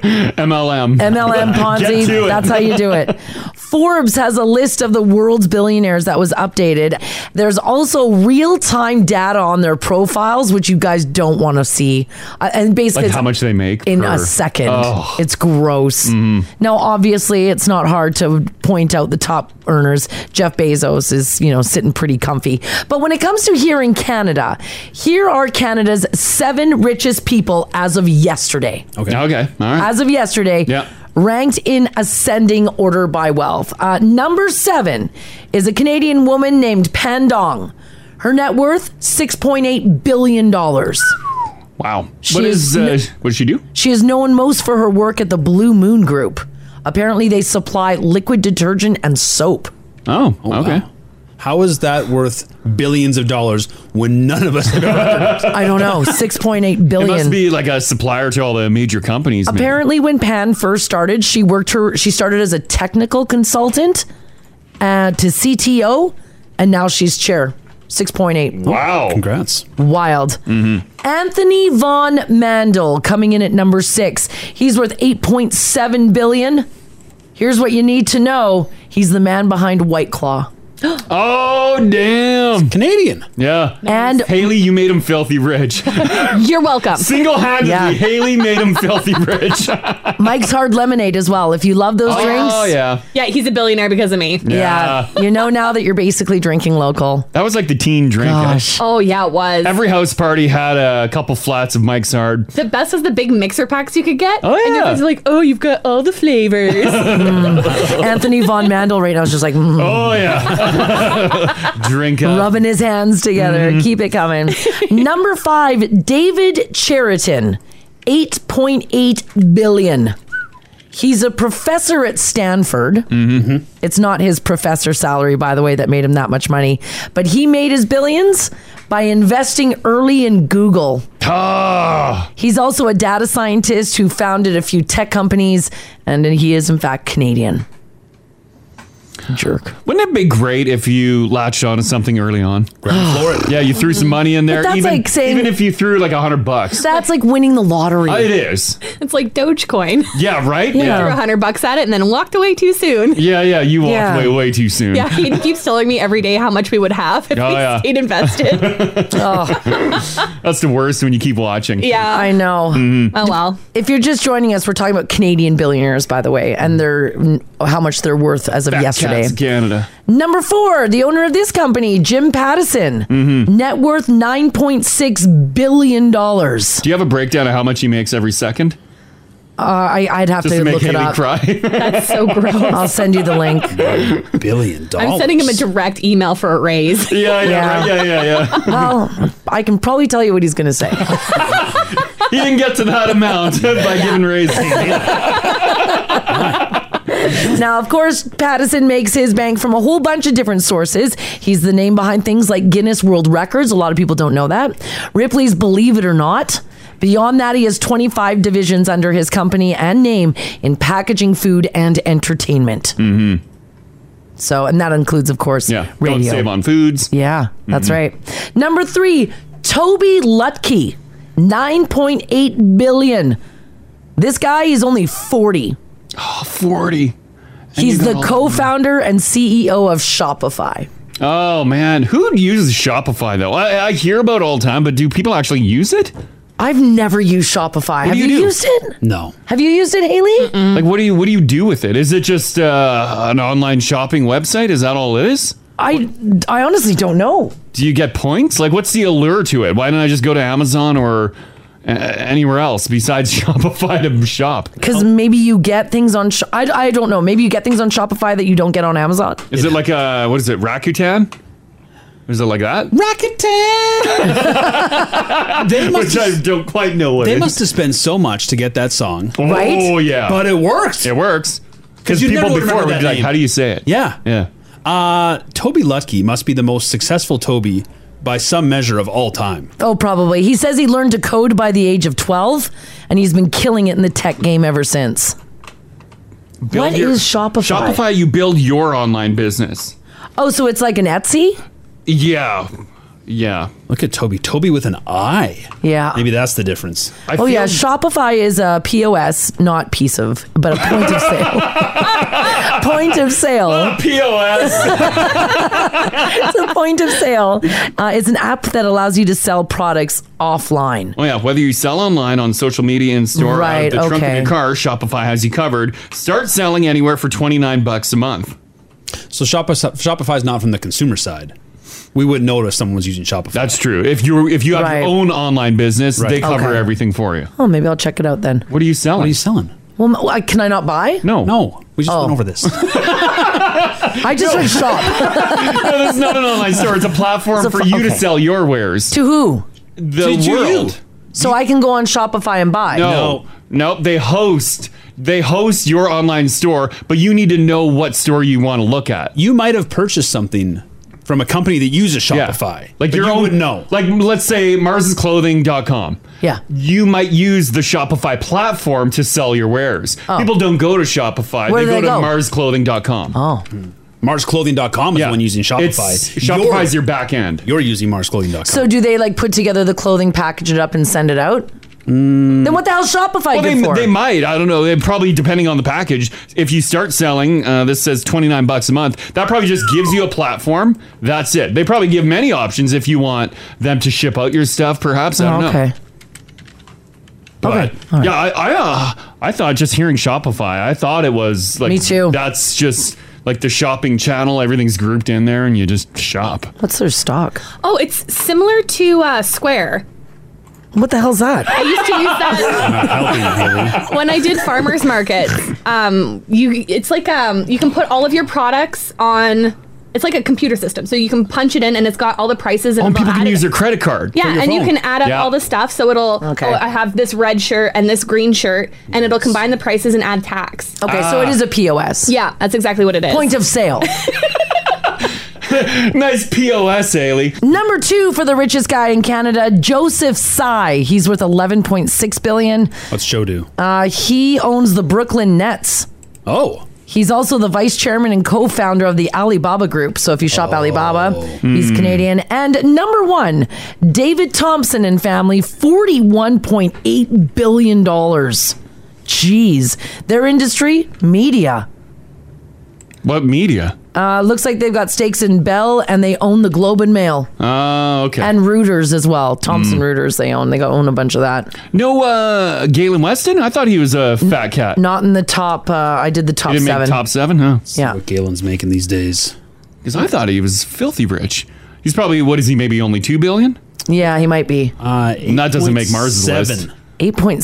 C: MLM.
B: MLM
C: Get to
B: Ponzi.
C: it.
B: That's how you do it. Forbes has a list of the world's billionaires that was updated. There's also real time data on their profiles, which you guys don't want to see. Uh, and basically,
C: Like
B: it's
C: how much they make
B: in
C: per-
B: a second.
C: Oh. Mm-hmm.
B: It's gross. Now, obviously, it's not hard to point out the top earners. Jeff Bezos is, you know, sitting pretty comfy. But when it comes to here in Canada, here are Canada's seven richest people as of yesterday
C: Okay. Okay. All right.
B: as of yesterday, ranked in ascending order by wealth. Uh, number seven is a Canadian woman named Pandong. Her net worth six point eight billion dollars.
C: Wow.
B: She
C: What
B: is
C: is? Uh,
B: n-
C: what does she do?
B: She is known most for her work at the Blue Moon Group. Apparently, they supply liquid detergent and soap.
C: Oh, okay.
D: How is that worth billions of dollars when none of us have ever heard of it?
B: I don't know, six point eight
C: It
B: billion.
C: must be like a supplier to all the major companies. maybe.
B: Apparently, when Pan first started, she worked her. She started as a technical consultant uh, to CTO, and now she's chair. Six point eight.
C: Wow.
D: Congrats.
B: Wild.
D: Mm-hmm.
B: Anthony Von Mandel coming in at number six. He's worth eight point seven billion. Here's what you need to know: He's the man behind White Claw.
C: Oh damn!
D: Canadian.
C: Yeah.
B: And
C: Haley, you made him filthy rich.
B: You're welcome.
C: Single-handedly, Haley made him filthy rich.
B: Mike's Hard Lemonade as well. If you love those
H: Oh,
B: drinks,
C: yeah.
H: Yeah, he's a billionaire because of me.
B: yeah, you know now that you're basically drinking local.
C: That was like the teen drink.
B: Gosh.
H: Oh yeah, it was.
C: Every house party had a couple flats of Mike's hard.
H: the best was the big mixer packs you could get.
C: Oh,
H: And
C: yeah.
H: everyone's like, oh, you've got all the flavors.
B: Mm. Anthony Von Mandel right now is just like, mm.
C: oh yeah, drink up. Mm-hmm.
B: rubbing his hands together. Keep it coming. Number five, David Cheriton, eight point eight billion. He's a professor at Stanford.
Q: Mm-hmm.
B: It's not his professor salary, by the way, that made him that much money, but he made his billions by investing early in Google.
C: Ah.
B: He's also a data scientist who founded a few tech companies, and he is, in fact, Canadian. Jerk.
C: Wouldn't it be great if you latched onto something early on? Yeah, you threw some money in
B: But
C: there.
B: that's
C: even,
B: like saying-
C: even if you threw like a hundred bucks.
B: That's like winning the lottery.
C: Uh, it is.
H: it's like Dogecoin.
C: Yeah, right?
H: He threw a hundred bucks at it and then walked away too soon.
C: Yeah, yeah, you walked
H: Yeah.
C: away way too soon.
H: Yeah, he keeps telling me every day how much we would have if
C: Oh,
H: we
C: yeah.
H: stayed invested.
C: That's the worst when you keep watching.
B: I know.
C: Mhm.
H: Oh well.
B: If you're just joining us, we're talking about Canadian billionaires, by the way, and their how much they're worth as of
C: Fat
B: yesterday.
C: Cats Canada.
B: Number four, the owner of this company, Jim Pattison,
C: Mm-hmm.
B: net worth nine point six billion dollars.
C: Do you have a breakdown of how much he makes every second?
B: Uh, I, I'd have
C: Just
B: to,
C: to make
B: look it
C: Haley
B: up.
C: cry.
H: That's so gross.
B: I'll send you the link.
D: Billion
H: I'm sending him a direct email for a raise.
C: Yeah, yeah, right, yeah, yeah, yeah.
B: well, I can probably tell you what he's going to say.
C: He didn't get to that amount by giving raises.
B: now, of course, Patterson makes his bank from a whole bunch of different sources. He's the name behind things like Guinness World Records. A lot of people don't know that. Ripley's Believe It or Not. Beyond that, he has 25 divisions under his company and name in packaging, food, and entertainment.
C: Mm-hmm.
B: So, and that includes, of course, yeah,
C: Don't
B: radio.
C: save on foods.
B: Yeah,
C: Mm-hmm.
B: that's right. Number three, Toby Lutke, 9.8 billion. This guy is only 40.
C: Oh, 40.
B: He's
C: you got
B: the
C: all that
B: co founder and CEO of Shopify.
C: Oh man, who uses Shopify though? I, I hear about it all the time, but do people actually use it?
B: I've never used Shopify. Have
C: do
B: you,
C: you do?
B: used it?
D: No.
B: Have you used it, Haley?
C: Like, what do you what do you do with it? Is it just uh, an online shopping website? Is that all it is?
B: I I honestly don't know.
C: Do you get points? Like, what's the allure to it? Why don't I just go to Amazon or uh, anywhere else besides Shopify to shop?
B: Because maybe you get things on. Sh- I, I don't know. Maybe you get things on Shopify that you don't get on Amazon.
C: Is it like a what is it Rakuten? Is it like that?
D: Rakuten. they must
C: Which I don't quite know what.
D: They
C: it is.
D: must have spent so much to get that song,
C: Right? Oh, yeah.
D: But it works.
C: It works because people before would be like, "How do you say it?"
D: Yeah,
C: yeah.
D: Uh, Toby Lutke must be the most successful Toby by some measure of all time.
B: Oh, probably. He says he learned to code by the age of 12, and he's been killing it in the tech game ever since. What is
C: Build your-
B: Shopify?
C: Shopify, you build your online business.
B: Oh, so it's like an Etsy?
C: Yeah. Yeah.
D: Look at Toby. Toby with an I.
B: Yeah.
D: Maybe that's the difference.
B: oh, yeah. Shopify is a POS, not piece of, but a point of sale. point of sale. it's a point of sale. Uh, it's an app that allows you to sell products offline.
C: Oh yeah, whether you sell online, on social media, in store, or
B: Right,
C: out the trunk of
B: okay.
C: your car, Shopify has you covered. Start selling anywhere for twenty nine bucks a month.
D: So Shopify, Shopify's not from the consumer side. We wouldn't know if someone was using Shopify.
C: That's true. If you if you have
B: Right.
C: your own online business,
D: Right.
C: they cover
B: Okay.
C: everything for you.
B: Oh, maybe I'll check it out then.
C: What are you selling? What are you
D: selling?
B: Well, m- I- can I not buy? Oh.
C: No.
D: No. We just went over this.
B: I just
C: No.
B: went shop.
C: no, this is not an online store. It's a platform
B: It's a
C: for
B: pl-
C: you to
B: okay.
C: sell your wares
B: to who?
C: The
B: To you.
C: world.
B: So I can go on Shopify and buy.
C: No, no, they host. They host your online store, but you need to know what store you want to look at.
D: You might have purchased something from a company that uses Shopify.
C: Like your own no. Like let's say marsclothing.com.
B: Yeah.
C: You might use the Shopify platform to sell your wares. People don't go to Shopify.
D: Oh. Where
C: they go
D: do they
C: to
D: go?
C: marsclothing.com.
B: Oh.
D: MarsClothing.com is the one using Shopify.
C: Hmm. It's- Shopify's your back end.
D: You're using MarsClothing.com.
B: So do they like put together the clothing, package it up, and send it out? Then what the hell is Shopify
C: Mm. Well,
B: good
C: they,
B: for?
C: they might. I don't know. They probably depending on the package. If you start selling, uh, this says twenty nine bucks a month. That probably just gives you a platform. That's it. They probably give many options if you want them to ship out your stuff. Perhaps I
B: Oh,
C: don't know.
B: okay.
C: But, Yeah, I I, uh, I thought just hearing Shopify, I thought it was like me too. That's just like the shopping channel. Everything's grouped in there, and you just shop.
B: What's their stock?
H: Oh, it's similar to uh, Square.
B: What the hell's that?
H: I used to use that when I did farmers markets. Um, you it's like um, you can put all of your products on. It's like a computer system, so you can punch it in, and it's got all the prices. And
C: Oh, and
H: it'll
C: people
H: add
C: can
H: it-
C: use their credit card.
H: Yeah, and you can add up
C: Yeah.
H: all the stuff, so it'll.
C: Okay.
H: Oh, I have this red shirt and this green shirt, and it'll combine the prices and add tax.
B: Okay, so
C: Ah.
B: it is a POS.
H: Yeah, that's exactly what it is.
B: Point of sale.
C: nice POS, Haley.
B: Number two for the richest guy in Canada, Joseph Tsai. He's worth 11.6 billion.
D: What's Joe do?
B: Uh, he owns the Brooklyn Nets.
D: Oh.
B: He's also the vice chairman and co-founder of the Alibaba Group. So if you shop Alibaba, he's
A: Hmm.
B: Canadian. And number one, David Thompson and family, forty-one point eight billion dollars. Jeez, their industry, media.
C: What media?
B: Uh, looks like they've got stakes in Bell, and they own the Globe and Mail
D: Uh,
C: Oh, okay. Hmm.
B: and Reuters as well. Thomson Reuters they own. They go- own a bunch of that.
C: Mm. no, uh, Galen Weston. I thought he was a fat cat.
B: Not in the top. Uh, I did the Mm-hmm. top
C: he didn't
B: seven.
C: make top seven, huh?
B: yeah.
D: What Galen's making these days?
C: Because I thought he was filthy rich. He's probably what is he? Maybe only two billion.
B: Yeah, he might be.
D: Uh,
C: that doesn't make Mars' list.
D: 8.7.
B: 8.7.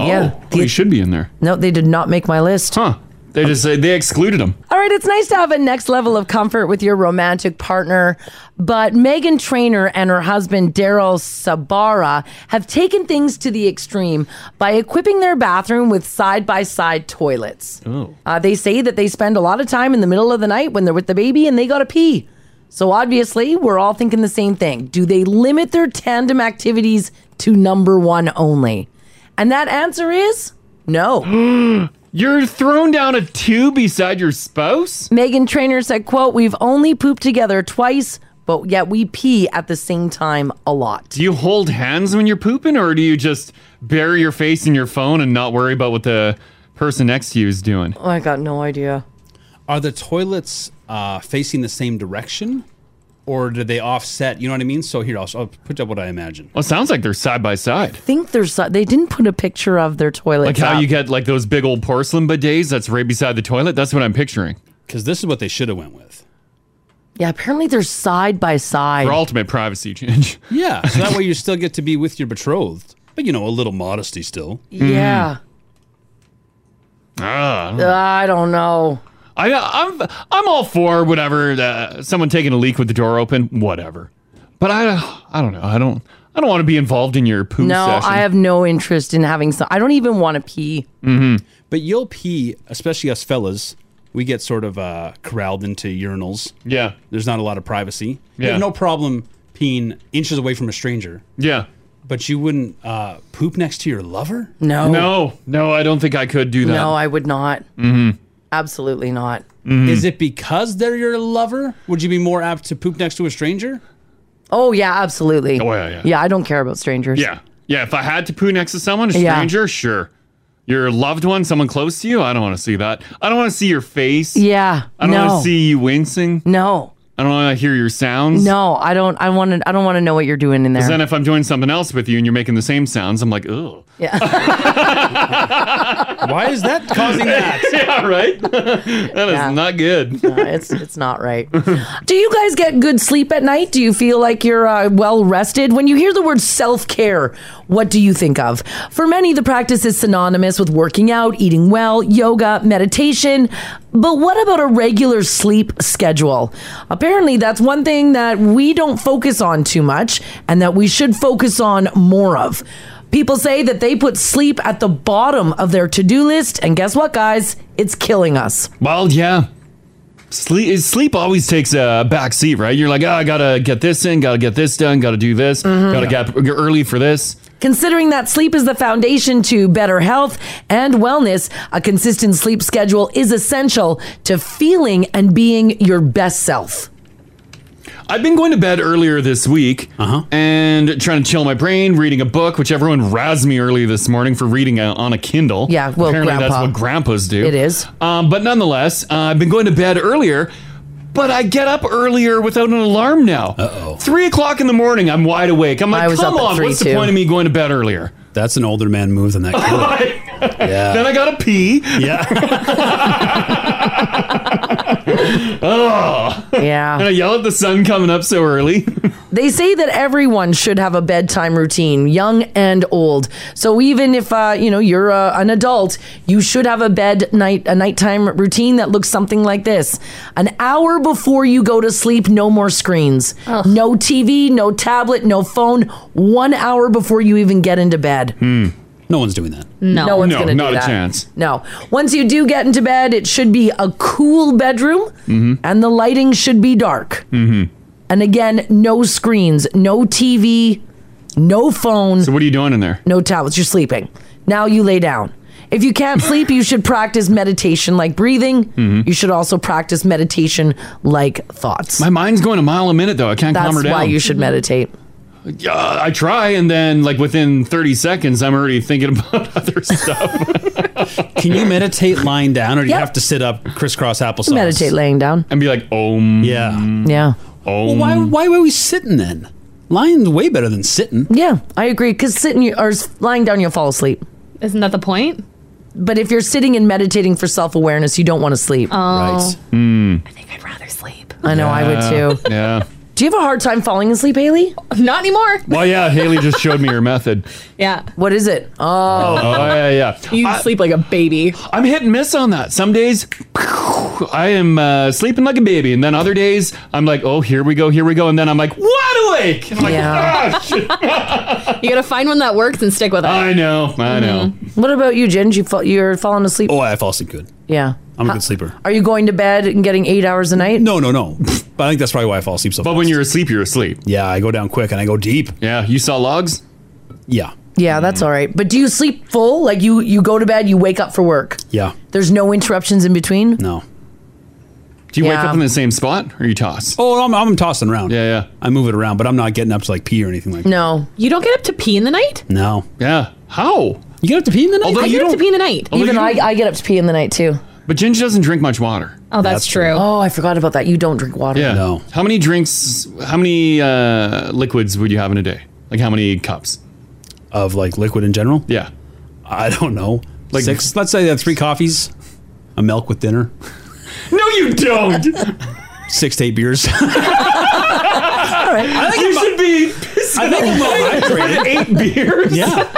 B: Mm, Yeah.
C: Oh, he should be in there.
B: No, they did not make my list.
C: Huh. They just uh, they excluded him.
B: All right, it's nice to have a next level of comfort with your romantic partner, but Megan Trainer and her husband Daryl Sabara have taken things to the extreme by equipping their bathroom with side-by-side toilets.
C: Oh.
B: Uh, they say that they spend a lot of time in the middle of the night when they're with the baby and they got to pee. So obviously, we're all thinking the same thing. Do they limit their tandem activities to number one only? And that answer is no.
C: You're thrown down a tube beside your spouse?
B: Megan Trainer said, quote, we've only pooped together twice, but yet we pee at the same time a lot.
C: Do you hold hands when you're pooping, or do you just bury your face in your phone and not worry about what the person next to you is doing?
B: Oh, I got no idea.
D: Are the toilets uh, facing the same direction, or do they offset? You know what I mean. So here, I'll, I'll put up what I imagine.
C: Well, it sounds like they're side by side.
B: think there's they didn't put a picture of their toilet.
C: Like how you get like those big old porcelain bidets that's right beside the toilet. That's what I'm picturing.
D: Because this is what they should have went with.
B: Yeah, apparently they're side by side.
C: For ultimate privacy change.
D: Yeah, so that way you still get to be with your betrothed, but you know, a little modesty still.
B: Yeah.
C: Ah.
B: Uh, I don't know.
C: I, I'm I'm all for whatever. Uh, someone taking a leak with the door open, whatever. But I I don't know. I don't I don't want to be involved in your poo
B: no,
C: session.
B: I have no interest in having some. I don't even want to pee.
D: Mm-hmm. But you'll pee, especially us fellas. We get sort of uh, corralled into urinals.
C: Yeah,
D: there's not a lot of privacy. You
C: Yeah.
D: have no problem peeing inches away from a stranger.
C: Yeah,
D: but you wouldn't uh, poop next to your lover.
B: No.
C: no, no. I don't think I could do that.
B: No, I would not.
D: hmm.
C: Mm-hmm.
B: Absolutely not.
D: Is it because they're your lover? Would you be more apt to poop next to a stranger?
B: Oh yeah, absolutely.
C: Oh, yeah, yeah.
B: I don't care about strangers.
C: Yeah, yeah. If I had to poo next to someone, a
B: Yeah.
C: stranger, sure. Your loved one, someone close to you, I don't want to see that. I don't want to see your face.
B: Yeah.
C: I don't
B: no.
C: want to see you wincing.
B: No.
C: I don't want to hear your sounds.
B: No, I don't. I want to. I don't want to know what you're doing in there.
C: Because then if I'm doing something else with you and you're making the same sounds, I'm like, ugh. Yeah.
D: Why is that causing that?
C: yeah, right? That is not good.
B: No, it's it's not right. Do you guys get good sleep at night? Do you feel like you're uh, well rested? When you hear the word self care, what do you think of? For many, the practice is synonymous with working out, eating well, yoga, meditation. But what about a regular sleep schedule? Apparently, that's one thing that we don't focus on too much and that we should focus on more of. People say that they put sleep at the bottom of their to do list. And guess what, guys? It's killing us.
C: Well, yeah. Sleep is- sleep always takes a back seat, right? You're like, oh, I gotta get this in, gotta get this done, gotta do this,
B: Mm-hmm.
C: gotta get up early for this.
B: Considering that sleep is the foundation to better health and wellness, a consistent sleep schedule is essential to feeling and being your best self.
C: I've been going to bed earlier this week
D: Uh-huh.
C: and trying to chill my brain, reading a book, which everyone razzed me early this morning for reading uh on a Kindle.
B: Yeah, well,
C: apparently
B: Grandpa.
C: that's what grandpas do.
B: It is.
C: Um, but nonetheless, uh, I've been going to bed earlier, but I get up earlier without an alarm now. Uh-oh. Three o'clock in the morning, I'm wide awake. I'm like,
D: I was
C: come
D: up at
C: on,
D: three,
C: what's
D: too."
C: the point of me going to bed earlier?
D: That's an older man move than that. yeah.
C: Then I gotta pee.
D: Yeah.
C: Oh.
B: Yeah.
C: and I yell at the sun coming up so early.
B: They say that everyone should have a bedtime routine, young and old. So even if uh, you know you're uh, an adult, you should have a bed night a nighttime routine that looks something like this: an hour before you go to sleep, no more screens, no TV, no tablet, no phone. One hour before you even get into bed.
D: Hmm. No one's doing that.
B: No, one's gonna do that. No. Once you do get into bed, it should be a cool bedroom,
D: Mhm.
B: and the lighting should be dark.
C: Mm-hmm.
B: And again, no screens, no TV, no phone. So
C: what are you doing in there?
B: No tablets. You're sleeping. Now you lay down. If you can't sleep, you should practice meditation like breathing.
C: Mhm.
B: You should also practice meditation like thoughts.
C: My mind's going a mile a minute though. I can't
B: That's
C: calm her down.
B: why you should meditate.
C: Yeah, I try, and then like within 30 seconds, I'm already thinking about other stuff.
D: Can you meditate lying down, or do you have to sit up, crisscross applesauce?
B: Meditate laying down.
C: And be like, om.
D: Yeah.
B: Yeah.
D: Well, why, why were we sitting then? Lying's way better than sitting.
B: Yeah, I agree. Because sitting you, or s- lying down, you'll fall asleep.
H: Isn't that the point?
B: But if you're sitting and meditating for self awareness, you don't want to sleep.
H: Oh. Right.
C: Mm.
B: I know I would too.
C: Hmm. Yeah.
B: Do Do you have a hard time falling asleep, Haley?
H: Not anymore.
C: Well, yeah, Haley just showed me her method.
H: Yeah.
B: What is it? Oh.
C: Oh, yeah, yeah.
H: You sleep like a baby.
C: I'm hit and miss on that. Some days I am uh, sleeping like a baby, and then other days I'm like, oh, here we go, here we go, and then I'm like, wide awake. And I'm like, ah, shit.
H: you gotta find one that works and stick with it.
C: I know, I
B: Mm-hmm.
C: know.
B: Uh, What about you, Jen? You fall, you're falling asleep?
D: Oh, I fall asleep good.
B: Yeah.
D: I'm a good sleeper.
B: Are you going to bed and getting eight hours a night?
D: No, no, no. but I think that's probably why I fall asleep so. But
C: when you're asleep, you're asleep.
D: Yeah, I go down quick and I go deep.
C: Yeah, you saw logs.
D: Yeah,
B: Yeah, that's all right. But do you sleep full? Like you you go to bed, you wake up for work.
D: yeah.
B: There's no interruptions in between?
D: No.
C: Do you wake
B: Yeah.
C: up in the same spot, or you toss?
D: Oh, I'm, I'm tossing around.
C: Yeah, yeah.
D: I move it around, but I'm not getting up to like pee or anything like. that.
B: No.
H: You don't get up to pee in the night?
D: No.
C: Yeah. How?
D: You get up to pee in the night.
H: I get up to pee in the night.
B: Even I, I get up to pee in the night too.
C: "Ah!" But Ginger doesn't drink much water.
H: Oh, that's, true.
B: Oh, I forgot about that. You don't drink water.
C: Yeah. No. How many drinks? How many uh, liquids would you have in a day? Like how many cups?
D: Of like liquid in general?
C: Yeah.
D: I don't know.
C: Like
D: six. Let's say they have three coffees, a milk with dinner,
C: No, you don't.
D: six to eight beers.
B: All right.
D: I think
C: you
D: I'm-
C: should be.
D: I think I'm well-hydrated.
C: Eight beers.
D: Yeah.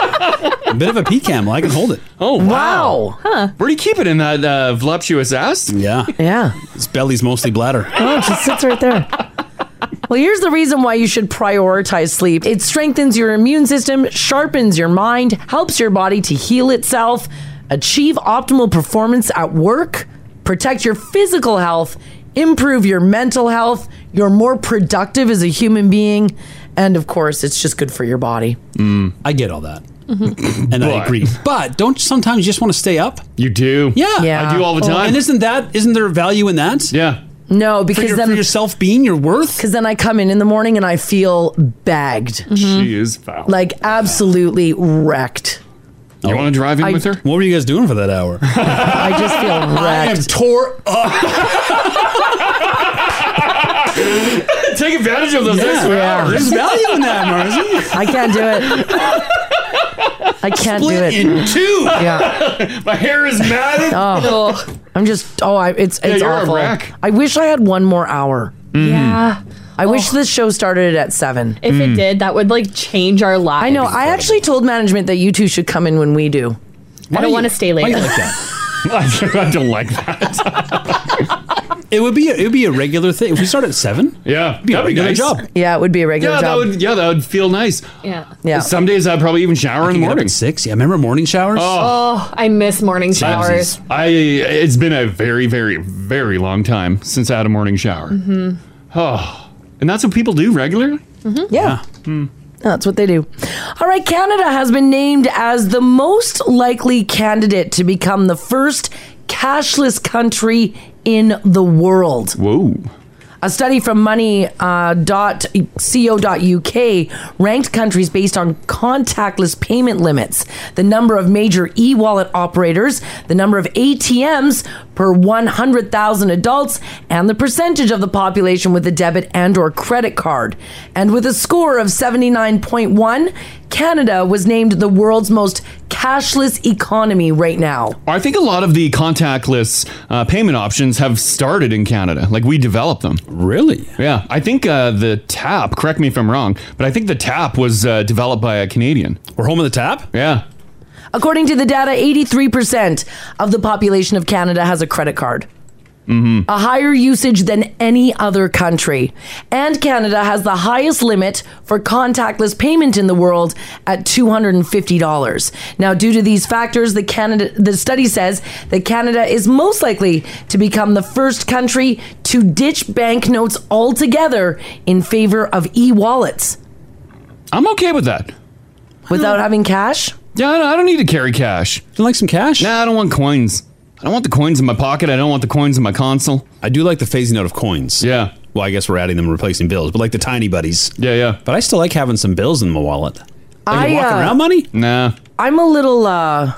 D: a bit of a PCAM. I can hold it.
C: Oh wow.
B: Huh.
C: Where do you keep it in that uh, voluptuous ass?
D: Yeah.
B: Yeah.
D: His belly's mostly bladder.
B: Oh, it just sits right there. Well, here's the reason why you should prioritize sleep. It strengthens your immune system, sharpens your mind, helps your body to heal itself, achieve optimal performance at work, protect your physical health, improve your mental health, you're more productive as a human being, and of course, it's just good for your body.
C: Mm.
D: I get all that. And I agree. But don't you sometimes just want to stay up?
C: Mm-hmm. You do.
D: Yeah.
B: Yeah. I do all the time.
D: And isn't that isn't there value in that?
C: Yeah.
B: No, because
D: your-
B: then
D: for yourself being your worth. Mm-hmm.
B: Because then I come in in the morning and I feel bagged,
C: She is foul.
B: like absolutely wrecked.
C: You want to drive in with her?
D: Oh. What were you guys doing for that hour?
B: I just feel wrecked.
D: I am tore
C: Take advantage of those extra hours.
D: There's value in that, Marcy.
B: I can't do it. I can't do
C: Split
B: it.
C: in two.
B: Yeah.
C: My hair is matted.
B: Oh, I'm just. Oh, I, it's
C: Yeah,
B: it's
C: you're a
B: awful.
C: wreck. Mm-hmm.
B: I wish I had one more hour.
H: Yeah. Oh.
B: I wish this show started at seven.
H: If
C: Mm.
H: it did, that would like change our lives.
B: I know. I actually told management that you two should come in when we do.
H: I don't want to stay late.
C: I don't like that.
D: It would be it would be a regular thing. If we start at seven,
C: yeah,
D: be a
C: that'd be
D: regular
C: nice.
D: job.
B: Yeah, it would be a regular
C: yeah, that
B: job.
C: would yeah, that would feel nice.
H: Yeah.
C: Some days I'd probably even shower in the morning.
D: six. Yeah, remember morning showers?
H: Oh, I miss morning showers.
C: I it's been a very very very long time since I had a morning shower.
H: Mhm.
C: Oh, and that's what people do regularly.
B: Mm-hmm. Yeah. That's what they do. All right, Canada has been named as the most likely candidate to become the first cashless country in the world.
C: Whoa.
B: A study from uh, money.co.uk ranked countries based on contactless payment limits, the number of major e wallet operators, the number of ATMs per 100,000 adults, and the percentage of the population with a debit and or credit card. And with a score of 79.1, Canada was named the world's most cashless economy right now.
C: I think a lot of the contactless uh, payment options have started in Canada. Like we developed them.
D: Really?
C: Yeah. I think uh, the tap. Correct me if I'm wrong, but I think the tap was uh, developed by a Canadian.
D: We're home of the tap.
C: Yeah.
B: According to the data, 83% of the population of Canada has a credit card.
C: Mm-hmm.
B: A higher usage than any other country. And Canada has the highest limit for contactless payment in the world at $250. Now, due to these factors, the Canada the study says that Canada is most likely to become the first country to ditch banknotes altogether in favor of e-wallets
C: I'm okay with that.
B: without having cash.
C: Yeah, I don't, I don't need to carry cash.
D: You like some cash?
C: Nah, I don't want coins. I don't want the coins in my pocket. I don't want the coins in my console.
D: I do like the phasing out of coins.
C: Yeah.
D: Well, I guess we're adding them and replacing bills, but like the tiny buddies.
C: Yeah, yeah.
D: But I still like having some bills in my wallet. Like
B: I,
D: walking
B: uh,
D: around money?
C: Nah.
B: I'm a little uh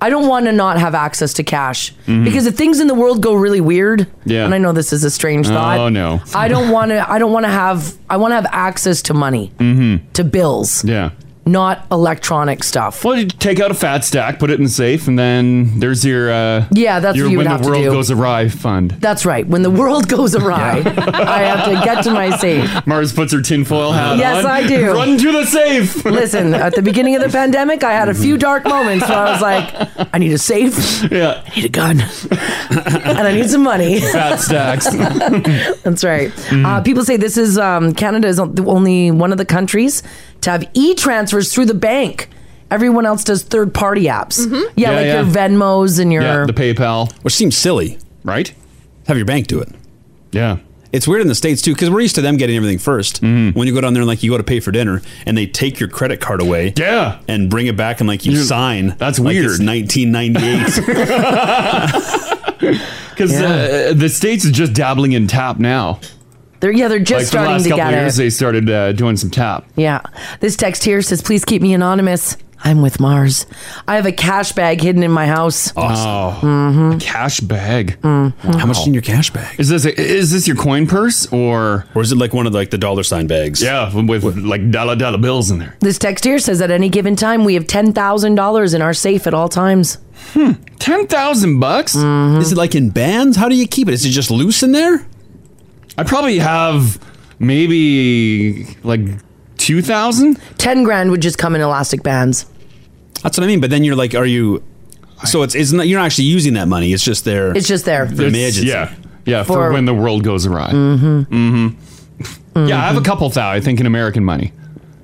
B: I don't want to not have access to cash because if things in the world go really weird,
C: Mm-hmm. Yeah.
B: and I know this is a strange thought.
C: Oh, no.
B: I don't want to I don't want to have I want to have access to money,
C: Mm-hmm.
B: to bills.
C: Yeah.
B: not electronic stuff.
C: Well, you take out a fat stack, put it in the safe, and then there's your uh,
B: Yeah, that's
C: your
B: what you would
C: when
B: have
C: the
B: to
C: world
B: do.
C: goes awry fund.
B: That's right. When the world goes awry, I have to get to my safe.
C: Mars puts her tinfoil hat on.
B: Yes, I do.
C: Run to the safe.
B: Listen, at the beginning of the pandemic, I had a few dark moments where I was like, I need a safe.
C: Yeah.
B: I need a gun. and I need some money.
C: Fat stacks.
B: That's right.
C: Mm.
B: Uh, people say this is um, Canada is the only one of the countries to have e transfers through the bank. Everyone else does third party apps. Yeah,
C: Yeah,
B: like
C: yeah.
B: your Venmos and your.
D: Yeah,
C: the PayPal,
D: which seems silly,
C: right?
D: Have your bank do it.
C: Yeah, Mm-hmm.
D: it's weird in the states too because we're used to them getting everything 1st When you go down there and like you go to pay for dinner and they take your credit card away,
C: yeah,
D: and bring it back and like you
C: You're-
D: sign. That's
C: weird.
D: Nineteen ninety eight.
C: Because uh, the states is just dabbling in tap now.
B: They're, yeah, they're just
C: like for the
B: starting
C: last
B: to
C: couple
B: get
C: of years,
B: it.
C: they started uh, doing some tap.
B: Yeah. This text here says, please keep me anonymous. I'm with Mars. I have a cash bag hidden in my house.
C: Oh. Awesome. A cash bag.
D: How much is in your cash bag?
C: Is this is this your coin purse or
D: or is it like one of like the dollar sign bags?
C: Yeah, with, with like dollar dollar bills in there.
B: This text here says, at any given time, we have $10,000 in our safe at all times.
D: Hmm.
C: Ten thousand bucks?
B: Mm-hmm.
D: Is it like in bands? How do you keep it? Is it just loose in there?
C: I probably have maybe like two thousand.
B: 10 grand would just come in elastic bands.
D: That's what I mean. But then you're like, are you? So it's it's not you're not actually using that money. It's just there.
B: It's just there.
D: for emergency.
C: Yeah, yeah, for,
D: For-
C: when the world goes awry.
B: Mm.
C: Mm-hmm. Mm-hmm. Yeah, I have a couple thou. I think in American money.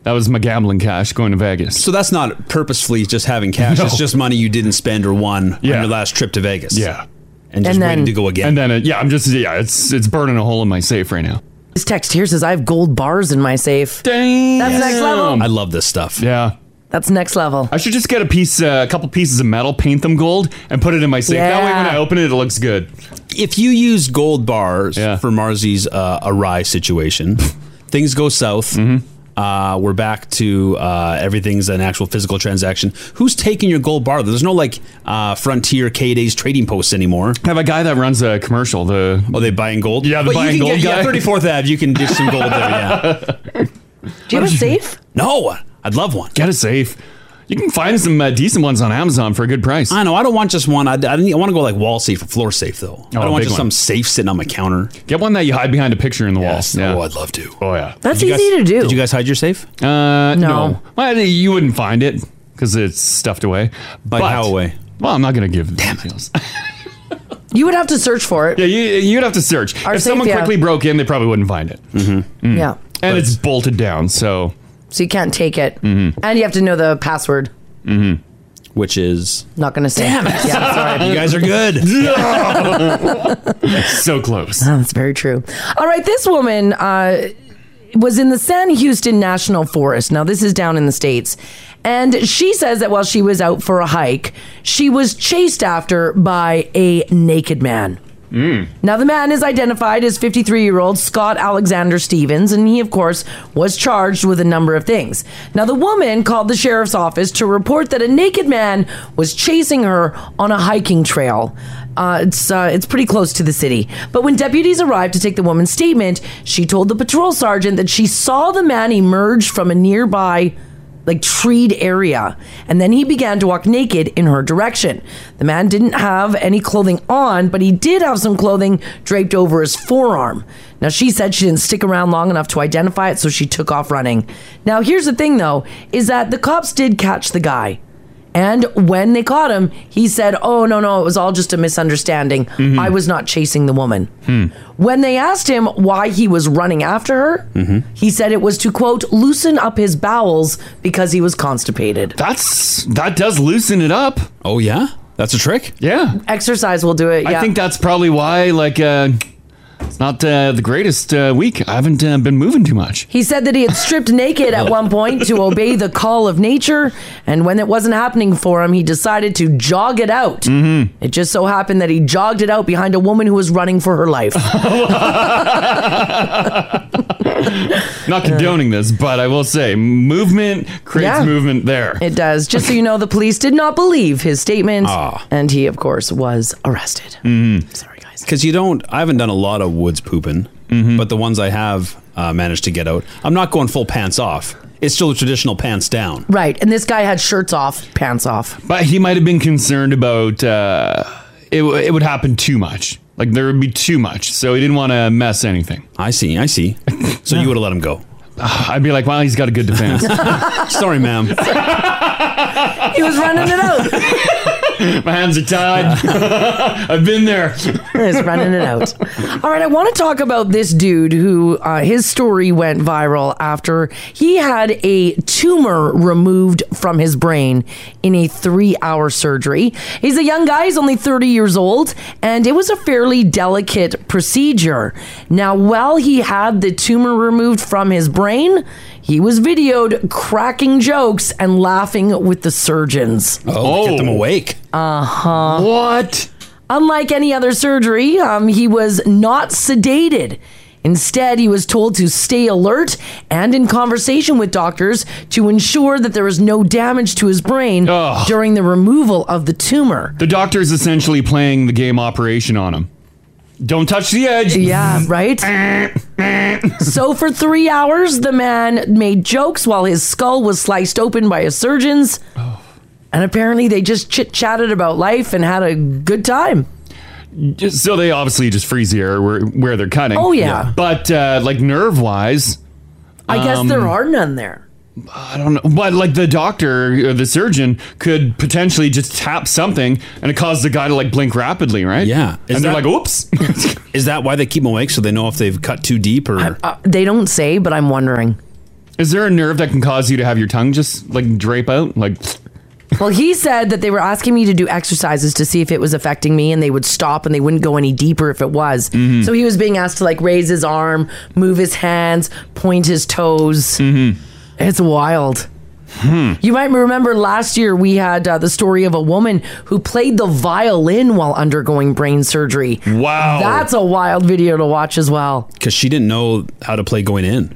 C: That was my gambling cash going to Vegas.
D: So that's not purposefully just having cash.
C: No.
D: It's just money you didn't spend or won on your last trip to Vegas.
C: Yeah.
D: And just waiting to go again.
C: And then it, yeah, I'm just yeah, it's it's burning a hole in my safe right now.
B: This text here says, I have gold bars in my safe.
C: Dang.
B: That's next level.
D: I love this stuff.
C: Yeah.
B: That's next level.
C: I should just get a piece, uh, a couple pieces of metal, paint them gold, and put it in my safe. That way, when I
D: Yeah.
C: open it, it looks good.
D: If you use gold bars for Marzi's uh, awry situation, things go south.
C: Mm-hmm.
D: Uh, we're back to uh, everything's an actual physical transaction. Who's taking your gold bar? There's no like uh, Frontier K Days trading posts anymore.
C: I have a guy that runs a commercial. The
D: oh, they buying gold. Yeah,
C: the buying gold guy.
D: Yeah, 34th Ave. You can dish some gold there. Yeah.
B: Do you have a safe?
D: No, I'd love one.
C: Get a safe. You can find some uh, decent ones on Amazon for a good price.
D: I know. I don't want just one. I, I, didn't- I want to go like wall safe or floor safe though. I
C: Oh, a
D: don't want
C: big
D: just
C: one.
D: some safe sitting on my counter.
C: Get one that you hide behind a picture in the
D: Yes.
C: wall. Yeah.
D: Oh, I'd love to.
C: Oh yeah.
B: That's
D: Did you
B: easy
D: guys-
B: to do.
D: Did you guys hide your safe?
C: Uh, no.
D: No.
C: Well, you wouldn't find it because it's stuffed away. Like
D: how away?
C: Well, I'm not gonna give the details.
B: You would have to search for it.
C: yeah, you, you'd have to search.
B: Our
C: if
B: safe,
C: someone
B: yeah.
C: quickly broke in, they probably wouldn't find it. Mm-hmm.
B: Yeah.
C: And it's bolted down, so.
B: So you can't take it.
C: Mhm.
B: And you have to know the password.
C: Mm-hmm.
D: Mm-hmm. Which is
B: Not going to say.
D: Damn
B: it. Yeah, sorry.
D: You guys are good.
C: so close.
B: Oh, that's very true. All right, this woman uh, was in the San Houston National Forest. Now, this is down in the States. And she says that while she was out for a hike, she was chased after by a naked man. Now, the man is identified as 53 year old Scott Alexander Stevens, and he, of course, was charged with a number of things. Now, the woman called the sheriff's office to report that a naked man was chasing her on a hiking trail. Uh, it's, uh, it's pretty close to the city. But when deputies arrived to take the woman's statement, she told the patrol sergeant that she saw the man emerge from a nearby like treed area and then he began to walk naked in her direction the man didn't have any clothing on but he did have some clothing draped over his forearm now she said she didn't stick around long enough to identify it so she took off running now here's the thing though is that the cops did catch the guy and when they caught him he said oh no no it was all just a misunderstanding
C: Mm-hmm.
B: i was not chasing the woman
C: Hmm.
B: when they asked him why he was running after her Mm-hmm. he said it was to quote loosen up his bowels because he was constipated.
C: That's that does loosen it up.
D: Oh yeah, that's a trick.
C: Yeah,
B: exercise will do it. Yeah.
C: I think that's probably why. Like, uh, it's not uh, the greatest uh, week. I haven't uh, been moving too much.
B: he said that he had stripped naked at one point to obey the call of nature, and when it wasn't happening for him, he decided to jog it out. Mm-hmm. It just so happened that he jogged it out behind a woman who was running for her life.
C: Not condoning this, but I will say movement creates
B: Uh. Yeah.
C: movement. There.
B: it does. Just so you know, the police did not believe his statements,
D: Ah.
B: and he, of course, was arrested.
D: Sorry, guys. Because you don't. I haven't done a lot of
C: Mm-hmm.
D: woods pooping, but the ones I have uh, managed to get out. I'm not going full pants off. It's still a traditional pants down.
B: Right. And this guy had shirts off, pants off.
C: But he might have been concerned about uh, it, w- it would happen too much. Like there would be too much. So he didn't want to mess anything. Ah,
D: I see. I see. So you would have let him go.
C: I'd be like, well, he's got a good defense.
D: Sorry, ma'am.
B: He was running it out.
C: My hands are tied. I've been there.
B: He's running it out. All right, I want to talk about this dude who uh, his story went viral after he had a tumor removed from his brain in a three hour surgery. He's a young guy, he's only 30 years old, and it was a fairly delicate procedure. Now, while he had the tumor removed from his brain, he was videoed cracking jokes and laughing with the surgeons.
D: Oh, get them awake.
B: Uh huh.
C: What?
B: Unlike any other surgery, um, he was not sedated. Instead, he was told to stay alert and in conversation with doctors to ensure that there was no damage to his brain during the removal of the tumor.
C: The doctor is essentially playing the game operation on him. Don't touch the edge.
B: Yeah, right? so, for three hours, the man made jokes while his skull was sliced open by his surgeons. And apparently, they just chit chatted about life and had a good time.
C: Just- so they obviously just freeze the air where, where they're cutting.
B: Oh, yeah.
C: But uh, like nerve wise,
B: I guess
C: Um,
B: there are none there.
C: I don't know. But like the doctor or the surgeon could potentially just tap something and it caused the guy to like blink rapidly, right? Yeah.
D: Is
C: and they're
D: that-
C: like, oops.
D: Is that why they keep them awake so they know if they've cut too deep or?
B: Uh, they don't say, but I'm wondering.
C: Is there a nerve that can cause you to have your tongue just like drape out? Like,
B: Well, he said that they were asking me to do exercises to see if it was affecting me, and they would stop and they wouldn't go any deeper if it was. So he was being asked to like raise his arm, move his hands, point his toes. It's wild. You might remember last year we had uh, the story of a woman who played the violin while undergoing brain surgery.
D: Wow.
B: That's a wild video to watch as well.
D: Because she didn't know how to play going in.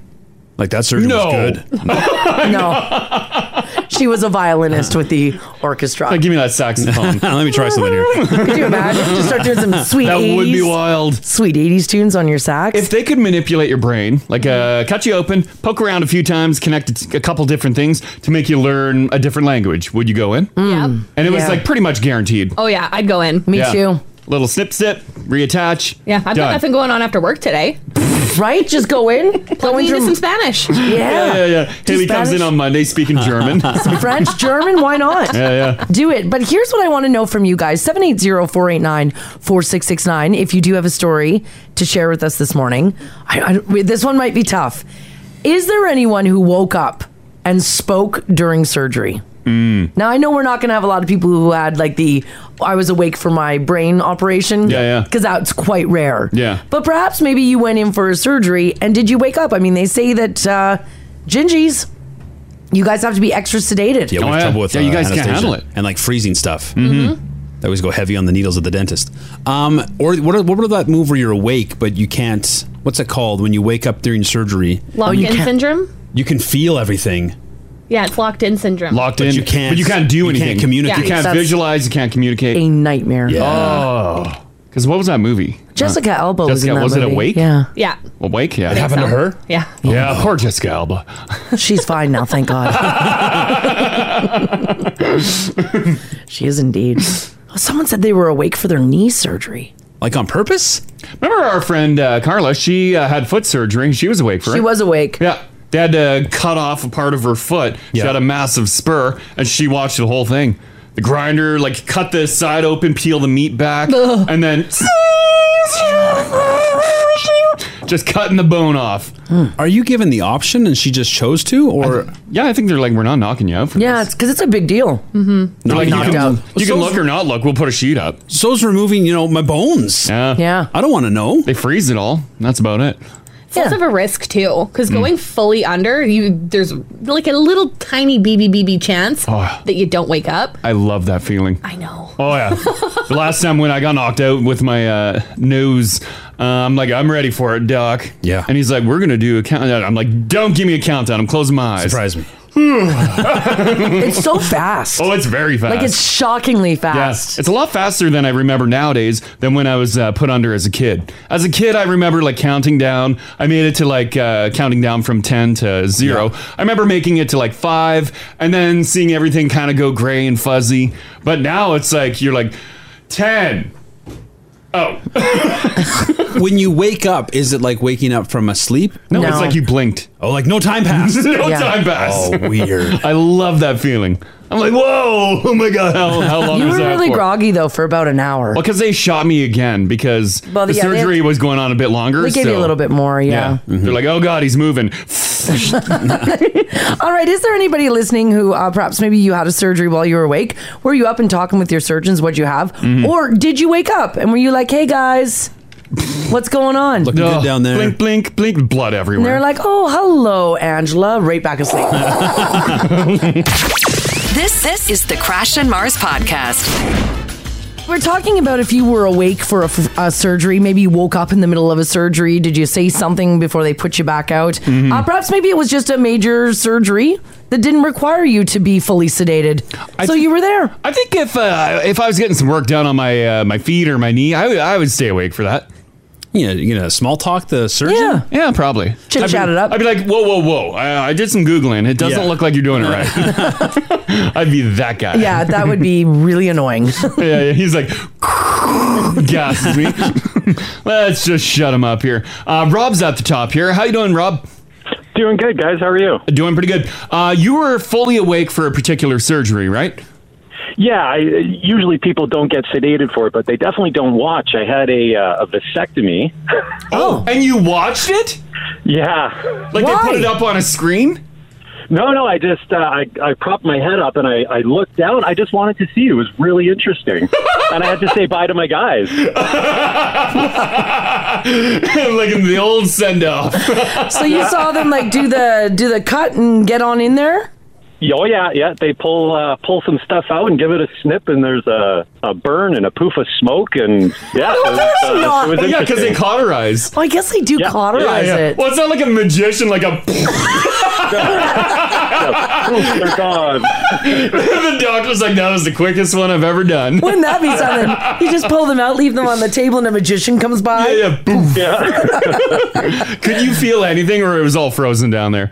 D: Like that surgery was good.
B: no. She was a violinist with the orchestra.
C: give me that saxophone.
D: Let me try something here.
B: Could you imagine? Just start doing some sweet
C: That would be
B: 80s
C: wild.
B: Sweet 80s tunes on your sax.
C: if they could manipulate your brain, like uh, cut you open, poke around a few times, connect a t- a couple different things to make you learn a different language, would you go in?
B: Mm.
H: Yeah.
C: And it was
H: Yeah.
C: like pretty much guaranteed.
H: Oh yeah, I'd go in.
C: Yeah. Little snip, snip, reattach.
H: Yeah, I've got
C: done.
H: nothing going on after work today.
B: Right? Just go in. Plug
H: me into
B: through-
H: some Spanish.
C: yeah, yeah. yeah. Haley comes in
B: Spanish?
C: on Monday speaking German.
B: Some French, German, why not?
C: Yeah, yeah.
B: Do it. But here's what I want to know from you guys 780 489 4669. If you do have a story to share with us this morning, I, I, this one might be tough. Is there anyone who woke up and spoke during surgery?
C: Mm.
B: Now, I know we're not going to have a lot of people who had like the I was awake for my brain operation.
C: Yeah, yeah.
B: Because that's quite rare.
C: Yeah.
B: But perhaps maybe you went in for a surgery and did you wake up? I mean, they say that uh, gingies, you guys have to be extra sedated.
D: Yeah, we have trouble with
C: Oh,
D: uh,
C: Yeah, you guys can't
D: anesthesia
C: handle it. Mm-hmm.
D: and like freezing stuff.
B: Mm-hmm.
D: They always go heavy on the needles of the dentist. Um, or what? What about that move where you're awake but you can't? What's it called when you wake up during surgery?
B: Oh,
H: Locked in
D: you
H: syndrome.
D: You can feel everything.
H: Yeah, it's locked in syndrome.
D: Locked But in. you can't-
C: But you can't do
D: you can't
C: anything.
D: communicate.
C: You can't
H: That's
C: visualize. You can't communicate.
B: A nightmare.
C: Yeah. Oh. Because what was that movie?
B: Jessica
C: Uh,
B: Alba was
C: Jessica,
B: in that
C: was it
B: movie.
C: Awake?
B: Yeah.
H: Yeah.
C: Awake. Yeah.
H: I think so. Yeah.
C: Yeah. Poor Jessica Alba.
B: She's fine now, thank God. she is indeed. Someone said they were awake for their knee surgery.
D: Like on purpose?
C: Remember our friend uh, Carla? She uh, had foot surgery. She was awake for it.
B: She was awake.
C: Yeah. They had to cut off a part of her foot. She had a massive spur, and she watched the whole thing. The grinder like cut the side open, peel the meat back, and then just cutting the bone off.
D: Hmm. Are you given the option and she just chose to, or?
C: yeah, I think they're like, we're not knocking you out. For
B: Yeah, it's because it's a big deal. Mm-hmm.
C: They're like, you
D: knocked
C: can,
D: out.
C: you can
D: So-
C: look or not look. We'll put a sheet up.
D: So's removing, you know, my bones.
C: Yeah.
B: Yeah.
D: I don't want to know.
C: They freeze it all. That's about it.
H: It's less of a risk too,
C: Mm.
H: because going fully under, you there's like a little tiny BB BB chance
C: Oh.
H: that you don't wake up.
C: I love that feeling.
H: I know.
C: Oh yeah. the last time when I got knocked out with my uh, nose, uh, I'm like, I'm ready for it, doc. Yeah. And he's like, we're gonna do a countdown. I'm like, don't give me a countdown. I'm closing my eyes. Surprise
D: me.
B: Hmm. it's so fast.
C: Oh, it's very fast.
B: Like it's shockingly fast.
C: Yes, it's a lot faster than I remember nowadays than when I was uh, put under as a kid. As a kid, I remember like counting down. I made it to like uh, counting down from ten to zero. I remember making it to like five, and then seeing everything kind of go gray and fuzzy. But now it's like you're like ten. Oh,
D: when you wake up, is it like waking up from a sleep?
C: No, it's No. like you blinked.
D: Oh, like no time passed.
C: no time passed.
D: Oh, weird.
C: I love that feeling. I'm like, whoa, oh my god, how, how long
B: you
C: was
B: were
C: that
B: really
C: for?
B: groggy though for about an hour.
C: Well, because they shot me again because
B: Well,
C: the
B: yeah, they-
C: surgery was going on a bit longer.
B: They gave you a
C: so-
B: little bit more, yeah.
D: Mm-hmm.
C: They're like, oh god, he's moving.
B: All right, is there anybody listening who uh, perhaps maybe you had a surgery while you were awake? Were you up and talking with your surgeons what you have,
C: Mhm.
B: or did you wake up and were you like, "Hey guys, what's going on?"
C: Oh, Blink, blink, blink, blood
B: And
C: everywhere.
B: they're like, "Oh, hello, Angela," right back asleep.
A: This this is the Crash and Mars podcast.
B: We're talking about if you were awake for a, f- a surgery, maybe you woke up in the middle of a surgery. Did you say something before they put you back out?
C: Mhm.
B: Uh, perhaps maybe it was just a major surgery that didn't require you to be fully sedated. so you were there.
C: I think if uh, if I was getting some work done on my uh, my feet or my knee, I would I would stay awake for that.
D: Yeah, you know, small talk the surgeon.
C: Yeah, yeah, probably.
D: Chit
C: I'd be-
D: chat it up.
C: I'd be like, whoa, whoa, whoa! I, I did some googling. It doesn't
D: Yeah.
C: look like you're doing it right. I'd be that guy.
B: Yeah, that would be really annoying.
C: yeah, yeah, he's like gasses me. Let's just shut him up here. Uh, Rob's at the top here. How you doing, Rob?
S: Doing good, guys. How are you?
C: Doing pretty good. Uh, you were fully awake for a particular surgery, right?
S: Yeah, I, usually people don't get sedated for it, but they definitely don't watch. I had a, uh, a vasectomy.
C: Oh, and you watched it?
S: Yeah.
C: Like they put it up on a screen?
S: No, no. I just uh, I, I propped my head up and I, I looked down. I just wanted to see. It was really interesting, and I had to say bye to my guys.
C: like in the old send off.
B: so you saw them like do the do the cut and get on in there.
S: Yeah, Oh yeah, yeah. They pull uh, pull some stuff out and give it a snip, and there's a, a burn and a poof of smoke, and yeah, it was, uh, it was
C: yeah, because they
S: interesting.
C: cauterize.
B: Oh, I guess they do cauterize
C: Yeah, yeah.
B: it.
C: Well, it's not like a magician, like a.
S: They're gone.
C: the doctor's like, that was the quickest one I've ever done.
B: Wouldn't that be something? You just pull them out, leave them on the table, and a magician comes by.
C: Yeah, Could you feel anything, or it was all frozen down there?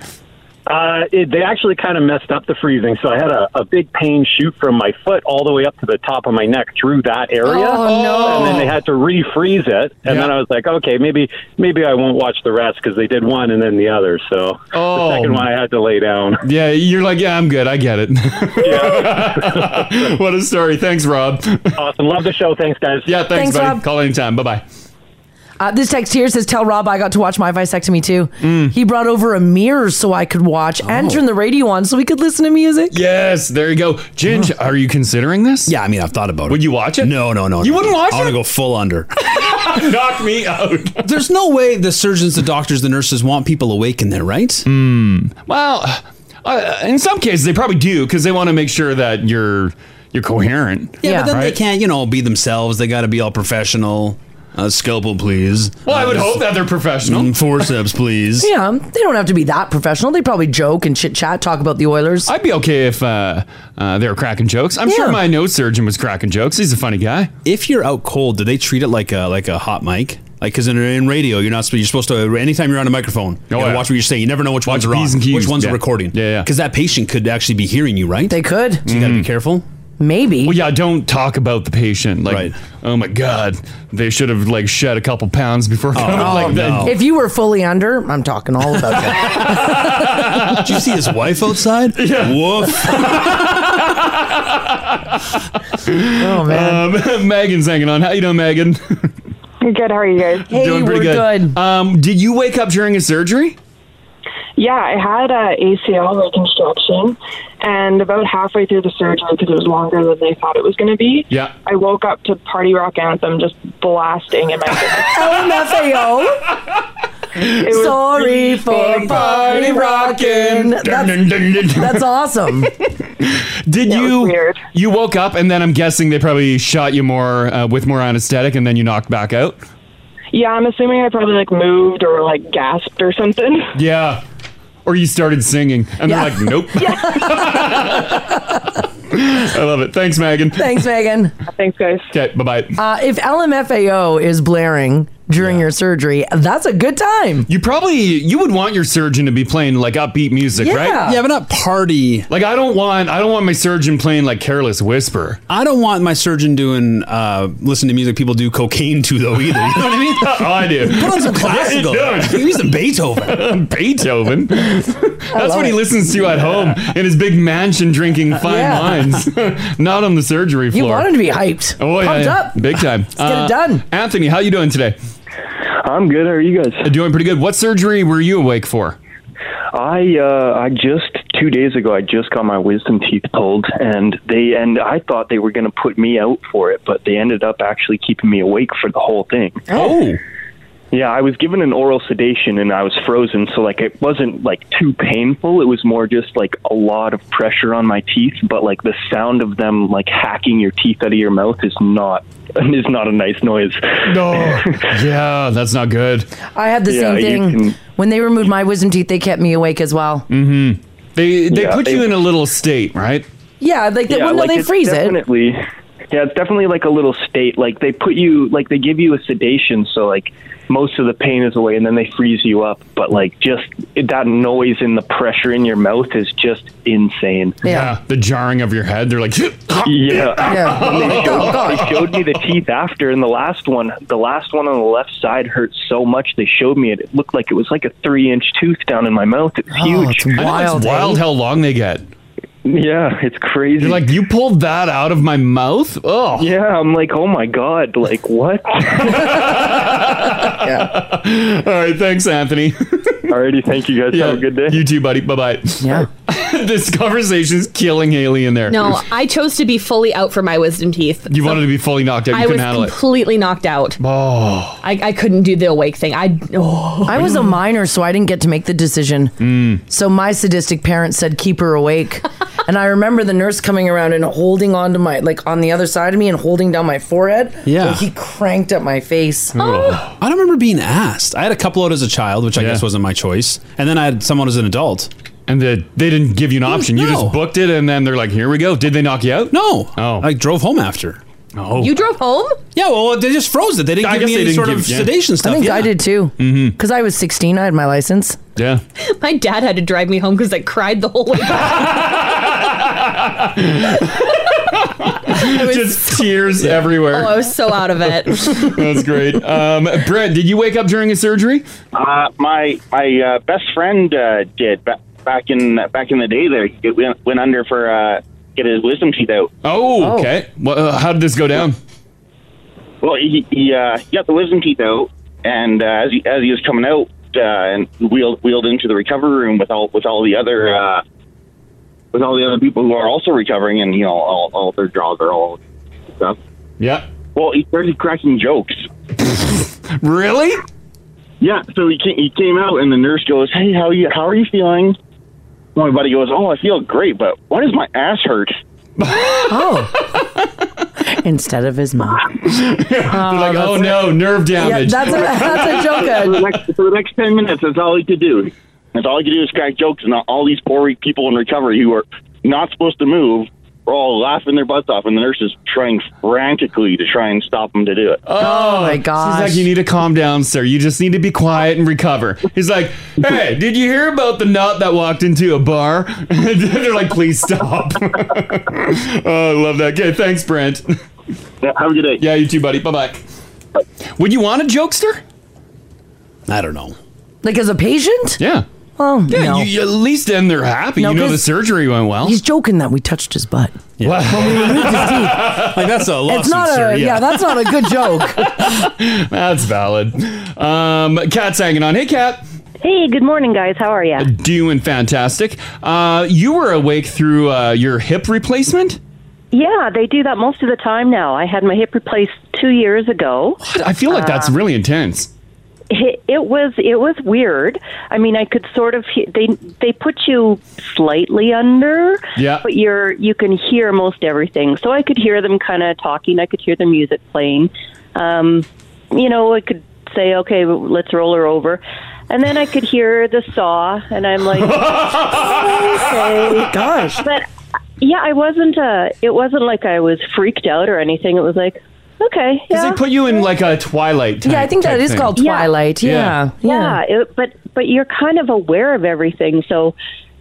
S: Uh, it, they actually kind of messed up the freezing, so I had a, a big pain shoot from my foot all the way up to the top of my neck through that area.
B: Oh, no.
S: And then they had to refreeze it, and then I was like, okay, maybe maybe I won't watch the rest because they did one and then the other. So
C: Oh.
S: the second one I had to lay down.
C: Yeah, you're like, yeah, I'm good. I get it. what a story. Thanks, Rob.
S: Awesome. Love the show. Thanks, guys.
C: Yeah, thanks,
B: Thanks,
C: buddy.
B: Rob.
C: Call anytime. Bye bye.
B: Uh, this text here says, "Tell Rob I got to watch my vasectomy too.
C: Mm.
B: He brought over a mirror so I could watch
C: Oh.
B: and turn the radio on so we could listen to music."
C: Yes, there you go. Ginge, are you considering this?
D: Yeah, I mean, I've thought about it.
C: Would you watch it?
D: Oh, No, no, no.
C: You
D: no.
C: wouldn't watch
D: I want
C: it?
D: to go full under.
C: Knock me out.
D: There's no way the surgeons, the doctors, the nurses want people awake in there, right?
C: Hmm. Well, uh, in some cases, they probably do because they want to make sure that you're you're coherent.
D: Yeah, but then
C: Right?
D: they can't, you know, be themselves. They got to be all professional. Uh, scalpel, please.
C: Well, I would
D: Uh,
C: hope that they're professional.
D: mm, Forceps, please.
B: Yeah, they don't have to be that professional. They probably joke and chit chat, talk about the Oilers.
C: I'd be okay if uh, uh, they were cracking jokes. I'm sure
B: Yeah.
C: my nose surgeon was cracking jokes. He's a funny guy.
D: If you're out cold, do they treat it like a like a hot mic? Like, because in, in radio, you're not supposed- you're supposed to anytime you're on a microphone, you gotta
C: Oh, yeah.
D: watch what you're saying. You never know which ones are
C: P's
D: on,
C: and Q's,
D: which ones
C: yeah.
D: are recording. Yeah, yeah. Because that patient could actually be hearing you, right?
B: They could. So
D: you gotta be careful.
B: Maybe.
C: Mm. Well, yeah. Don't talk about the patient. Like, oh my god, they should have like shed a couple pounds
D: Oh,
C: before coming like that.
B: Oh, If you were fully under, I'm talking all about that.
D: Did you see his wife outside? Yeah. Woof.
B: oh
C: man, Uh, Megan's hanging on. How you doing, Megan?
K: Good. How are you guys?
C: doing pretty good. Um, did you wake up during a surgery?
K: Yeah, I had a ACL reconstruction, and about halfway through the surgery, because it was longer than they thought it was going to be.
C: Yeah.
K: I woke up to Party Rock Anthem just blasting in my Oh,
B: LMFAO.
K: It was-
B: Sorry for party rocking. That's, that's awesome.
C: Did you? You woke up, and then I'm guessing they probably shot you more uh, with more anesthetic, and then you knocked back out.
K: Yeah, I'm assuming I probably like moved or like gasped or something.
C: Yeah. or you started singing. And
B: Yeah.
C: they're like, nope. I love it. Thanks, Megan.
B: Thanks, Megan.
C: Thanks, guys. Okay, bye bye.
B: Uh, if LMFAO is blaring during your surgery, that's a good time.
C: You probably you would want your surgeon to be playing like upbeat music,
B: Yeah.
C: right?
B: Yeah, but
C: not party. Like I don't want I don't want my surgeon playing like Careless Whisper.
T: I don't want my surgeon doing uh, listen to music people do cocaine to though either. You know what I mean?
C: oh, I do.
T: Put on some
C: What are you
T: classical.
C: doing?
T: Give me some Beethoven.
C: Beethoven. That's
T: love
C: what he
T: it.
C: listens to at home in his big mansion drinking fine
B: Yeah.
C: wines, not on the surgery floor.
B: want him to be hyped.
C: Oh, yeah,
B: Pumped
C: yeah.
B: up.
C: Big time. Let's
B: get it done.
C: Anthony, how you doing today? I'm good. How are you guys? Doing pretty good. What surgery were you awake for?
F: I uh, I just two days ago I just got my wisdom teeth pulled, and they and I thought they were going to put me out for it, but they ended up actually keeping me awake for the whole thing.
T: Oh.
F: Yeah, I was given an oral sedation and I was frozen, so like it wasn't like too painful. It was more just like a lot of pressure on my teeth, but like the sound of them like hacking your teeth out of your mouth is not is not a nice noise.
C: No. yeah, that's not good.
B: I had the
F: Yeah,
B: same
F: you
B: thing.
F: can-
B: When they removed my wisdom teeth, they kept me awake as well.
C: Mm-hmm. They they
F: Yeah,
C: put
F: they-
C: you in a little state, right?
B: Yeah, like they,
F: yeah,
B: when
F: like
B: they
F: it's
B: freeze it.
F: definitely, Yeah, it's definitely like a little state. Like they put you, like they give you a sedation, so like most of the pain is away, and then they freeze you up. But like just that noise and the pressure in your mouth is just insane.
C: Yeah. The jarring of your head. They're like,
F: Yeah.
C: Yeah.
F: And they,
C: Oh,
F: showed,
C: God.
F: they showed me the teeth after, and the last one, the last one on the left side hurt so much. They showed me it. It looked like it was like a three-inch tooth down in my mouth. It's huge.
C: I know It's wild how long they get.
F: Yeah, it's crazy.
C: You're like, you pulled that out of my mouth? Oh.
F: Yeah, I'm like, oh my God, like what?
C: All right, thanks, Anthony.
F: Alrighty, thank you guys. Have a good day.
C: You too, buddy. Bye bye.
B: Yeah.
C: this conversation's killing Haley in there.
H: No, I chose to be fully out for my wisdom teeth.
C: You wanted to be fully knocked out. You
H: I
C: couldn't
H: was
C: handle
H: completely knocked out.
C: Oh.
H: I, I couldn't do the awake thing. I oh.
B: I was a minor, so I didn't get to make the decision. So my sadistic parents said, "Keep her awake," and I remember the nurse coming around and holding onto my like on the other side of me and holding down my forehead.
T: Yeah.
B: Well, he cranked up my face.
C: Oh.
T: I don't remember being asked. I had a couple out as a child, which I guess wasn't my choice, and then I had someone as an adult.
C: And the, they didn't give you an option. You just booked it, and then they're like, "Here we go." Did they knock you out?
T: No.
C: Oh,
T: I drove home after.
C: Oh,
H: You drove home?
T: Yeah, well, they just froze it. They didn't
C: I
T: give
C: guess
T: me
C: they
T: any
C: didn't
T: sort
C: give-
T: of
C: yeah.
T: sedation stuff.
B: I think
T: yeah. Mm-hmm.
B: I did too, because I was 16. I had my license.
C: Yeah.
H: My dad had to drive me home because I cried the whole way back.
C: just tears everywhere.
H: Oh, I was so out of it.
C: That's great. Um, Brent, did you wake up during a surgery?
U: Uh, my my uh, best friend uh, did ba- back in back in the day. There, he went, went under for uh, get his wisdom teeth out.
C: Oh, okay. Well, uh, how did this go down?
U: Well, he, he, uh, he got the wisdom teeth out, and uh, as he as he was coming out uh, and wheeled wheeled into the recovery room with all with all the other uh, with all the other people who are also recovering, and you know all, all their jaws are all stuff.
C: Yeah.
U: Well, he started cracking jokes.
C: really?
U: Yeah. So he came, he came out, and the nurse goes, "Hey, how you how are you feeling?" My buddy goes, "Oh, I feel great, but why does my ass hurt?"
B: Oh. Instead of his mom.
C: They're like, oh no, nerve damage.
B: that's a- that's a joke.
U: for, the next, for the next ten minutes, that's all he could do. That's all he could do is crack jokes, and all these poor people in recovery who are not supposed to move are all laughing their butts off, and the nurse is trying frantically to try and stop them to do it.
C: Oh, my
U: gosh.
C: She's like, you need to calm down, sir. You just need to be quiet and recover. He's like, hey, did you hear about the nut that walked into a bar? And They're like, please stop. oh, I love that. Okay, thanks, Brent.
U: have a good day.
C: Yeah, you too, buddy. Bye bye. Would you want a jokester?
T: I don't know.
B: Like as a patient?
C: Yeah.
B: Oh,
C: Yeah,
B: no.
C: you, you at least then they're happy.
B: No,
C: you know the
B: 'cause
C: surgery went well.
B: He's joking that we touched his butt.
C: Well,
T: like that's a
B: it's not a yeah. that's not a good joke.
C: That's valid. Um, Kat's hanging on. Hey, Kat.
V: Hey, good morning, guys. How are you?
C: Doing fantastic. Uh, you were awake through uh, your hip replacement?
V: Yeah, they do that most of the time now. I had my hip replaced two years ago.
C: I feel like that's
V: Uh,
C: really intense.
V: it, it was it was weird. I mean, I could sort of he- they they put you slightly under,
C: Yeah.
V: but you're you can hear most everything. So I could hear them kind of talking. I could hear the music playing. Um, you know, I could say, okay, w- let's roll her over. And then I could hear the saw, and I'm like, okay.
B: Gosh.
V: But yeah, I wasn't, uh, it wasn't like I was freaked out or anything. It was like, okay.
C: Because
V: yeah.
C: they put you in like a twilight. Type,
V: Yeah, I think that
C: type
V: is
C: thing.
V: called Yeah. Twilight,
C: Yeah.
V: yeah, it, but but you're kind of aware of everything so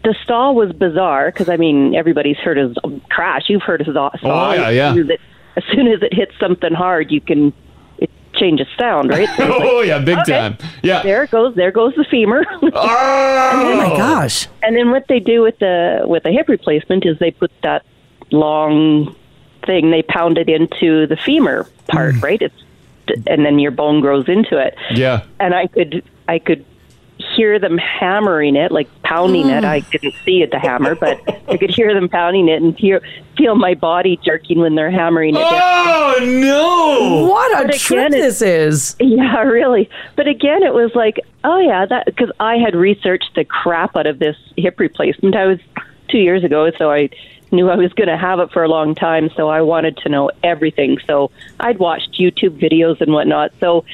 V: the stall was bizarre because i mean everybody's heard of crash you've heard of saw
C: Oh, yeah, yeah.
V: As, soon as, it, as soon as it hits something hard you can it changes sound right So it's
C: oh yeah, big
V: okay,
C: time. Yeah.
V: there it goes there goes the femur oh
C: my
B: gosh
V: and then what they do with the with the hip replacement is they put that long thing they pound it into the femur part right it's and then your bone grows into it
C: Yeah.
V: and I could I could hear them hammering it, like pounding it. I didn't see it the hammer, but I could hear them pounding it and hear feel my body jerking when they're hammering it.
C: Oh no!
B: What a trip this is!
V: Yeah, really. But again, it was like, oh yeah, that because I had researched the crap out of this hip replacement. I was two years ago, so I knew I was going to have it for a long time. So I wanted to know everything. So I'd watched YouTube videos and whatnot. So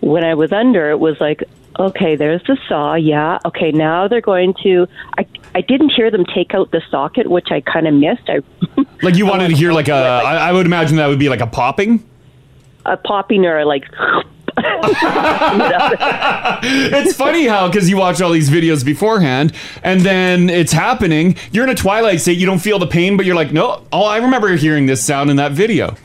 V: when I was under, it was like, okay, there's the saw. Yeah. Okay. Now they're going to, I, I didn't hear them take out the socket, which I kind of missed. I,
C: Like you wanted to hear like a. I I would imagine that would be like a popping.
V: a popping or like,
C: it's funny how because you watch all these videos beforehand and then it's happening. You're in a twilight state. You don't feel the pain, but you're like, no. Oh, I remember hearing this sound in that video.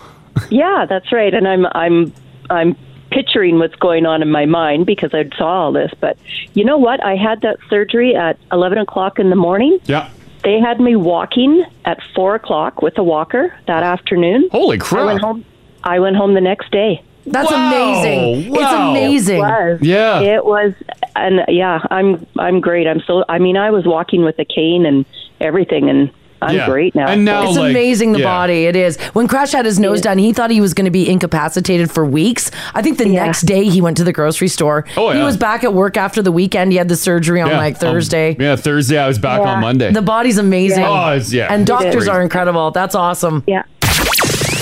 V: yeah, that's right. And I'm, I'm, I'm picturing what's going on in my mind because I saw all this, but you know what? I had that surgery at 11 o'clock in the morning.
C: Yeah.
V: They had me walking at four o'clock with a walker that afternoon.
C: Holy
V: I
C: crap.
V: went home, I went home the next day.
B: That's Wow. amazing. It's Wow. amazing.
V: It was.
B: Yeah.
V: It was and yeah, I'm I'm great. I'm so I mean, I was walking with a cane and everything and I'm
B: Yeah.
V: great now.
B: it's amazing the body. It is. When Crash had his nose done, he thought he was going to be incapacitated for weeks. I think the next day he went to the grocery store.
C: Oh,
B: He
C: yeah.
B: was back at work after the weekend. He had the surgery on
C: Yeah.
B: like
C: Um,
B: Thursday.
C: yeah, Thursday. I was back on Monday.
B: The body's amazing.
C: Oh, it's- yeah.
B: And
C: It
B: doctors
C: is.
B: are incredible. That's awesome.
V: Yeah.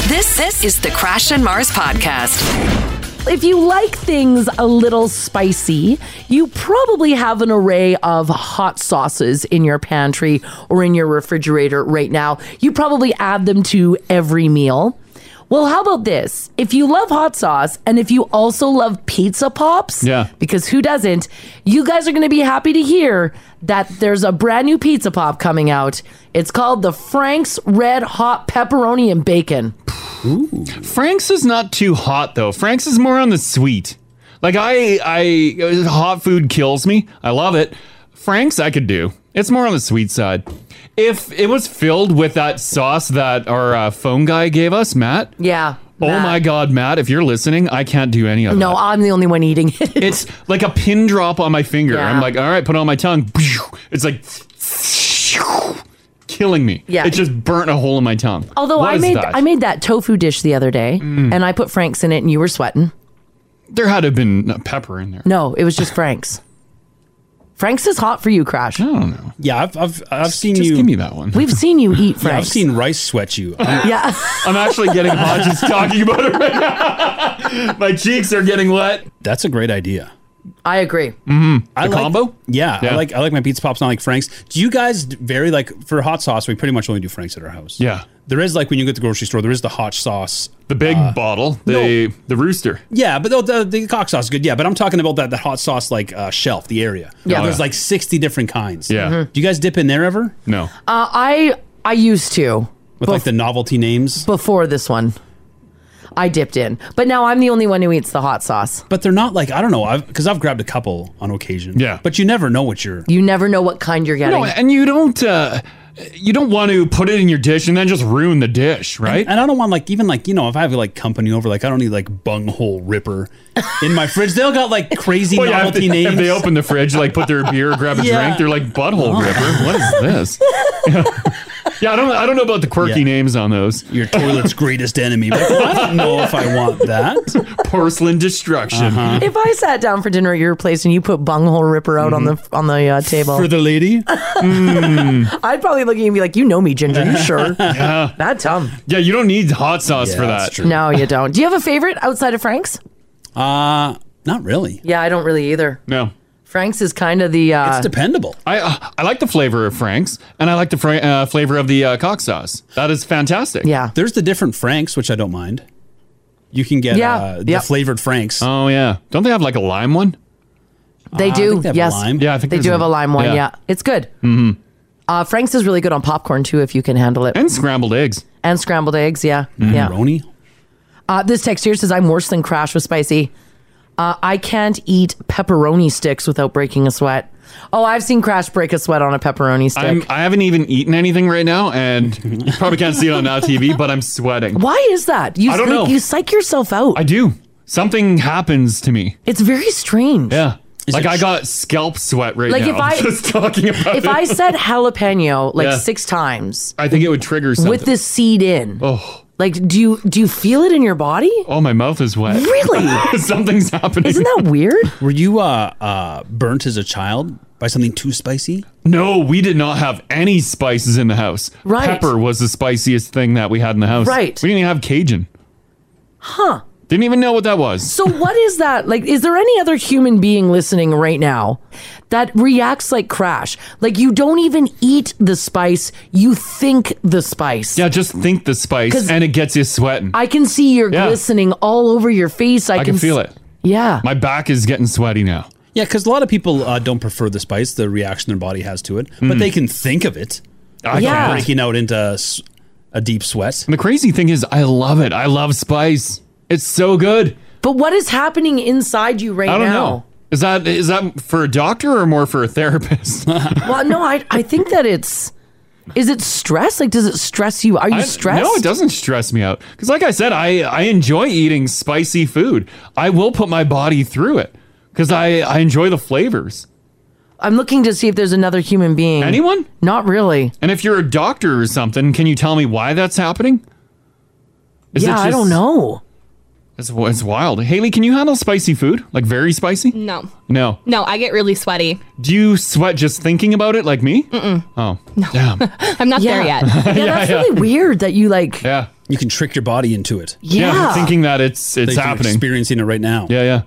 A: This this is the Crash and Mars podcast.
B: If you like things a little spicy, you probably have an array of hot sauces in your pantry or in your refrigerator right now. You probably add them to every meal. Well, how about this? If you love hot sauce and if you also love pizza pops,
C: Yeah.
B: because who doesn't? You guys are going to be happy to hear that there's a brand new pizza pop coming out. It's called the Frank's Red Hot Pepperoni and Bacon.
C: Frank's is not too hot though. Frank's is more on the sweet. Like I, I hot food kills me. I love it. Frank's I could do. It's more on the sweet side. If it was filled with that sauce that our uh, phone guy gave us, Matt.
B: Yeah.
C: Oh my God, Matt! If you're listening, I can't do any of it.
B: No, I'm the only one eating it.
C: It's like a pin drop on my finger.
B: Yeah.
C: I'm like, all right, put it on my tongue. It's like killing me.
B: Yeah.
C: It just burnt a hole in my tongue.
B: Although
C: What
B: I
C: is
B: made
C: that?
B: I made that tofu dish the other day, and I put Frank's in it, and you were sweating.
C: there had to have been uh, pepper in there.
B: No, it was just Frank's. Frank's is hot for you, Crash. I
C: don't know.
D: Yeah, I've I've, I've seen
B: just
D: you.
B: give
C: me that one.
B: We've seen you eat
D: Yeah, I've
B: Frank's.
D: seen rice sweat you.
B: yeah.
C: I'm actually getting hot just talking about it right now. My cheeks are getting wet.
D: That's a great idea.
B: I agree.
D: Mm-hmm.
C: The combo?
D: Yeah,
C: Yeah.
D: I like I like my pizza pops not like Frank's. Do you guys vary like for hot sauce? We pretty much only do Frank's at our house.
C: Yeah.
D: There is like when you go to the grocery store, there is the hot sauce, uh,
C: the big bottle, the the rooster.
D: Yeah, but the, the, the cock sauce is good. Yeah, but I'm talking about that the hot sauce like uh, shelf, the area.
B: Yeah.
D: Yeah, there's like 60 different kinds.
B: Yeah. Mhm.
D: Do you guys dip in there ever?
C: No.
B: Uh, I I used to
D: With like the novelty names
B: before this one. I dipped in, but now I'm the only one who eats the hot sauce.
D: But they're not like I don't know. I've because I've grabbed a couple on occasion. Yeah. But you never know what you're.
B: You never know what kind you're getting.
C: No, and you don't uh, you don't want to put it in your dish and then just ruin the dish, right?
D: And I don't want like even like you know if I have like company over like I don't need like bunghole ripper in my fridge. They all got like crazy
C: Well, yeah, if
D: novelty
C: they,
D: names.
C: If they open the fridge, like put their beer, grab a
D: Yeah.
C: drink, they're like butthole
D: Oh.
C: ripper. What is this? yeah, I don't I don't know about the quirky names on those.
D: Your toilet's greatest enemy. But I don't know if I want that. Uh-huh.
C: Porcelain destruction.
B: If I sat down for dinner at your place and you put bunghole ripper out on the on the uh, table
D: For the lady,
B: I'd probably look at you and be like, "You know me, Ginger. You sure?
C: Yeah.
B: That's dumb.
C: Yeah, you don't need hot sauce
B: Yeah,
C: for
B: that's
C: that.
B: No, you don't. Do you have a favorite outside of Frank's?
D: Uh Not really.
B: Yeah, I don't really either.
C: No.
B: Frank's is kind of the. Uh,
D: dependable.
C: I uh, I like the flavor of Frank's, and I like the fr- uh, flavor of the uh, cock sauce. That is fantastic.
B: Yeah.
D: There's the different Franks, which I don't mind. You can get
C: Yeah.
D: uh, the
C: Yep.
D: flavored Franks.
C: Oh yeah, don't they have like a lime one?
B: They
D: Ah, I
B: do.
D: think they have a
B: yes.
D: lime.
C: Yeah, I think
B: they
C: there's
B: do
C: a-
B: have a lime one.
C: yeah.
B: Yeah. It's good.
C: Mm-hmm.
B: Uh, Frank's is really good on popcorn too, if you can handle it.
C: And scrambled eggs.
B: And scrambled eggs. Yeah. Yeah.
D: Mm-hmm. Macaroni.
B: Uh, this text here says, I'm worse than Crash with spicy. Uh, I can't eat pepperoni sticks without breaking a sweat. Oh, I've seen Crash break a sweat on a pepperoni stick.
C: I'm, I haven't even eaten anything right now, and you probably can't see it on Now TV, but I'm sweating.
B: Why is that? You
C: I don't
B: psych,
C: know.
B: You psych yourself out.
C: I do. Something happens to me.
B: It's very strange.
C: Yeah. like I got scalp sweat right
B: like
C: now.
B: if I
C: just talking about
B: if
C: it.
B: I said jalapeno like
C: Yeah.
B: six times
C: I think it would trigger something.
B: with this seed in,
C: oh,
B: like do you do you feel it in your body?
C: oh, my mouth is wet.
B: Really?
C: Something's happening.
B: Isn't that weird?
D: Were you uh, uh, burnt as a child by something too spicy?
C: No, we did not have any spices in the house.
D: Right.
C: Pepper was the spiciest thing that we had in the house.
B: Right.
C: We didn't even have Cajun.
B: Huh.
C: Didn't even know what that was.
B: So what is that? Like is there any other human being listening right now that reacts like crash? Like you don't even eat the spice, you think the spice.
C: Yeah, just think the
B: 'Cause-
C: spice and it gets you sweating.
B: I can see you're
C: Yeah.
B: glistening all over your face. I,
C: I can feel
B: s-
C: it.
B: Yeah.
C: My back is getting sweaty now.
D: Yeah, because a lot of people uh, don't prefer the spice, the reaction their body has to it, but
C: Mm.
D: they can think of it.
C: I Yeah. can't.
D: breaking out into s- a deep sweat.
C: And the crazy thing is, I love it. I love spice. It's so good.
B: But what is happening inside you right
C: I don't
B: now?
C: know. Is that is that for a doctor or more for a therapist?
B: Well, no, I I think that it's is it stress? Like, does it stress you? Are you
C: I-
B: stressed?
C: No, it doesn't stress me out. Because, like I said, I, I enjoy eating spicy food. I will put my body through it because I, I enjoy the flavors.
B: I'm looking to see if there's another human being.
C: Anyone?
B: Not really.
C: And if you're a doctor or something, can you tell me why that's happening?
B: Yeah, I don't know.
C: It's, it's wild. Haley, can you handle spicy food? Like very spicy?
H: No.
C: No.
H: No, I get really sweaty.
C: Do you sweat just thinking about it like me?
H: Mm-mm.
C: Oh. Damn.
H: I'm not there yet.
B: yeah,
C: Yeah,
B: that's
C: yeah.
B: really weird that you like.
C: Yeah.
D: You can trick your body into it.
B: Yeah. Yeah, thinking
C: that it's it's
D: happening. Experiencing it right now.
C: Yeah, yeah.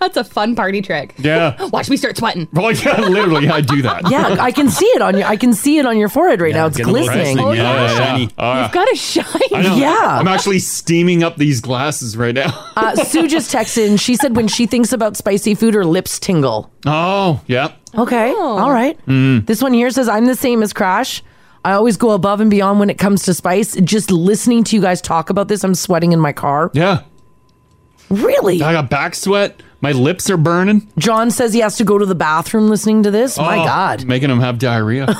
H: That's a fun party trick.
C: Yeah.
H: Watch me start sweating.
C: Oh, yeah, literally, I do that.
B: Yeah, I can see it on your. I can see it on your forehead right now. It's
C: Getting a little
B: glistening.
C: glistening. All right.
H: You've got to shine.
C: Uh, I know.
B: Yeah.
C: I'm actually steaming up these glasses right now.
B: Uh, Sue just texted in. She said when she thinks about spicy food, her lips tingle.
C: Oh, yeah.
B: Okay.
H: Oh.
B: All right.
C: Mm.
B: This one here says, I'm the same as Crash. I always go above and beyond when it comes to spice. Just listening to you guys talk about this, I'm sweating in my car.
C: Yeah.
B: Really?
C: I got back sweat. My lips are burning.
B: John says he has to go to the bathroom listening to this. My
D: Oh.
B: God. Oh
C: Making them have diarrhea.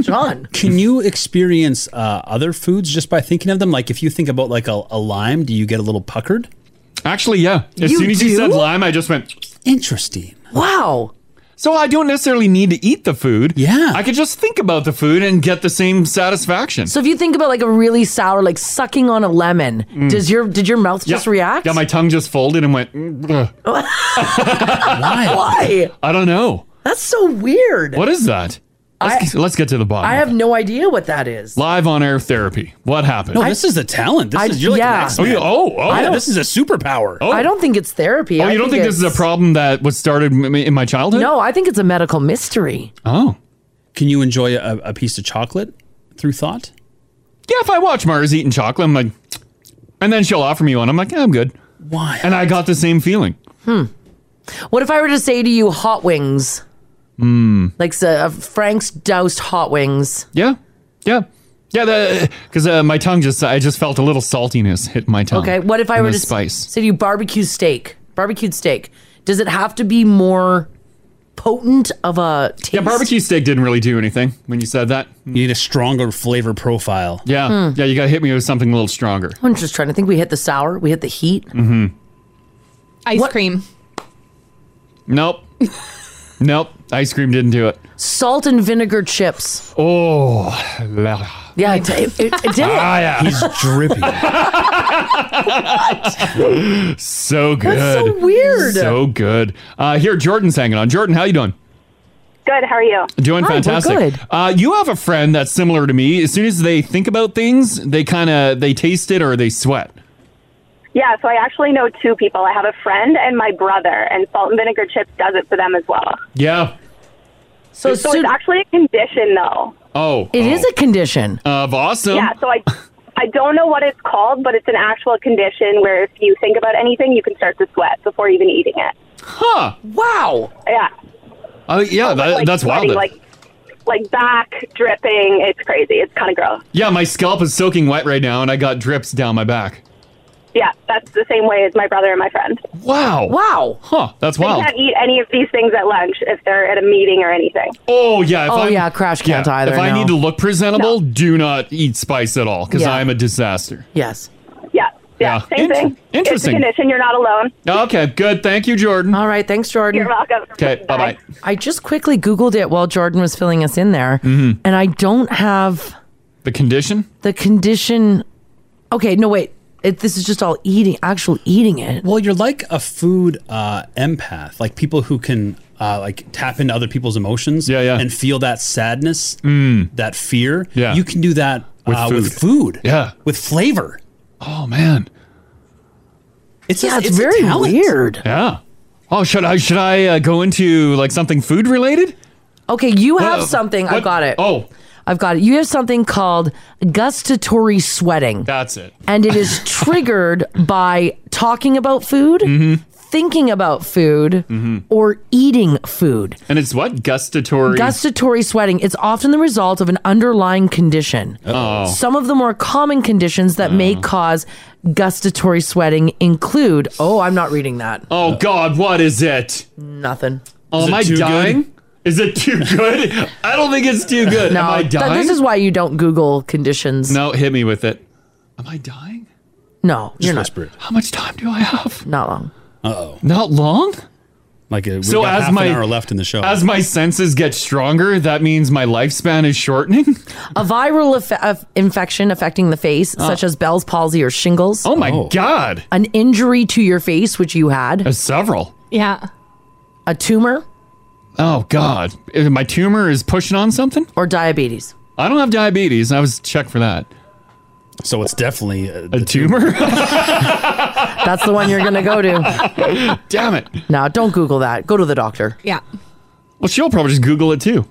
B: John.
D: Can you experience uh, other foods just by thinking of them? Like if you think about like a, a lime, do you get a little puckered?
C: Actually, yeah. As soon as you said lime, I just went.
D: Interesting.
B: Wow.
C: So I don't necessarily need to eat the food. Yeah. I could just think about the food and get the same satisfaction.
B: So if you think about like a really sour, like sucking on a lemon,
C: Mm.
B: does your did your mouth just
C: Yeah.
B: react?
C: Yeah, my tongue just folded and went. "Mm, ugh."
B: Why?
C: I don't know.
B: That's so weird.
C: What is that? Let's, let's get to the bottom.
B: I have no idea what that is.
C: Live on air therapy. What happened?
B: No, this is the talent. This I- is- you're like an yeah. X-Man.
C: Oh, you- oh, oh,
B: I don't-
D: This is a superpower.
C: Oh.
B: I don't think it's therapy.
C: Oh,
B: I
C: you don't think, this is a
B: it's-
C: problem that was started m- in my childhood?
B: No, I think it's a medical mystery.
C: Oh.
D: Can you enjoy a, a piece of chocolate through thought?
C: Yeah, if I watch Mars eating chocolate, I'm like, and then she'll offer me one. I'm like, yeah, I'm good.
D: Why?
C: And I got the same feeling.
B: Hmm. What if I were to say to you hot wings?
C: Hmm.
B: Like s- uh, Frank's doused hot wings.
C: Yeah. Yeah. Yeah, because uh, my tongue just, I just felt a little saltiness hit my tongue.
B: Okay. What if I
C: And
B: were
C: the
B: to s-
C: spice?
B: say to you barbecue steak? Barbecued steak. Does it have to be more potent of a taste?
C: Yeah, barbecue steak didn't really do anything when you said that. You
D: need a stronger flavor profile.
C: Yeah.
B: Hmm.
C: Yeah, you got to hit me with something a little stronger.
B: I'm just trying to think. We hit the sour. We hit the heat.
C: Mm
H: Ice cream.
C: hmm. Nope. nope. Ice cream didn't do it.
B: Salt and vinegar chips.
C: Oh.
B: Yeah, it, it, it, it did.
C: Ah, yeah. He's
D: dripping.
C: so good.
B: That's so weird.
C: So good. Uh, here, Jordan's hanging on. Jordan, how you doing?
E: Good. How are you?
C: Doing fantastic. Uh, you have a friend that's similar to me. As soon as they think about things, they kind of they taste it or they sweat.
E: Yeah, so I actually know two people. I have a friend and my brother, and salt and vinegar chips does it for them as well.
C: Yeah.
B: So,
E: so it's actually a condition, though.
C: Oh.
B: It is a condition.
C: Of awesome.
E: Yeah, so I I don't know what it's called, but it's an actual condition where if you think about anything, you can start to sweat before even eating it.
C: Huh.
B: Wow.
E: Yeah,
C: Uh,
B: Oh,
C: yeah, that, that's wild.
E: sweating, Like like back dripping. It's crazy. It's kind of gross.
C: yeah, my scalp is soaking wet right now, and I got drips down my back.
E: Yeah, that's the same way as my brother and my friend.
C: Wow.
B: Wow.
C: Huh. That's
E: They
C: wild.
E: can't eat any of these things at lunch if they're at a meeting or anything.
C: Oh yeah. If
E: Oh,
C: I'm-
E: yeah, crash can't either,
C: If I
E: no.
C: need to look presentable, do not eat spice at all because
E: Yeah.
C: I'm a disaster.
B: Yes.
E: Yeah. Yeah.
C: Yeah.
E: Same
C: Inter-
E: thing.
C: interesting.
E: It's a condition. You're not alone.
C: Okay. Good. Thank you, Jordan.
B: All right. Thanks, Jordan.
E: You're welcome.
C: Okay. Bye bye.
B: I just quickly Googled it while Jordan was filling us in there,
C: Mm-hmm.
B: and I don't have
C: The condition.
B: the condition. Okay, no, wait. It, this is just all eating, actual eating it.
D: Well, you're like a food uh, empath, like people who can uh, like tap into other people's emotions, yeah, yeah. and feel that sadness,
C: Hmm.
D: that fear. Yeah, you can do that
C: With
D: uh, with food, yeah, with flavor.
C: Oh man,
D: it's yeah, it's, very
B: weird.
C: Yeah. Oh, should I should I uh, go into like something food related?
B: Okay, you have
C: Uh,
B: something. I've
C: what-
B: got it.
C: Oh.
B: I've got it. You have something called gustatory sweating.
C: That's it.
B: And it is triggered by talking about food,
C: Mm-hmm.
B: thinking about food,
D: Mm-hmm.
B: or eating food.
C: And it's what gustatory.
B: Gustatory sweating. It's often the result of an underlying condition.
C: Oh.
B: Some of the more common conditions that may cause gustatory sweating include oh, I'm not reading that.
C: Oh God, what is it?
B: Nothing.
C: Oh, am I dying? Is it too good? I don't think it's too good.
B: No,
C: am I
B: th-
C: dying?
B: this is why you don't Google conditions.
C: no, hit me with it. Am I dying?
B: No,
C: Just
B: you're not.
C: whisper it. How much time do I have?
B: Not long.
D: Uh oh.
C: Not long.
D: Like a, we
C: So
D: got
C: as
D: half
C: my-
D: an hour left in the show.
C: As my senses get stronger, that means my lifespan is shortening.
B: A viral affe- of infection affecting the face,
C: Oh.
B: such as Bell's palsy or shingles.
C: Oh my Oh. God. Uh,
B: An injury to your face, which you had.
C: several.
B: Yeah. A tumor.
C: Oh God, Uh, my tumor is pushing on something.
B: Or diabetes.
C: I don't have diabetes. I was checked for that.
D: So it's definitely uh, a,
C: tumor.
B: That's the one you're going to go to.
C: Damn it.
B: No, don't Google that. Go to the doctor.
H: Yeah.
C: well, she'll probably just Google it too.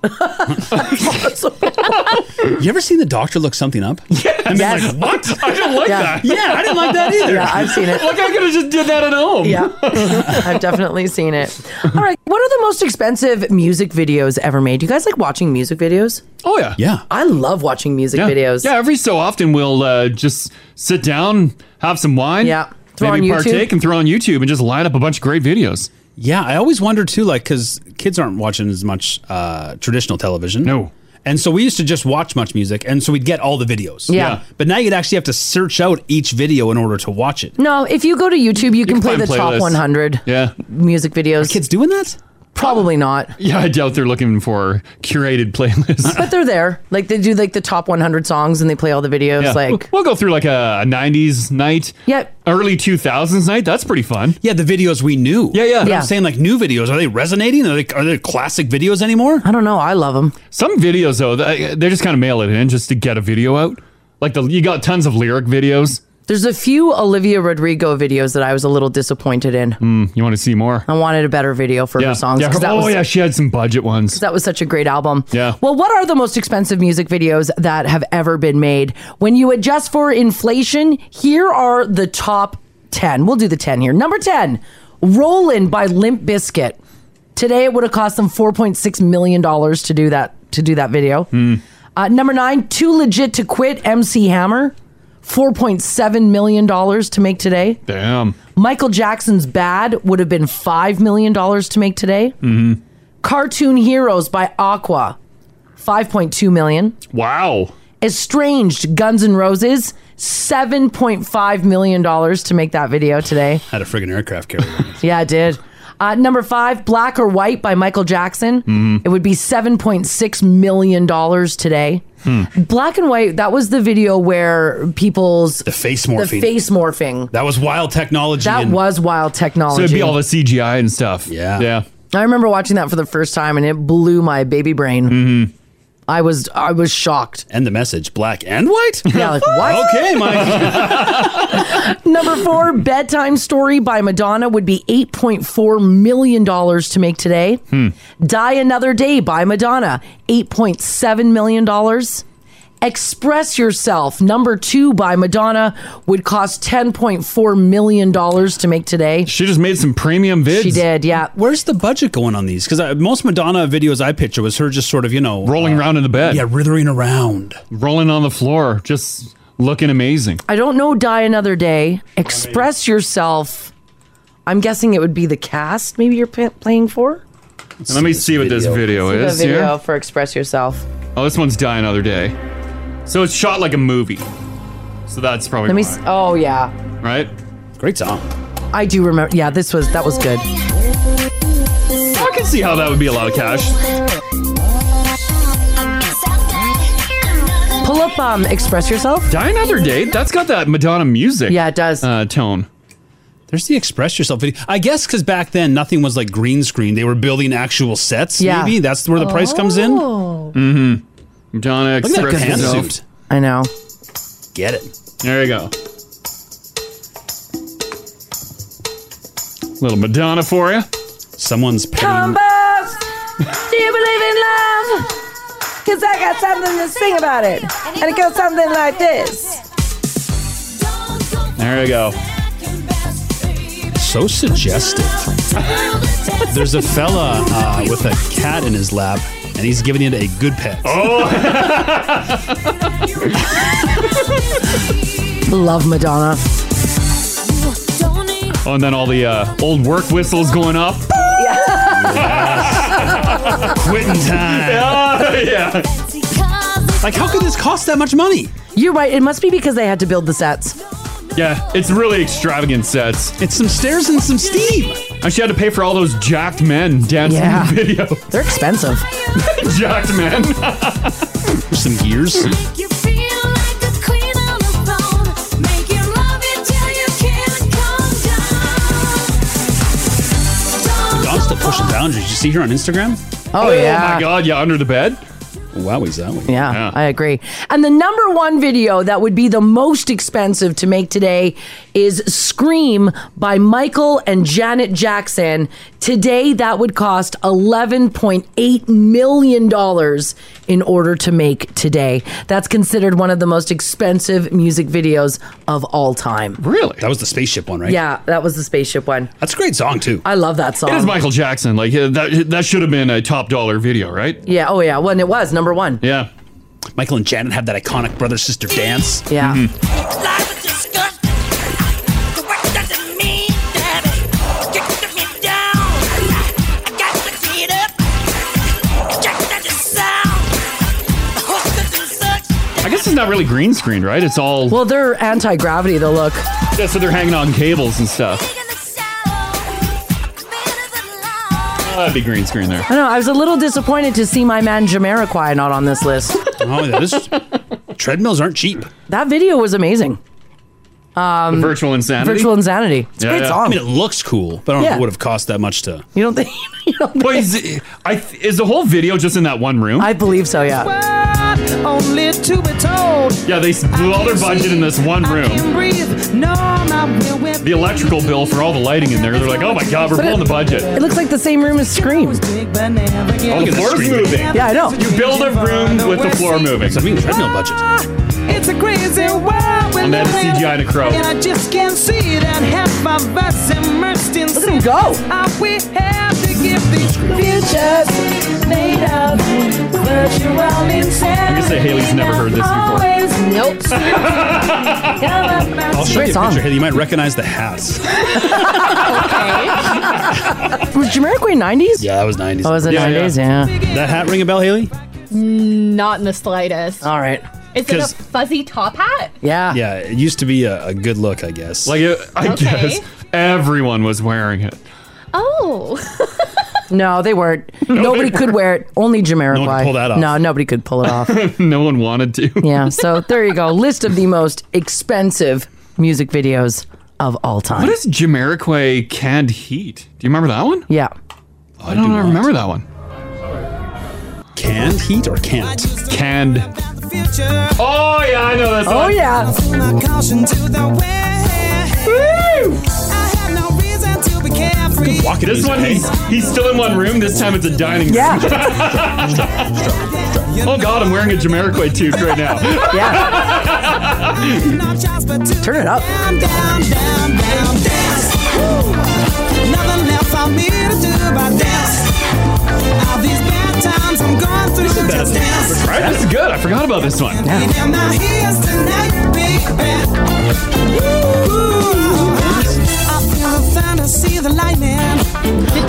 D: you ever seen the doctor look something up? Yeah. I mean,
B: Yes.
D: like, what? I
C: didn't like that.
D: Yeah, I didn't like that either.
B: Yeah, I've seen it.
C: Look, I could have just did that at home.
B: Yeah. I've definitely seen it. All right. What are the most expensive music videos ever made? Do you guys like watching music videos?
C: Oh, yeah.
D: Yeah.
B: I love watching music
C: yeah.
B: videos.
C: Yeah, every so often we'll uh, just sit down, have some wine, yeah,
B: Throw
C: maybe
B: on YouTube.
C: partake and throw on YouTube and just line up a bunch of great videos.
D: Yeah, I always wonder too, like because kids aren't watching as much uh, traditional television. No. And so we used to just watch much music, and so we'd get all the videos.
B: Yeah. Yeah.
D: But now you'd actually have to search out each video in order to watch it.
B: No, if you go to YouTube, you, can, play
C: find
B: the top
C: playlists.
B: 100
C: Yeah.
B: music videos.
D: kids doing that?
B: Probably not.
C: Yeah, I doubt they're looking for curated playlists.
B: But they're there. Like they do like the top 100 songs and they play all the videos.
C: Yeah.
B: Like,
C: we'll go through like a, a 90s night.
B: Yep.
C: Early 2000s night. That's pretty fun.
D: Yeah, the videos we knew.
C: Yeah, yeah.
D: But I'm saying like new videos. Are they resonating? Are they are they classic videos anymore?
B: I don't know. I love them.
C: Some videos though, they they just kind of mail it in just to get a video out. Like the you got tons of lyric videos.
B: There's a few Olivia Rodrigo videos that I was a little disappointed in.
C: Mm, you want to see more?
B: I wanted a better video for
C: yeah.
B: her songs.
C: Yeah.
B: 'cause that
C: oh
B: was,
C: yeah, she had some budget
B: 'cause
C: ones.
B: that was such a great album.
C: Yeah.
B: Well, what are the most expensive music videos that have ever been made? When you adjust for inflation, here are the top 10. We'll do the 10 here. Number 10, Rollin' by Limp Bizkit. Today it would have cost them 4.6 million dollars to do that to do that video.
C: Hmm.
B: Uh, number 9, Too Legit to Quit MC Hammer. 4.7 million dollars to make today.
C: Damn.
B: Michael Jackson's Bad would have been $5 million to make today.
C: Mm-hmm.
B: Cartoon Heroes by Aqua, 5.2 million.
C: Wow.
B: Estranged Guns N' Roses, 7.5 million dollars to make that video today.
D: Had a friggin' aircraft carrier.
B: yeah, it did. Uh, number five, Black or White by Michael Jackson.
D: Mhm.
B: It would be $7.6 million dollars today.
D: Hmm.
B: Black and White, that was the video where people's
D: the face morphing.
B: The face morphing.
D: That was wild technology.
B: That
D: and-
B: was wild
C: So
B: technology.
C: it'd be all the CGI and stuff. Yeah. Yeah. Mm-hmm.
B: I remember watching that for the first time and it blew my baby brain. I was I was shocked.
D: And the message, black and white.
B: Yeah, like what?
D: Okay, Mike.
B: Number four, bedtime story by Madonna would be eight point four million dollars to make today.
C: Hmm.
B: Die Another Day by Madonna, eight point seven million dollars. Express Yourself, number two by Madonna, would cost ten point four million dollars to make today.
C: She just made some premium vids.
B: She did, yeah.
D: Uh, Where's the budget going on these? Because most Madonna videos I picture was her just sort of, you know, uh,
C: rolling around in the bed.
D: Yeah, writhing around.
C: Rolling on the floor, just looking amazing.
B: I don't know. Die another day. Express yourself. I'm guessing it would be the cast. Maybe you're p- playing for.
C: Let me see what this video
B: Let's
C: is
B: see the video
C: here.
B: for Express Yourself.
C: Oh, this one's Die Another Day. So it's shot like a movie. So that's probably
B: Let me.
C: why,
B: s- Oh yeah,
C: right.
D: Great song.
B: I do remember. Yeah, this was that was good.
C: I can see how that would be a lot of cash.
B: Pull up um Express Yourself.
C: Die Another Day. That's got that Madonna music.
B: Yeah, it does.
C: Uh, tone.
D: There's the Express Yourself video. I guess because back then nothing was like green screen. They were building actual sets.
B: Yeah.
D: Maybe that's where the price comes in.
C: Mm-hmm. Madonna
D: Look at that
C: Express
D: pantsuit.
C: Yourself.
B: I know.
D: Get it.
C: There you go. Little Madonna for you.
D: Someone's
B: Come Buffs! Do you believe in love? Cause I got something to sing about it, and it goes something like this.
C: There you go.
D: So suggestive. There's a fella uh, with a cat in his lap, and he's giving it a good pet.
C: Oh.
B: Love Madonna.
C: Oh, and then all the uh, old work whistles going up.
D: Quitting time.
C: yeah.
D: Like, how could this cost that much money?
B: You're right. It must be because they had to build the sets.
C: Yeah, it's really extravagant sets.
D: It's some stairs and some steam.
C: And she had to pay for all those jacked men dancing
B: Yeah.
C: in the video.
B: They're expensive.
C: jacked men.
D: some gears. Don's still pushing boundaries. You see her on Instagram?
B: Oh, yeah.
C: my God, yeah, under the bed.
D: Wowie's that way.
B: Yeah, I agree. And the number one video that would be the most expensive to make today is Scream by Michael and Janet Jackson. Today, that would cost $11.8 million in order to make today. That's considered one of the most expensive music videos of all time.
C: Really?
D: That was the spaceship one, right?
B: Yeah, that was the spaceship one.
D: That's a great song, too.
B: I love that song.
C: It is Michael Jackson. Like uh, that. That should have been a top dollar video, right?
B: Yeah, oh, yeah. When it was number one.
C: Yeah.
D: Michael and Janet had that iconic brother sister dance.
B: Yeah.
C: Mm-hmm. I guess it's not really green screen, right? It's all
B: Well, they're anti gravity, though, look.
C: yeah. So they're hanging on cables and stuff. Oh, that'd be green screen there.
B: I know. I was a little disappointed to see my man Jamiroquai not on this list.
D: Oh, yeah, this treadmills aren't cheap.
B: that video was amazing. Um,
C: The virtual insanity.
B: Virtual insanity. It's a great song.
D: I mean, it looks cool, but I don't know if
B: Yeah.
D: it would have cost that much to.
B: you don't think?
C: Wait, is, it- I, is the whole video just in that one room?
B: I believe so. Yeah.
G: Only to be told.
C: Yeah, they blew all their budget in this one room. The electrical bill for all the lighting in there. They're like, oh my god, we're
B: But it-
C: blowing the budget.
B: It looks like the same room as Scream.
C: Oh, the floor's moving.
B: Yeah, I know.
C: You build a room with the floor moving. So
D: I mean, treadmill budget.
G: It's a crazy world we
C: And then
G: live in.
C: CGI to crow.
G: And I just can't see it and have my bus immersed in Look at him
B: go.
G: we have to give these futures made of virtual insanity.
C: I say Haley's never heard this before.
G: Nope.
D: I'll show you a picture, Haley. You might recognize the hats.
B: Was Jamiroquai nineties?
D: Yeah, that was 90s.
B: Oh, was it
D: Yeah, yeah.
B: 90s? Yeah.
D: That hat ring a bell, Haley?
H: Not in the slightest.
B: All right.
H: Is it a
D: 'Cause-
H: fuzzy top hat?
B: Yeah.
D: Yeah, it used to be a, a good look, I guess.
C: Like, it, I
H: Okay.
C: guess everyone was wearing it.
H: Oh.
B: No, they weren't. nobody could wear it. Only Jamiroquai.
C: No one could pull that off.
B: No, nobody could pull it off.
C: no one wanted to.
B: yeah. So there you go. List of the most expensive music videos of all time.
C: What is Jamiroquai canned heat? Do you remember that one?
B: Yeah.
C: I, don't remember that one.
D: Canned heat or can't?
C: Canned.
G: Oh yeah, I know that
C: song.
G: Oh yeah.
C: This one, he's, he's still in one room. This time it's a dining
G: Yeah.
C: room. oh, God, I'm wearing a Jamiroquai tube right now.
G: Turn it up.
C: This is good. I forgot about this one.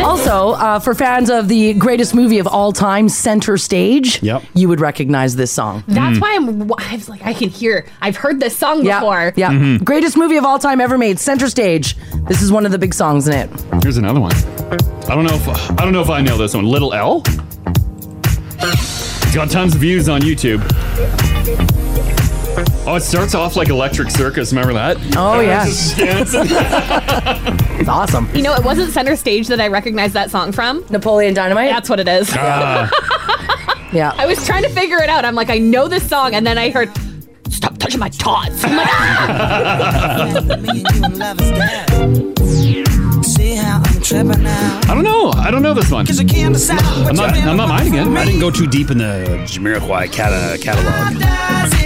B: Also, uh, for fans of the greatest movie of all time, Center Stage, yep. you would recognize this song.
H: That's
C: Mm-hmm.
H: why I'm. wh- I was like, I can hear. I've heard this song before.
B: Mm. Yeah.
C: Mm. Mm-hmm.
B: Greatest movie of all time ever made, Center Stage. This is one of the big songs in it.
C: Here's another one. I don't know if I don't know if I know this one. Little L. It's got tons of views on YouTube. Oh, it starts off like Electric Circus. Remember that?
B: Oh, yeah.
C: it's
B: awesome.
H: You know, it wasn't center stage that I recognized that song from.
B: Napoleon Dynamite.
H: That's what it is.
C: Ah.
B: yeah.
H: I was trying to figure it out. I'm like, I know this song, and then I heard, "Stop touching my tots." I'm like, "Ah."
C: I don't know. I don't know this one. I'm not. I'm not mine again.
T: I didn't go too deep in the Jamiroquai cat- catalog.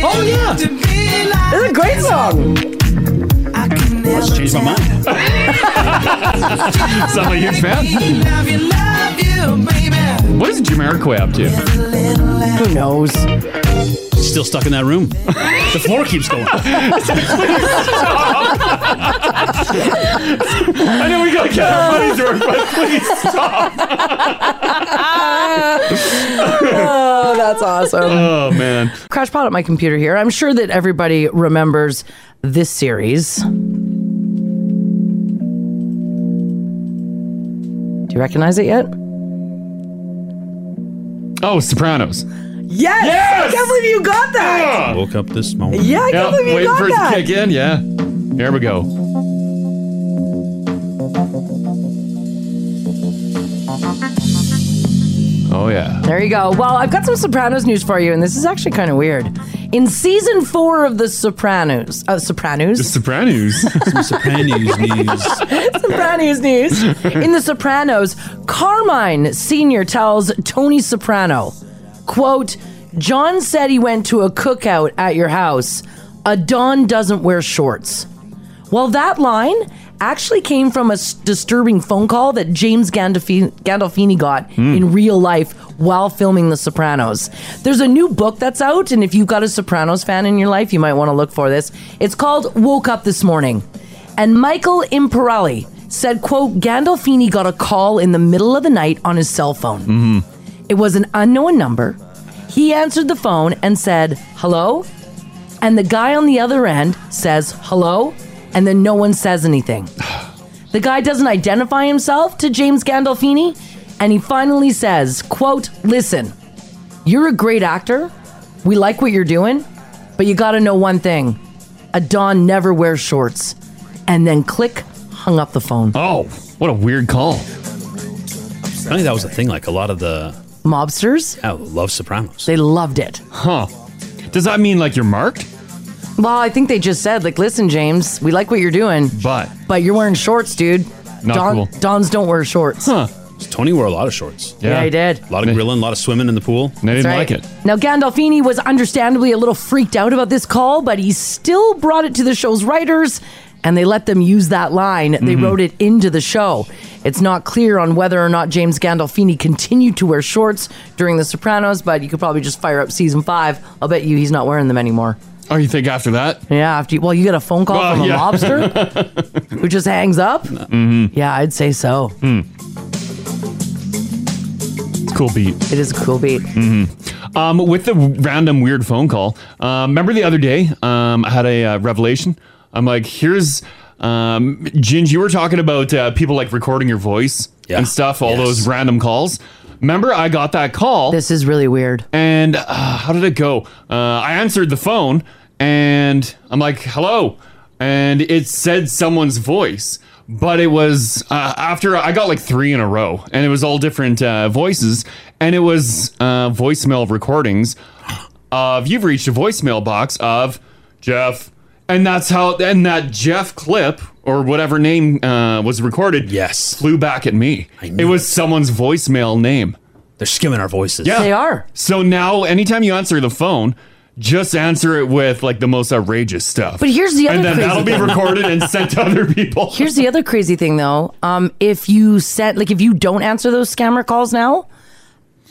G: Oh yeah. This
B: is a great song.
T: Let's change my mind.
C: Sound like a huge fan. What is Jamiroquai up to?
B: Who knows?
T: Still stuck in that room. the floor keeps going.
G: I know we gotta get our money's worth, but please stop.
B: Oh, that's awesome.
C: oh, man.
B: Crash pot at my computer here. I'm sure that everybody remembers this series. Do you recognize it yet?
C: Oh, Sopranos.
B: Yes!
G: Yes!
B: I can't believe you got that!
T: I woke up this moment.
B: Yeah, I can't believe you
C: waiting
B: got
C: for
B: that.
C: it to kick in. Yeah. There we go. Oh yeah.
B: There you go. Well, I've got some Sopranos news for you, and this is actually kind of weird. In season four of The Sopranos, uh, Sopranos,
C: Sopranos.
T: Some Sopranos news.
B: Sopranos news. In The Sopranos, Carmine Sr. tells Tony Soprano, quote, John said he went to a cookout at your house. A Don doesn't wear shorts. Well, that line actually came from a s- disturbing phone call that James Gandolfi- Gandolfini got in real life while filming The Sopranos. There's a new book that's out, and if you've got a Sopranos fan in your life, you might want to look for this. It's called Woke Up This Morning. And Michael Imperelli said, quote, Gandolfini got a call in the middle of the night on his cell phone. It was an unknown number. He answered the phone and said, hello? And the guy on the other end says, hello? And then no one says anything. The guy doesn't identify himself to James Gandolfini, and he finally says, quote, listen, you're a great actor. We like what you're doing, but you gotta know one thing. A Don never wears shorts. And then click, hung up the phone.
C: Oh, what a weird call.
T: I think that was the thing. Like a lot of the
B: mobsters.
T: I love Sopranos.
B: They loved it.
C: Huh. Does that mean like you're marked?
B: Well, I think they just said, like, listen, James, we like what you're doing.
C: But
B: But you're wearing shorts, dude.
T: Not cool.
B: Dons don't wear shorts.
C: Huh.
T: Tony wore a lot of shorts.
B: Yeah. Yeah, he did.
T: A lot of grilling, a lot of swimming in the pool. And
C: they
B: That's right. Now, Gandolfini was understandably a little freaked out about this call, but he still brought it to the show's writers and they let them use that line. They
C: Mm-hmm.
G: Mhm.
B: wrote it into the show. It's not clear on whether or not James Gandolfini continued to wear shorts during The Sopranos, but you could probably just fire up season five. I'll bet you he's not wearing them anymore.
C: Oh, you think after that?
B: Yeah, after you, well, you get a phone call
C: Well,
B: from a
C: yeah.
B: mobster who just hangs up.
C: Mm-hmm.
B: Yeah, I'd say so.
G: Hmm.
C: It's a cool beat.
B: It is a cool beat.
C: Mm-hmm. Um, with the random weird phone call, um, remember the other day um, I had a uh, revelation. I'm like, here's um, Ginge. You were talking about uh, people like recording your voice and stuff. All those random calls. Remember, I got that call. This
B: is really weird.
C: And uh, how did it go? Uh, I answered the phone, and I'm like, hello, and it said someone's voice. But it was uh, after I got like three in a row, and it was all different uh, voices. and it was uh, voicemail recordings of you've reached a voicemail box of Jeff, and that's how and that Jeff clip or whatever name uh, was recorded. Yes, flew back at me. it was someone's voicemail name. They're skimming our voices. Yeah,
B: They are.
C: So now, anytime you answer the phone. Just answer it with like the most outrageous stuff.
B: But here's the other
C: and then
B: crazy
C: that'll be
B: thing.
C: recorded and sent to other people.
B: Here's the other crazy thing, though. Um, if you set, like, if you don't answer those scammer calls now,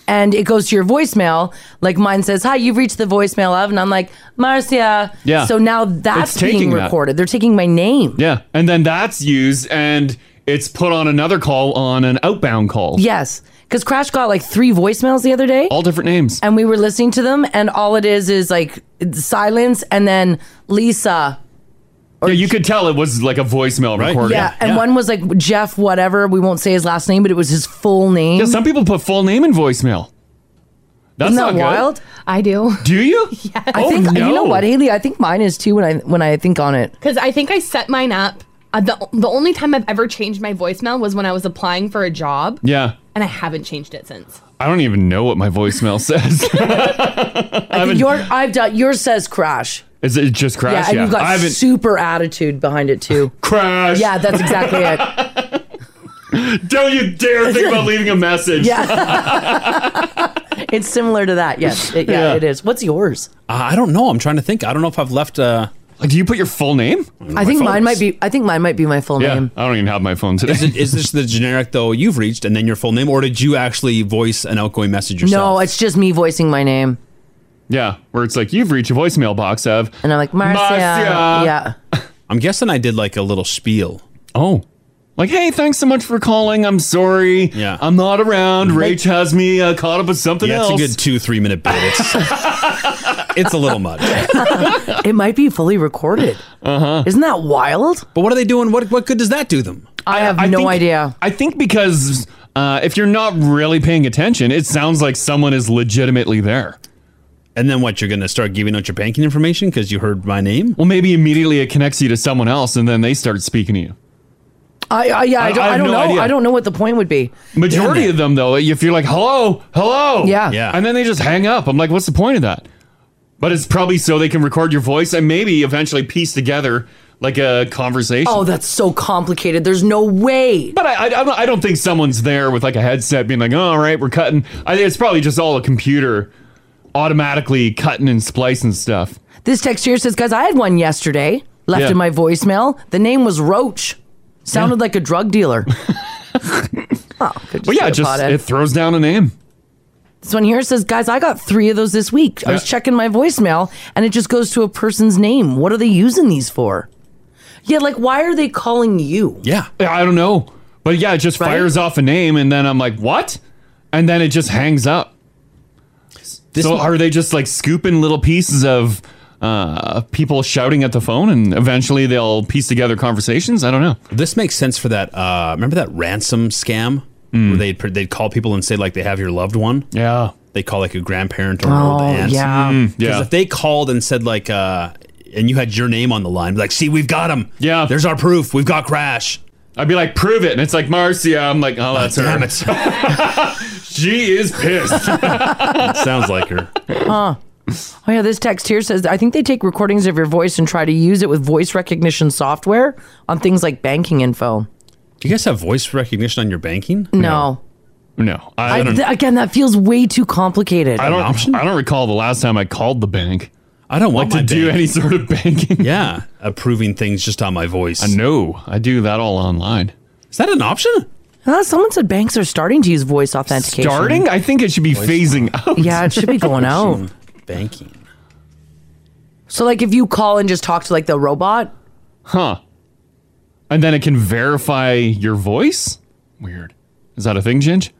B: and it goes to your voicemail, like mine says, "Hi, you've reached the voicemail of," and I'm like, "Marcia."
C: Yeah.
B: So now
C: It's
B: that's
C: taking
B: being
C: that.
B: recorded. They're taking my name.
C: Yeah, and then that's used and it's put on another call on an outbound call.
B: Yes, because Crash got like three voicemails the other day,
C: all different names,
B: and we were listening to them, and all it is is like silence, and then Lisa.
C: yeah, you could tell it was like a voicemail recording.
B: Yeah, and one was like Jeff, whatever. We won't say his last name, but it was his full name.
C: Yeah, some people put full name in voicemail. That's
B: Isn't that
C: not good.
B: wild?
H: I do.
C: Do you? Oh,
H: Yeah.
B: I think you know what, Haley. I think mine is too when I when I think on it.
H: Because I think I set mine up. Uh, the, the only time I've ever changed my voicemail was when I was applying for a job,
C: Yeah.
H: and I haven't changed it since.
C: I don't even know what my voicemail says.
B: I think your I've done yours says crash.
C: Is it just crash?
B: yeah, and you've
C: I
B: got
C: haven't
B: super attitude behind it too.
C: crash.
B: Yeah, that's exactly it.
C: Don't you dare think about leaving a message.
B: It's similar to that. Yes, It- yeah, it is. What's yours?
T: Uh,
D: I don't know. I'm trying to think. I don't know if I've left. Uh,
C: like, do you put your full name?
B: I think mine might be. I think mine might be my full name.
C: I don't even have my phone today.
T: Is, it, is this the generic though you've reached and then your full name, or did you actually voice an outgoing message yourself?
B: No, it's just me voicing my name,
C: Yeah, where it's like you've reached a voicemail box of
B: and I'm like Marcia.
C: Marcia.
B: Yeah,
T: I'm guessing I did like a little spiel.
C: Oh. Like, hey, thanks so much for calling. I'm sorry. Yeah. I'm not around. Rach has me uh, caught up with something
T: Yeah, it's a
C: else.
T: good two, three minute bit. It's, it's a little much.
B: it might be fully recorded.
T: Uh
C: Uh-huh.
T: huh.
B: Isn't that wild?
T: But what are they doing? What what good does that do them?
B: I have no
C: think-
B: idea.
C: I think because uh, if you're not really paying attention, it sounds like someone is legitimately there.
T: And then what? You're gonna start giving out your banking information because you heard my name?
C: Well, maybe immediately it connects you to someone else, and then they start speaking to you.
B: I, I yeah, I,
C: I-
B: don't,
C: I
B: I,
C: have
B: don't
C: no
B: know.
C: idea.
B: I don't know what the point would be.
C: Majority of them, though, if you're like, hello, hello.
B: Yeah. Yeah.
C: And then they just hang up. I'm like, what's the point of that? But it's probably so they can record your voice and maybe eventually piece together like a conversation.
B: Oh, that's so complicated. There's no way.
C: But I, I, I'm not- I don't think someone's there with like a headset being like, oh, all right, we're cutting. I think it's probably just all a computer automatically cutting and splicing stuff.
B: This text here says, guys, I had one yesterday left
C: Yeah.
B: in my voicemail. The name was Roach. Sounded like a drug dealer.
C: But yeah,
B: be a
C: just
B: pothead.
C: it throws down a name.
B: this one here says, guys, I got three of those this week. I was
C: Yeah.
B: checking my voicemail and it just goes to a person's name. What are they using these for? Yeah, like, why are they calling you?
C: Yeah. I don't know. But yeah, it just fires off a name and then I'm like, what? And then it just hangs up. so are they just like scooping little pieces of uh, people shouting at the phone and eventually they'll piece together conversations? I don't know.
T: This makes sense for that. Uh, remember that ransom scam where they'd pr- they'd call people and say like they have your loved one.
C: Mm. Yeah,
T: they call like a grandparent or an old
B: Oh,
T: aunt.
B: yeah. Mm,
T: Because
B: yeah.
T: if they called and said like, uh, and you had your name on the line, like, see, we've got him.
C: Yeah.
T: There's our proof. We've got Crash.
C: I'd be like, prove it. And it's like, Marcia. I'm like, oh, that's
T: Ah,
C: her. she is pissed.
T: Sounds like her.
B: Huh. Oh, yeah, this text here says, I think they take recordings of your voice and try to use it with voice recognition software on things like banking info.
T: Do you guys have voice recognition on your banking?
B: No.
C: No.
B: I, th- again, that feels way too complicated.
C: I don't. I don't recall the last time I called the bank.
T: I don't want
C: like
T: my
C: to do
T: bank.
C: any sort of banking.
T: Yeah, approving things just on my voice. I
C: know. I do that all online.
T: Is that an option?
B: Uh, someone said banks are starting to use voice authentication.
C: Starting? I think it should be phasing out.
B: Yeah, it should be going out.
T: Banking.
B: So, like, if you call and just talk to like the robot,
C: Huh. And then it can verify your voice? Weird. Is that a thing, Ginge?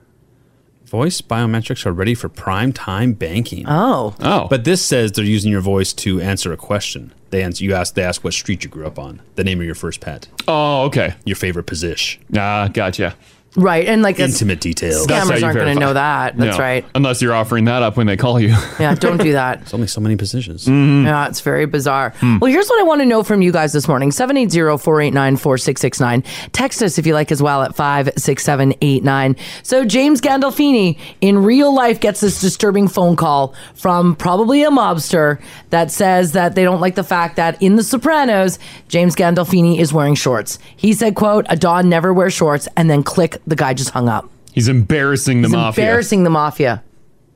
T: Voice biometrics are ready for prime time banking.
B: Oh.
C: Oh.
T: But this says they're using your voice to answer a question. They answer you ask they ask what street you grew up on, the name of your first pet.
C: Oh, okay.
T: Your favorite position.
C: Ah, gotcha.
B: Right. And like it's-
C: Intimate details.
B: Scammers aren't gonna know that. That's right.
C: Unless you're offering that up when they call you.
B: Yeah, don't do that. There's
C: only so many positions.
B: Yeah, it's very bizarre.
C: Hmm.
B: Well, here's what I want to know from you guys this morning 780 489 4669. Text us if you like as well at 56789. So, James Gandolfini in real life gets this disturbing phone call from probably a mobster that says that they don't like the fact that in The Sopranos, James Gandolfini is wearing shorts. He said, quote, a Don never wears shorts, and then click, the guy just hung up.
C: He's embarrassing the
B: He's
C: mafia.
B: Embarrassing the mafia.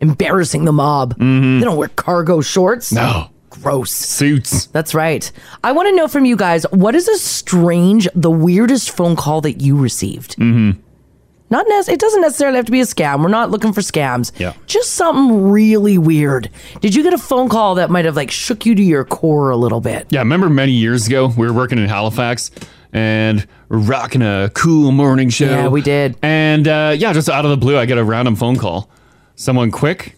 B: Embarrassing the mob. They don't wear cargo shorts.
C: Mm-hmm. No.
B: Gross.
C: Suits.
B: That's right. I want to know from you guys what is a strange, the weirdest phone call that you received?
G: Mm-hmm.
B: Not nec- it doesn't necessarily have to be a scam. We're not looking for scams. Yeah. Just something really weird. Did you get a phone call that might have like shook you to your core a little bit?
C: Yeah, I remember many years ago we were working in Halifax and rocking a cool morning show.
B: Yeah, we did.
C: And uh, yeah, just out of the blue, I get a random phone call. Someone quick,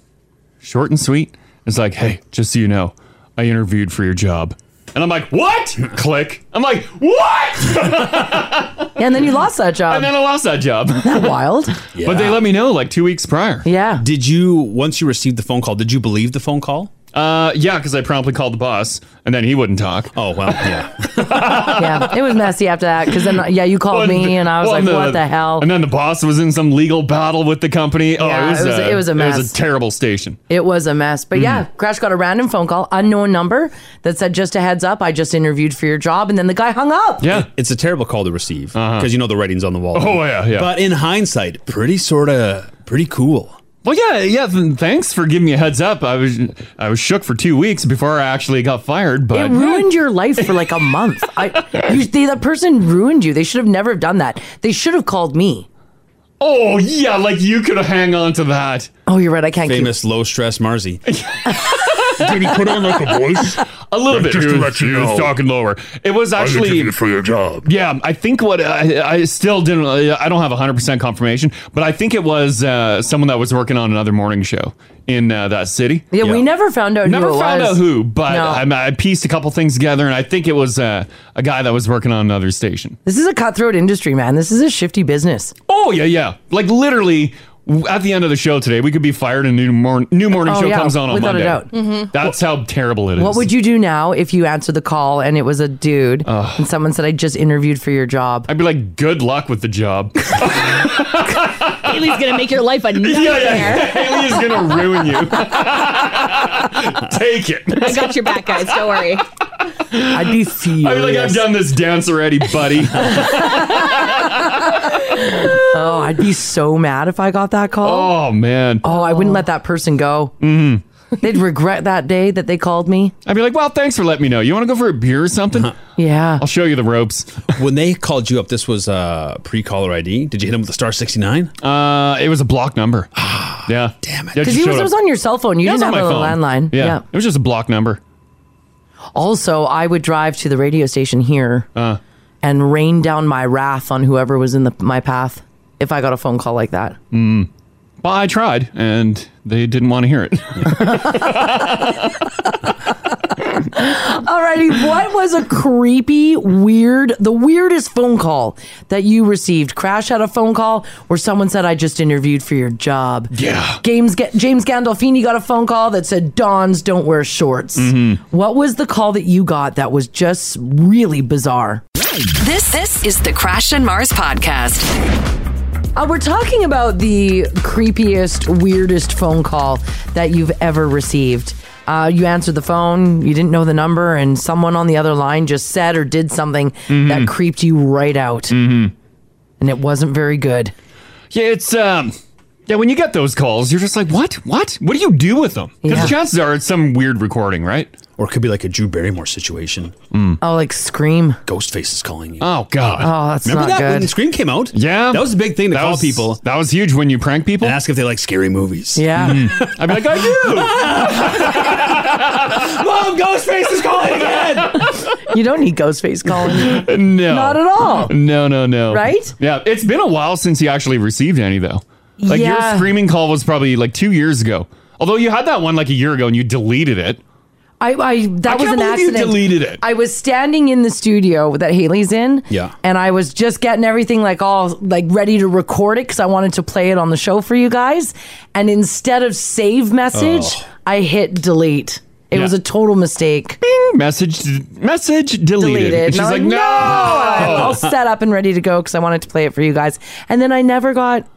C: short and sweet. It's like, hey, just so you know, I interviewed for your job. And I'm like, what? Click. I'm like, what?
B: Yeah, and then you lost that job.
C: And then I lost that job.
B: that wild?
C: But they let me know like two weeks prior.
B: Yeah.
T: Did you once you received the phone call? Did you believe the phone call?
C: Uh, yeah, because I promptly called the boss, and then he wouldn't talk.
T: Oh well, yeah.
B: yeah, it was messy after that because then yeah, you called me and I was
C: Well,
B: like, what the hell?
C: And then the boss was in some legal battle with the company. Oh,
B: Yeah,
C: it, was
B: it was-
C: a,
B: it was a
C: It
B: mess.
C: was a terrible station.
B: It was a mess. But yeah,
C: Mm.
B: Crash got a random phone call, unknown number that said, just a heads up, I just interviewed for your job. And then the guy hung up.
C: Yeah, Uh-huh.
T: it's a terrible call to receive because you know the writing's on the wall.
C: Oh, yeah, yeah.
T: But in hindsight, pretty sort of pretty cool.
C: Well, yeah, yeah. th- Thanks for giving me a heads up. I was I was shook for two weeks before I actually got fired. But
B: It ruined your life for like a month. I, you, they, that person ruined you. They should have never have done that. They should have called me.
C: oh yeah, like you could hang on to that.
B: Oh, you're right. I can't.
T: Famous low stress Marzi.
C: Did he put on like a voice? A little
T: Like,
C: bit.
T: just
C: He
T: to
C: was-
T: let you
C: he was
T: know.
C: talking lower. It was
T: I
C: actually
T: interviewed
C: for your job. Yeah, I think what I, I still didn't. I don't have hundred percent confirmation, but I think it was uh, someone that was working on another morning show in uh, that city.
B: Yeah, we never found out
C: Never
B: who it
C: found
B: was.
C: out who, but
B: No.
C: I, I pieced a couple things together, and I think it was uh, a guy that was working on another station.
B: This is a cutthroat industry, man. This is a shifty business.
C: Oh yeah, yeah. Like literally w- at the end of the show today, we could be fired, and new morning new morning
B: Oh,
C: show
B: yeah,
C: comes on on
B: without a
C: Monday.
B: doubt. Mhm.
C: That's how terrible it is.
B: What would you do now if you answered the call and it was a dude and someone said, I just interviewed for your job?
C: I'd be like, good luck with the job.
H: Haley's gonna make your life a nightmare.
C: yeah, yeah. Haley is gonna ruin you. Take it.
H: I got your back, guys. Don't worry.
B: I'd be furious.
C: I'd be like, I've done this dance already, buddy.
B: oh, I'd be so mad if I got that call.
C: Oh man. Mm-hmm.
B: Oh, I wouldn't let that person go. They'd regret that day that they called me.
C: I'd be like, well, thanks for letting me know. You want to go for a beer or something?
B: Yeah.
C: I'll show you the ropes.
T: Uh-huh. when they called you up, this was uh, pre-caller ID. Did you hit him with the star Ah, sixty nine?
C: Uh, it was a block number. yeah. Damn it.
B: Because it was, it was on your cell phone. You
C: Yeah, it
B: didn't
C: was
B: have a
C: on my phone.
B: landline.
C: Yeah. It was just a block number.
B: Also, I would drive to the radio station here
C: Uh.
B: and rain down my wrath on whoever was in the, my path if I got a phone call like that.
C: Mm. Well, I tried, and they didn't want to hear it.
B: Alrighty, what was a creepy, weird, the weirdest phone call that you received? Crash had a phone call where someone said, "I just interviewed for your job."
G: Yeah.
B: James Ga- James Gandolfini got a phone call that said, "Dons don't wear shorts." What was the call that you got that was just really bizarre?
A: This this is the Crash and Mars podcast.
B: Uh, we're talking about the creepiest, weirdest phone call that you've ever received. Uh, you answered the phone, you didn't know the number, and someone on the other line just said or did something
C: Mm-hmm.
B: that creeped you right out. Mm-hmm. And it wasn't very good.
C: Yeah, it's um yeah, when you get those calls, you're just like, what? What? What do you do with them? Because
B: Yeah.
C: chances are it's some weird recording, right? Mm.
T: Or it could be like a Drew Barrymore situation.
B: Oh, like Scream.
T: Ghostface is calling you.
C: Oh God.
B: Oh, that's
T: Remember
B: not
T: that
B: good.
T: when Scream came out?
C: Yeah.
T: That was a big thing to
C: That
T: call
C: was-
T: people.
C: That was huge when you prank people. Mm.
T: And ask if they like scary movies.
B: Yeah.
C: I'd be like, I do.
T: Mom, Ghostface is calling again.
B: You don't need Ghostface calling you.
C: no.
B: Not at all.
C: No, no, no.
B: Right?
C: Yeah. It's been a while since you actually received any though. Like
B: Yeah.
C: your screaming call was probably like two years ago. Although you had that one like a year ago and you deleted it.
B: I, I that
C: I
B: was
C: can't
B: an
C: believe you
B: accident.
C: deleted it.
B: I was standing in the studio that Haley's in.
C: Yeah.
B: And I was just getting everything like all like ready to record it because I wanted to play it on the show for you guys. And instead of save message,
C: Oh.
B: I hit delete. It
C: Yeah.
B: was a total mistake.
C: Message, message deleted.
B: Deleted.
C: And she's
B: I'm
C: like, no.
B: I'm all set up and ready to go because I wanted to play it for you guys. And then I never got,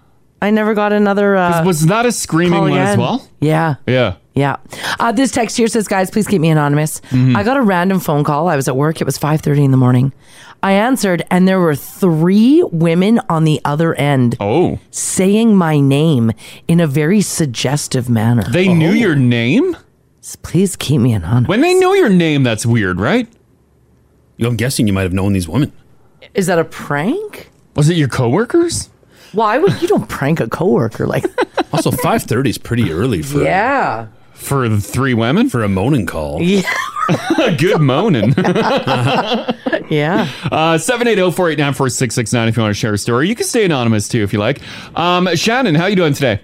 B: I never got another. Uh,
C: was that a screaming
B: call
C: one as
B: again.
C: well?
B: Yeah.
C: Yeah.
B: Yeah. Uh, this text here says, guys, please keep me anonymous.
C: Mhm.
B: I got a random phone call. I was at work. It was 5.30 in the morning. I answered, and there were three women on the other end.
C: Oh.
B: Saying my name in a very suggestive manner. Oh.
C: They knew your name?
B: Please keep me anonymous.
C: When they know your name, that's weird, right?
D: I'm guessing you might have known these women.
B: Is that a prank?
C: Was it your coworkers?
B: Why would you don't prank a coworker like
D: Also, 5.30 is pretty early for...
B: Yeah.
C: For the three women?
D: For a moaning call.
B: Yeah.
C: Good moaning.
B: yeah.
C: Uh, 780-489-4669 if you want to share a story. You can stay anonymous too if you like. Um, Shannon, how you doing today?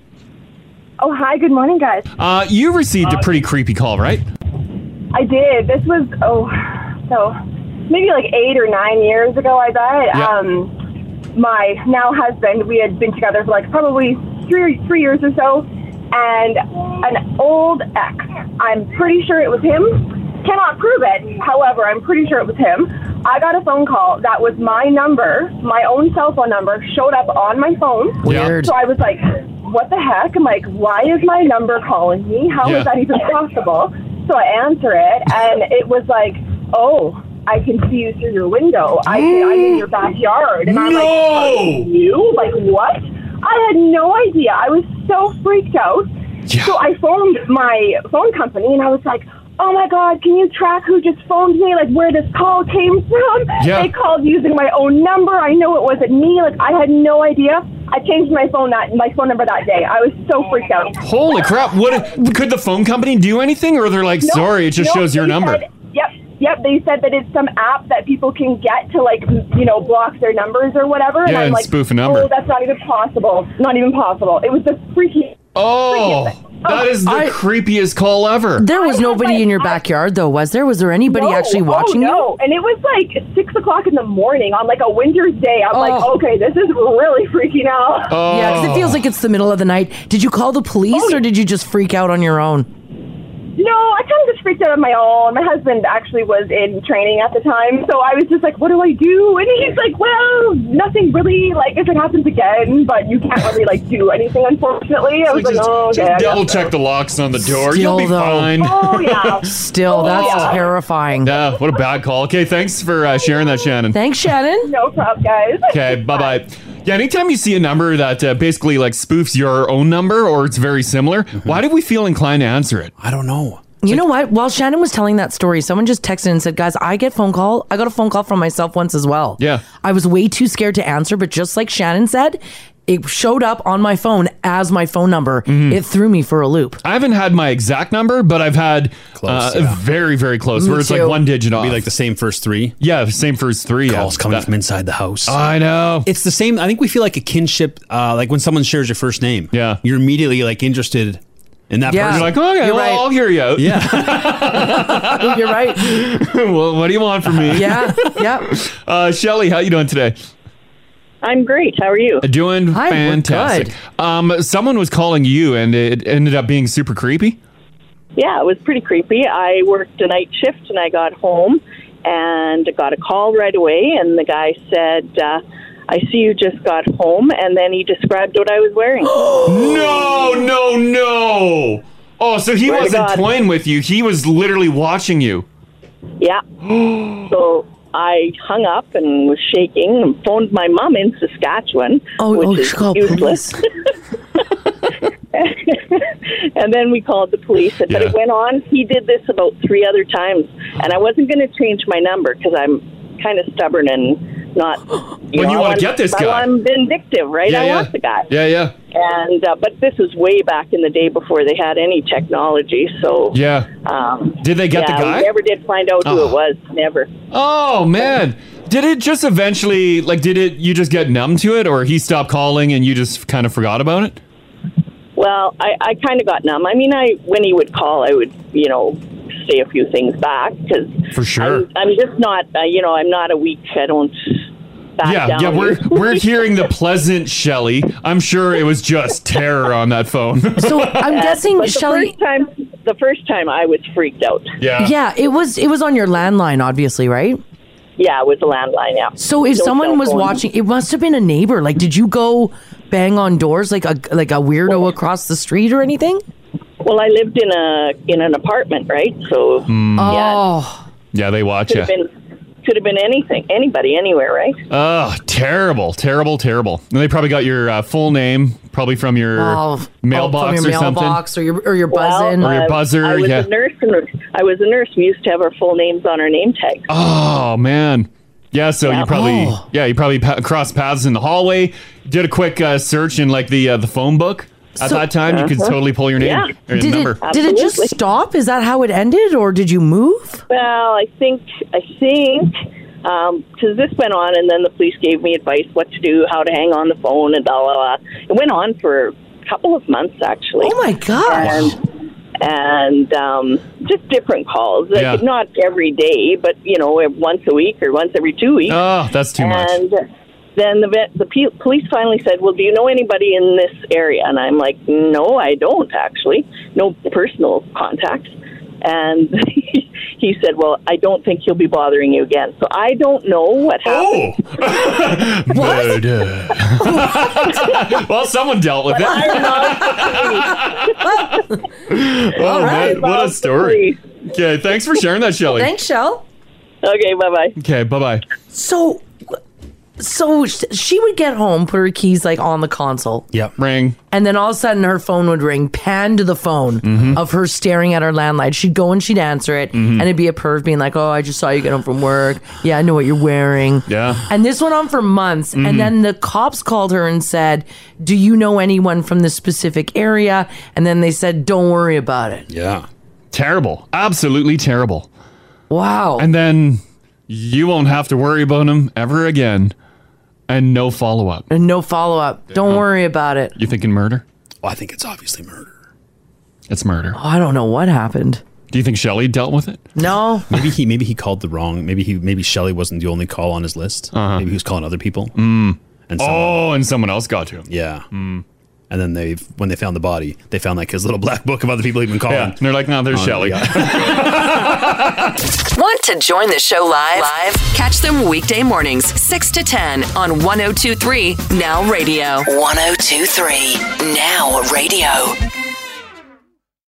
K: Oh, hi. Good morning, guys.
C: Uh, you received a pretty creepy call, right?
K: I did. This was, oh, so maybe like eight or nine years ago, I bet.
C: Yeah.
K: Um, my now husband, we had been together for like probably three, three years or so, and an old ex, I'm pretty sure it was him, cannot prove it. However, I'm pretty sure it was him. I got a phone call that was my number, my own cell phone number, showed up on my phone.
B: Weird.
K: So I was like, what the heck? I'm like, why is my number calling me? How is
B: Yeah.
K: that even possible? So I answer it, and it was like, oh, I can see you through your window. I can, I'm in your backyard. And I'm like,
G: No!
K: you? Like, what? I had no idea. I was so freaked out. So I phoned my phone company, and I was like, oh my God, can you track who just phoned me? Like, where this call came from?
G: Yeah.
K: They called using my own number. I know it wasn't me. Like, I had no idea. I changed my phone that my phone number that day. I was so freaked out.
C: Holy crap. What could the phone company do anything or they're like,
K: No,
C: "Sorry, it just
K: no,
C: shows your
K: they
C: number."
K: said- yep, yep. They said that it's some app that people can get to like you know block their numbers or whatever. and
C: Yeah,
K: I'm
C: and
K: like,
C: spoof a number.
K: Oh, that's not even possible. Not even possible. It was the freaky.
C: Oh, that is the
K: I-
C: creepiest call ever.
B: There was nobody in your backyard though, was there? Was there anybody
K: No,
B: actually watching
K: oh,
B: you?
K: no. And it was like six o'clock in the morning on like a winter's day. I'm like, okay, this is really freaking out.
B: Oh.
C: Oh.
B: Yeah, because it feels like it's the middle of the night. Did you call the police or did you just freak out on your own?
K: No, I kind of just freaked out on my own. My husband actually was in training at the time, so I was just like, "What do I do?" And he's like, "Well, nothing really. Like, if it happens again, but you can't really like do anything, unfortunately." I was like, "Oh, okay." I guess
C: Just double
K: so."
C: check the locks on the door.
B: Still,
C: You'll be
B: though.
C: fine. Oh,
K: Oh yeah.
B: Still, that's terrifying.
C: Yeah, what a bad call. Okay, thanks for uh, sharing that, Shannon.
B: Thanks, Shannon.
K: No problem, guys.
C: Okay, bye bye. Yeah, anytime you see a number that uh, basically like spoofs your own number or it's very similar, why do we feel inclined to answer it?
D: Mm-hmm. I don't know.
B: You know what? While Shannon was telling that story, someone just texted and said, "Guys, I get phone call. I got a phone call from myself once as well.
C: Yeah.
B: I was way too scared to answer, but just like Shannon said, it showed up on my phone as my phone number. It threw me for a loop.
C: Mm-hmm. I haven't had my exact number, but I've had uh, very, very close
B: Me
C: where it's like
B: too.
C: one digit off.
D: Be like the same first three.
C: Yeah, same first three.
D: Calls coming from inside the house.
C: I know.
D: It's the same. I think we feel like a kinship, uh, like when someone shares your first name. Yeah. You're immediately like interested in that
C: Yeah.
D: person.
C: You're like, okay, You're well, right. I'll hear you out.
D: Yeah.
B: You're right.
C: well, what do you want from me?
B: Yeah, yeah.
C: Uh, Shelly, how you doing today?
J: I'm great. How are you?
C: Doing
J: Hi, we're
C: fantastic. Um, someone was calling you, and it ended up being super creepy.
J: Yeah, it was pretty creepy. I worked a night shift and I got home and got a call right away. And the guy said, uh, I see you just got home. And then he described what I was wearing.
C: no, no, no. Oh, so he
J: Swear to
C: wasn't
J: God.
C: toying with you. He was literally watching you.
J: Yeah. so I hung up and was shaking and phoned my mom in Saskatchewan.
B: Oh,
J: which
B: oh,
J: is
B: God,
J: useless. and then we called the police. But
G: Yeah.
J: it went on. He did this about three other times, and I wasn't going to change my number because I'm kind of stubborn and not. You
C: Well,
J: know,
C: you
J: I
C: wanna
J: want-
C: get this
J: I
C: guy.
J: I'm vindictive, right?
C: Yeah,
J: I
C: yeah.
J: want the guy.
C: Yeah, yeah.
J: And uh, but this is way back in the day before they had any technology. So
C: Yeah.
J: Um,
C: Did they get the
J: yeah,
C: guy?
J: We never did find out who
C: Oh.
J: it was. Never.
C: Oh man. Did it just eventually like did it you just get numb to it or he stopped calling and you just kind of forgot about it?
J: Well, I, I kind of got numb. I mean, I when he would call, I would you know say a few things back because
C: For sure.
J: I'm, I'm just not, uh, you know, I'm not a weak. I don't back
C: yeah,
J: down.
C: yeah, we're we're hearing the pleasant Shelly. I'm sure it was just terror on that phone.
J: Uh,
B: guessing,
J: but the
B: Shelley-
J: First time, the first time I was freaked out.
C: yeah.
B: it was it was on your landline, obviously, right?
J: Yeah, with the landline. Yeah.
B: So if
J: No
B: someone
J: cell
B: was
J: phone.
B: watching, it must have been a neighbor. Like, did you go bang on doors like a like a weirdo across the street or anything?
J: Well, I lived in a uh, in an apartment, right? So
C: Hmm.
J: yeah,
B: Oh.
C: Yeah, they watch
J: could
C: you.
J: have been could have been anything, anybody, anywhere, right?
C: Oh, terrible, terrible, terrible. And they probably got your uh, full name, probably from your
J: Oh,
C: mailbox
B: from your
C: or something.
B: mailbox or your or your
J: Well,
B: buzzin
C: Or your
J: uh,
C: buzzer,
J: I was
C: yeah.
J: a nurse, and I was a nurse. We used to have our full names on our name tags.
C: Oh man. Yeah, so you probably
J: Oh.
C: yeah you probably pa- crossed paths in the hallway. Did a quick uh, search in like the uh, the phone book at
B: So-
C: that time. You could
B: Uh-huh.
C: totally pull your name or your
B: Did
C: number.
B: it did it just stop? Is that how it ended, or did you move?
J: Well, I think I think because this went on, and then the police gave me advice what to do, how to hang on the phone, and blah blah. blah. It went on for a couple of months, actually. Oh
B: my gosh!
J: And, and um, just different calls, like,
C: Yeah.
J: not every day, but you know, once a week or once every two weeks.
C: Oh, that's too much.
J: and then the vet, the pe- police finally said, "Well, do you know anybody in this area?" And I'm like, "No, I don't actually. No personal contacts." And he said, "Well, I don't think he'll be bothering you again." So I don't know what happened.
C: But, uh, well, someone dealt with
J: But I'm
C: it. oh man, what a story. Okay, thanks for sharing that, Shelly.
B: Shell.
J: Okay, bye bye.
C: Okay, bye bye.
B: So, so sh- she would get home, put her keys like on the console.
C: Yep. Ring.
B: And then all of a sudden, her phone would ring, pan to the phone
C: Mm-hmm.
B: of her staring at her landline. She'd go and she'd answer it, and it'd be a perv being like, "Oh, I just saw you get home from work. Yeah, I know what you're wearing."
C: Yeah. Mm-hmm.
B: And this went on for months.
G: Mhm.
B: And then the cops called her and said, Do you know anyone from this specific area? And then they said, Don't worry about it.
C: Yeah. Terrible. Absolutely terrible.
B: Wow.
C: And then you won't have to worry about him ever again. And no follow up.
B: And no follow up. Don't worry about it.
C: You thinking murder?
T: Well, I think it's obviously murder.
C: It's murder.
B: Oh, I don't know what happened.
C: Do you think Shelly dealt with it?
B: No.
T: Maybe he maybe he called the wrong. Maybe he maybe Shelly wasn't the only call on his list. Maybe he was calling other people.
C: Uh-huh. Mm.
T: And
C: oh, and someone else got to him.
T: Yeah.
C: Mm.
T: And then they when they found the body, they found like his little black book of other people he'd been calling.
C: Yeah, and they're like, no, there's Shelley.
A: Want to join the show live? Live? Catch them weekday mornings, 6 to 10 on 1023 Now Radio. 1023 Now Radio.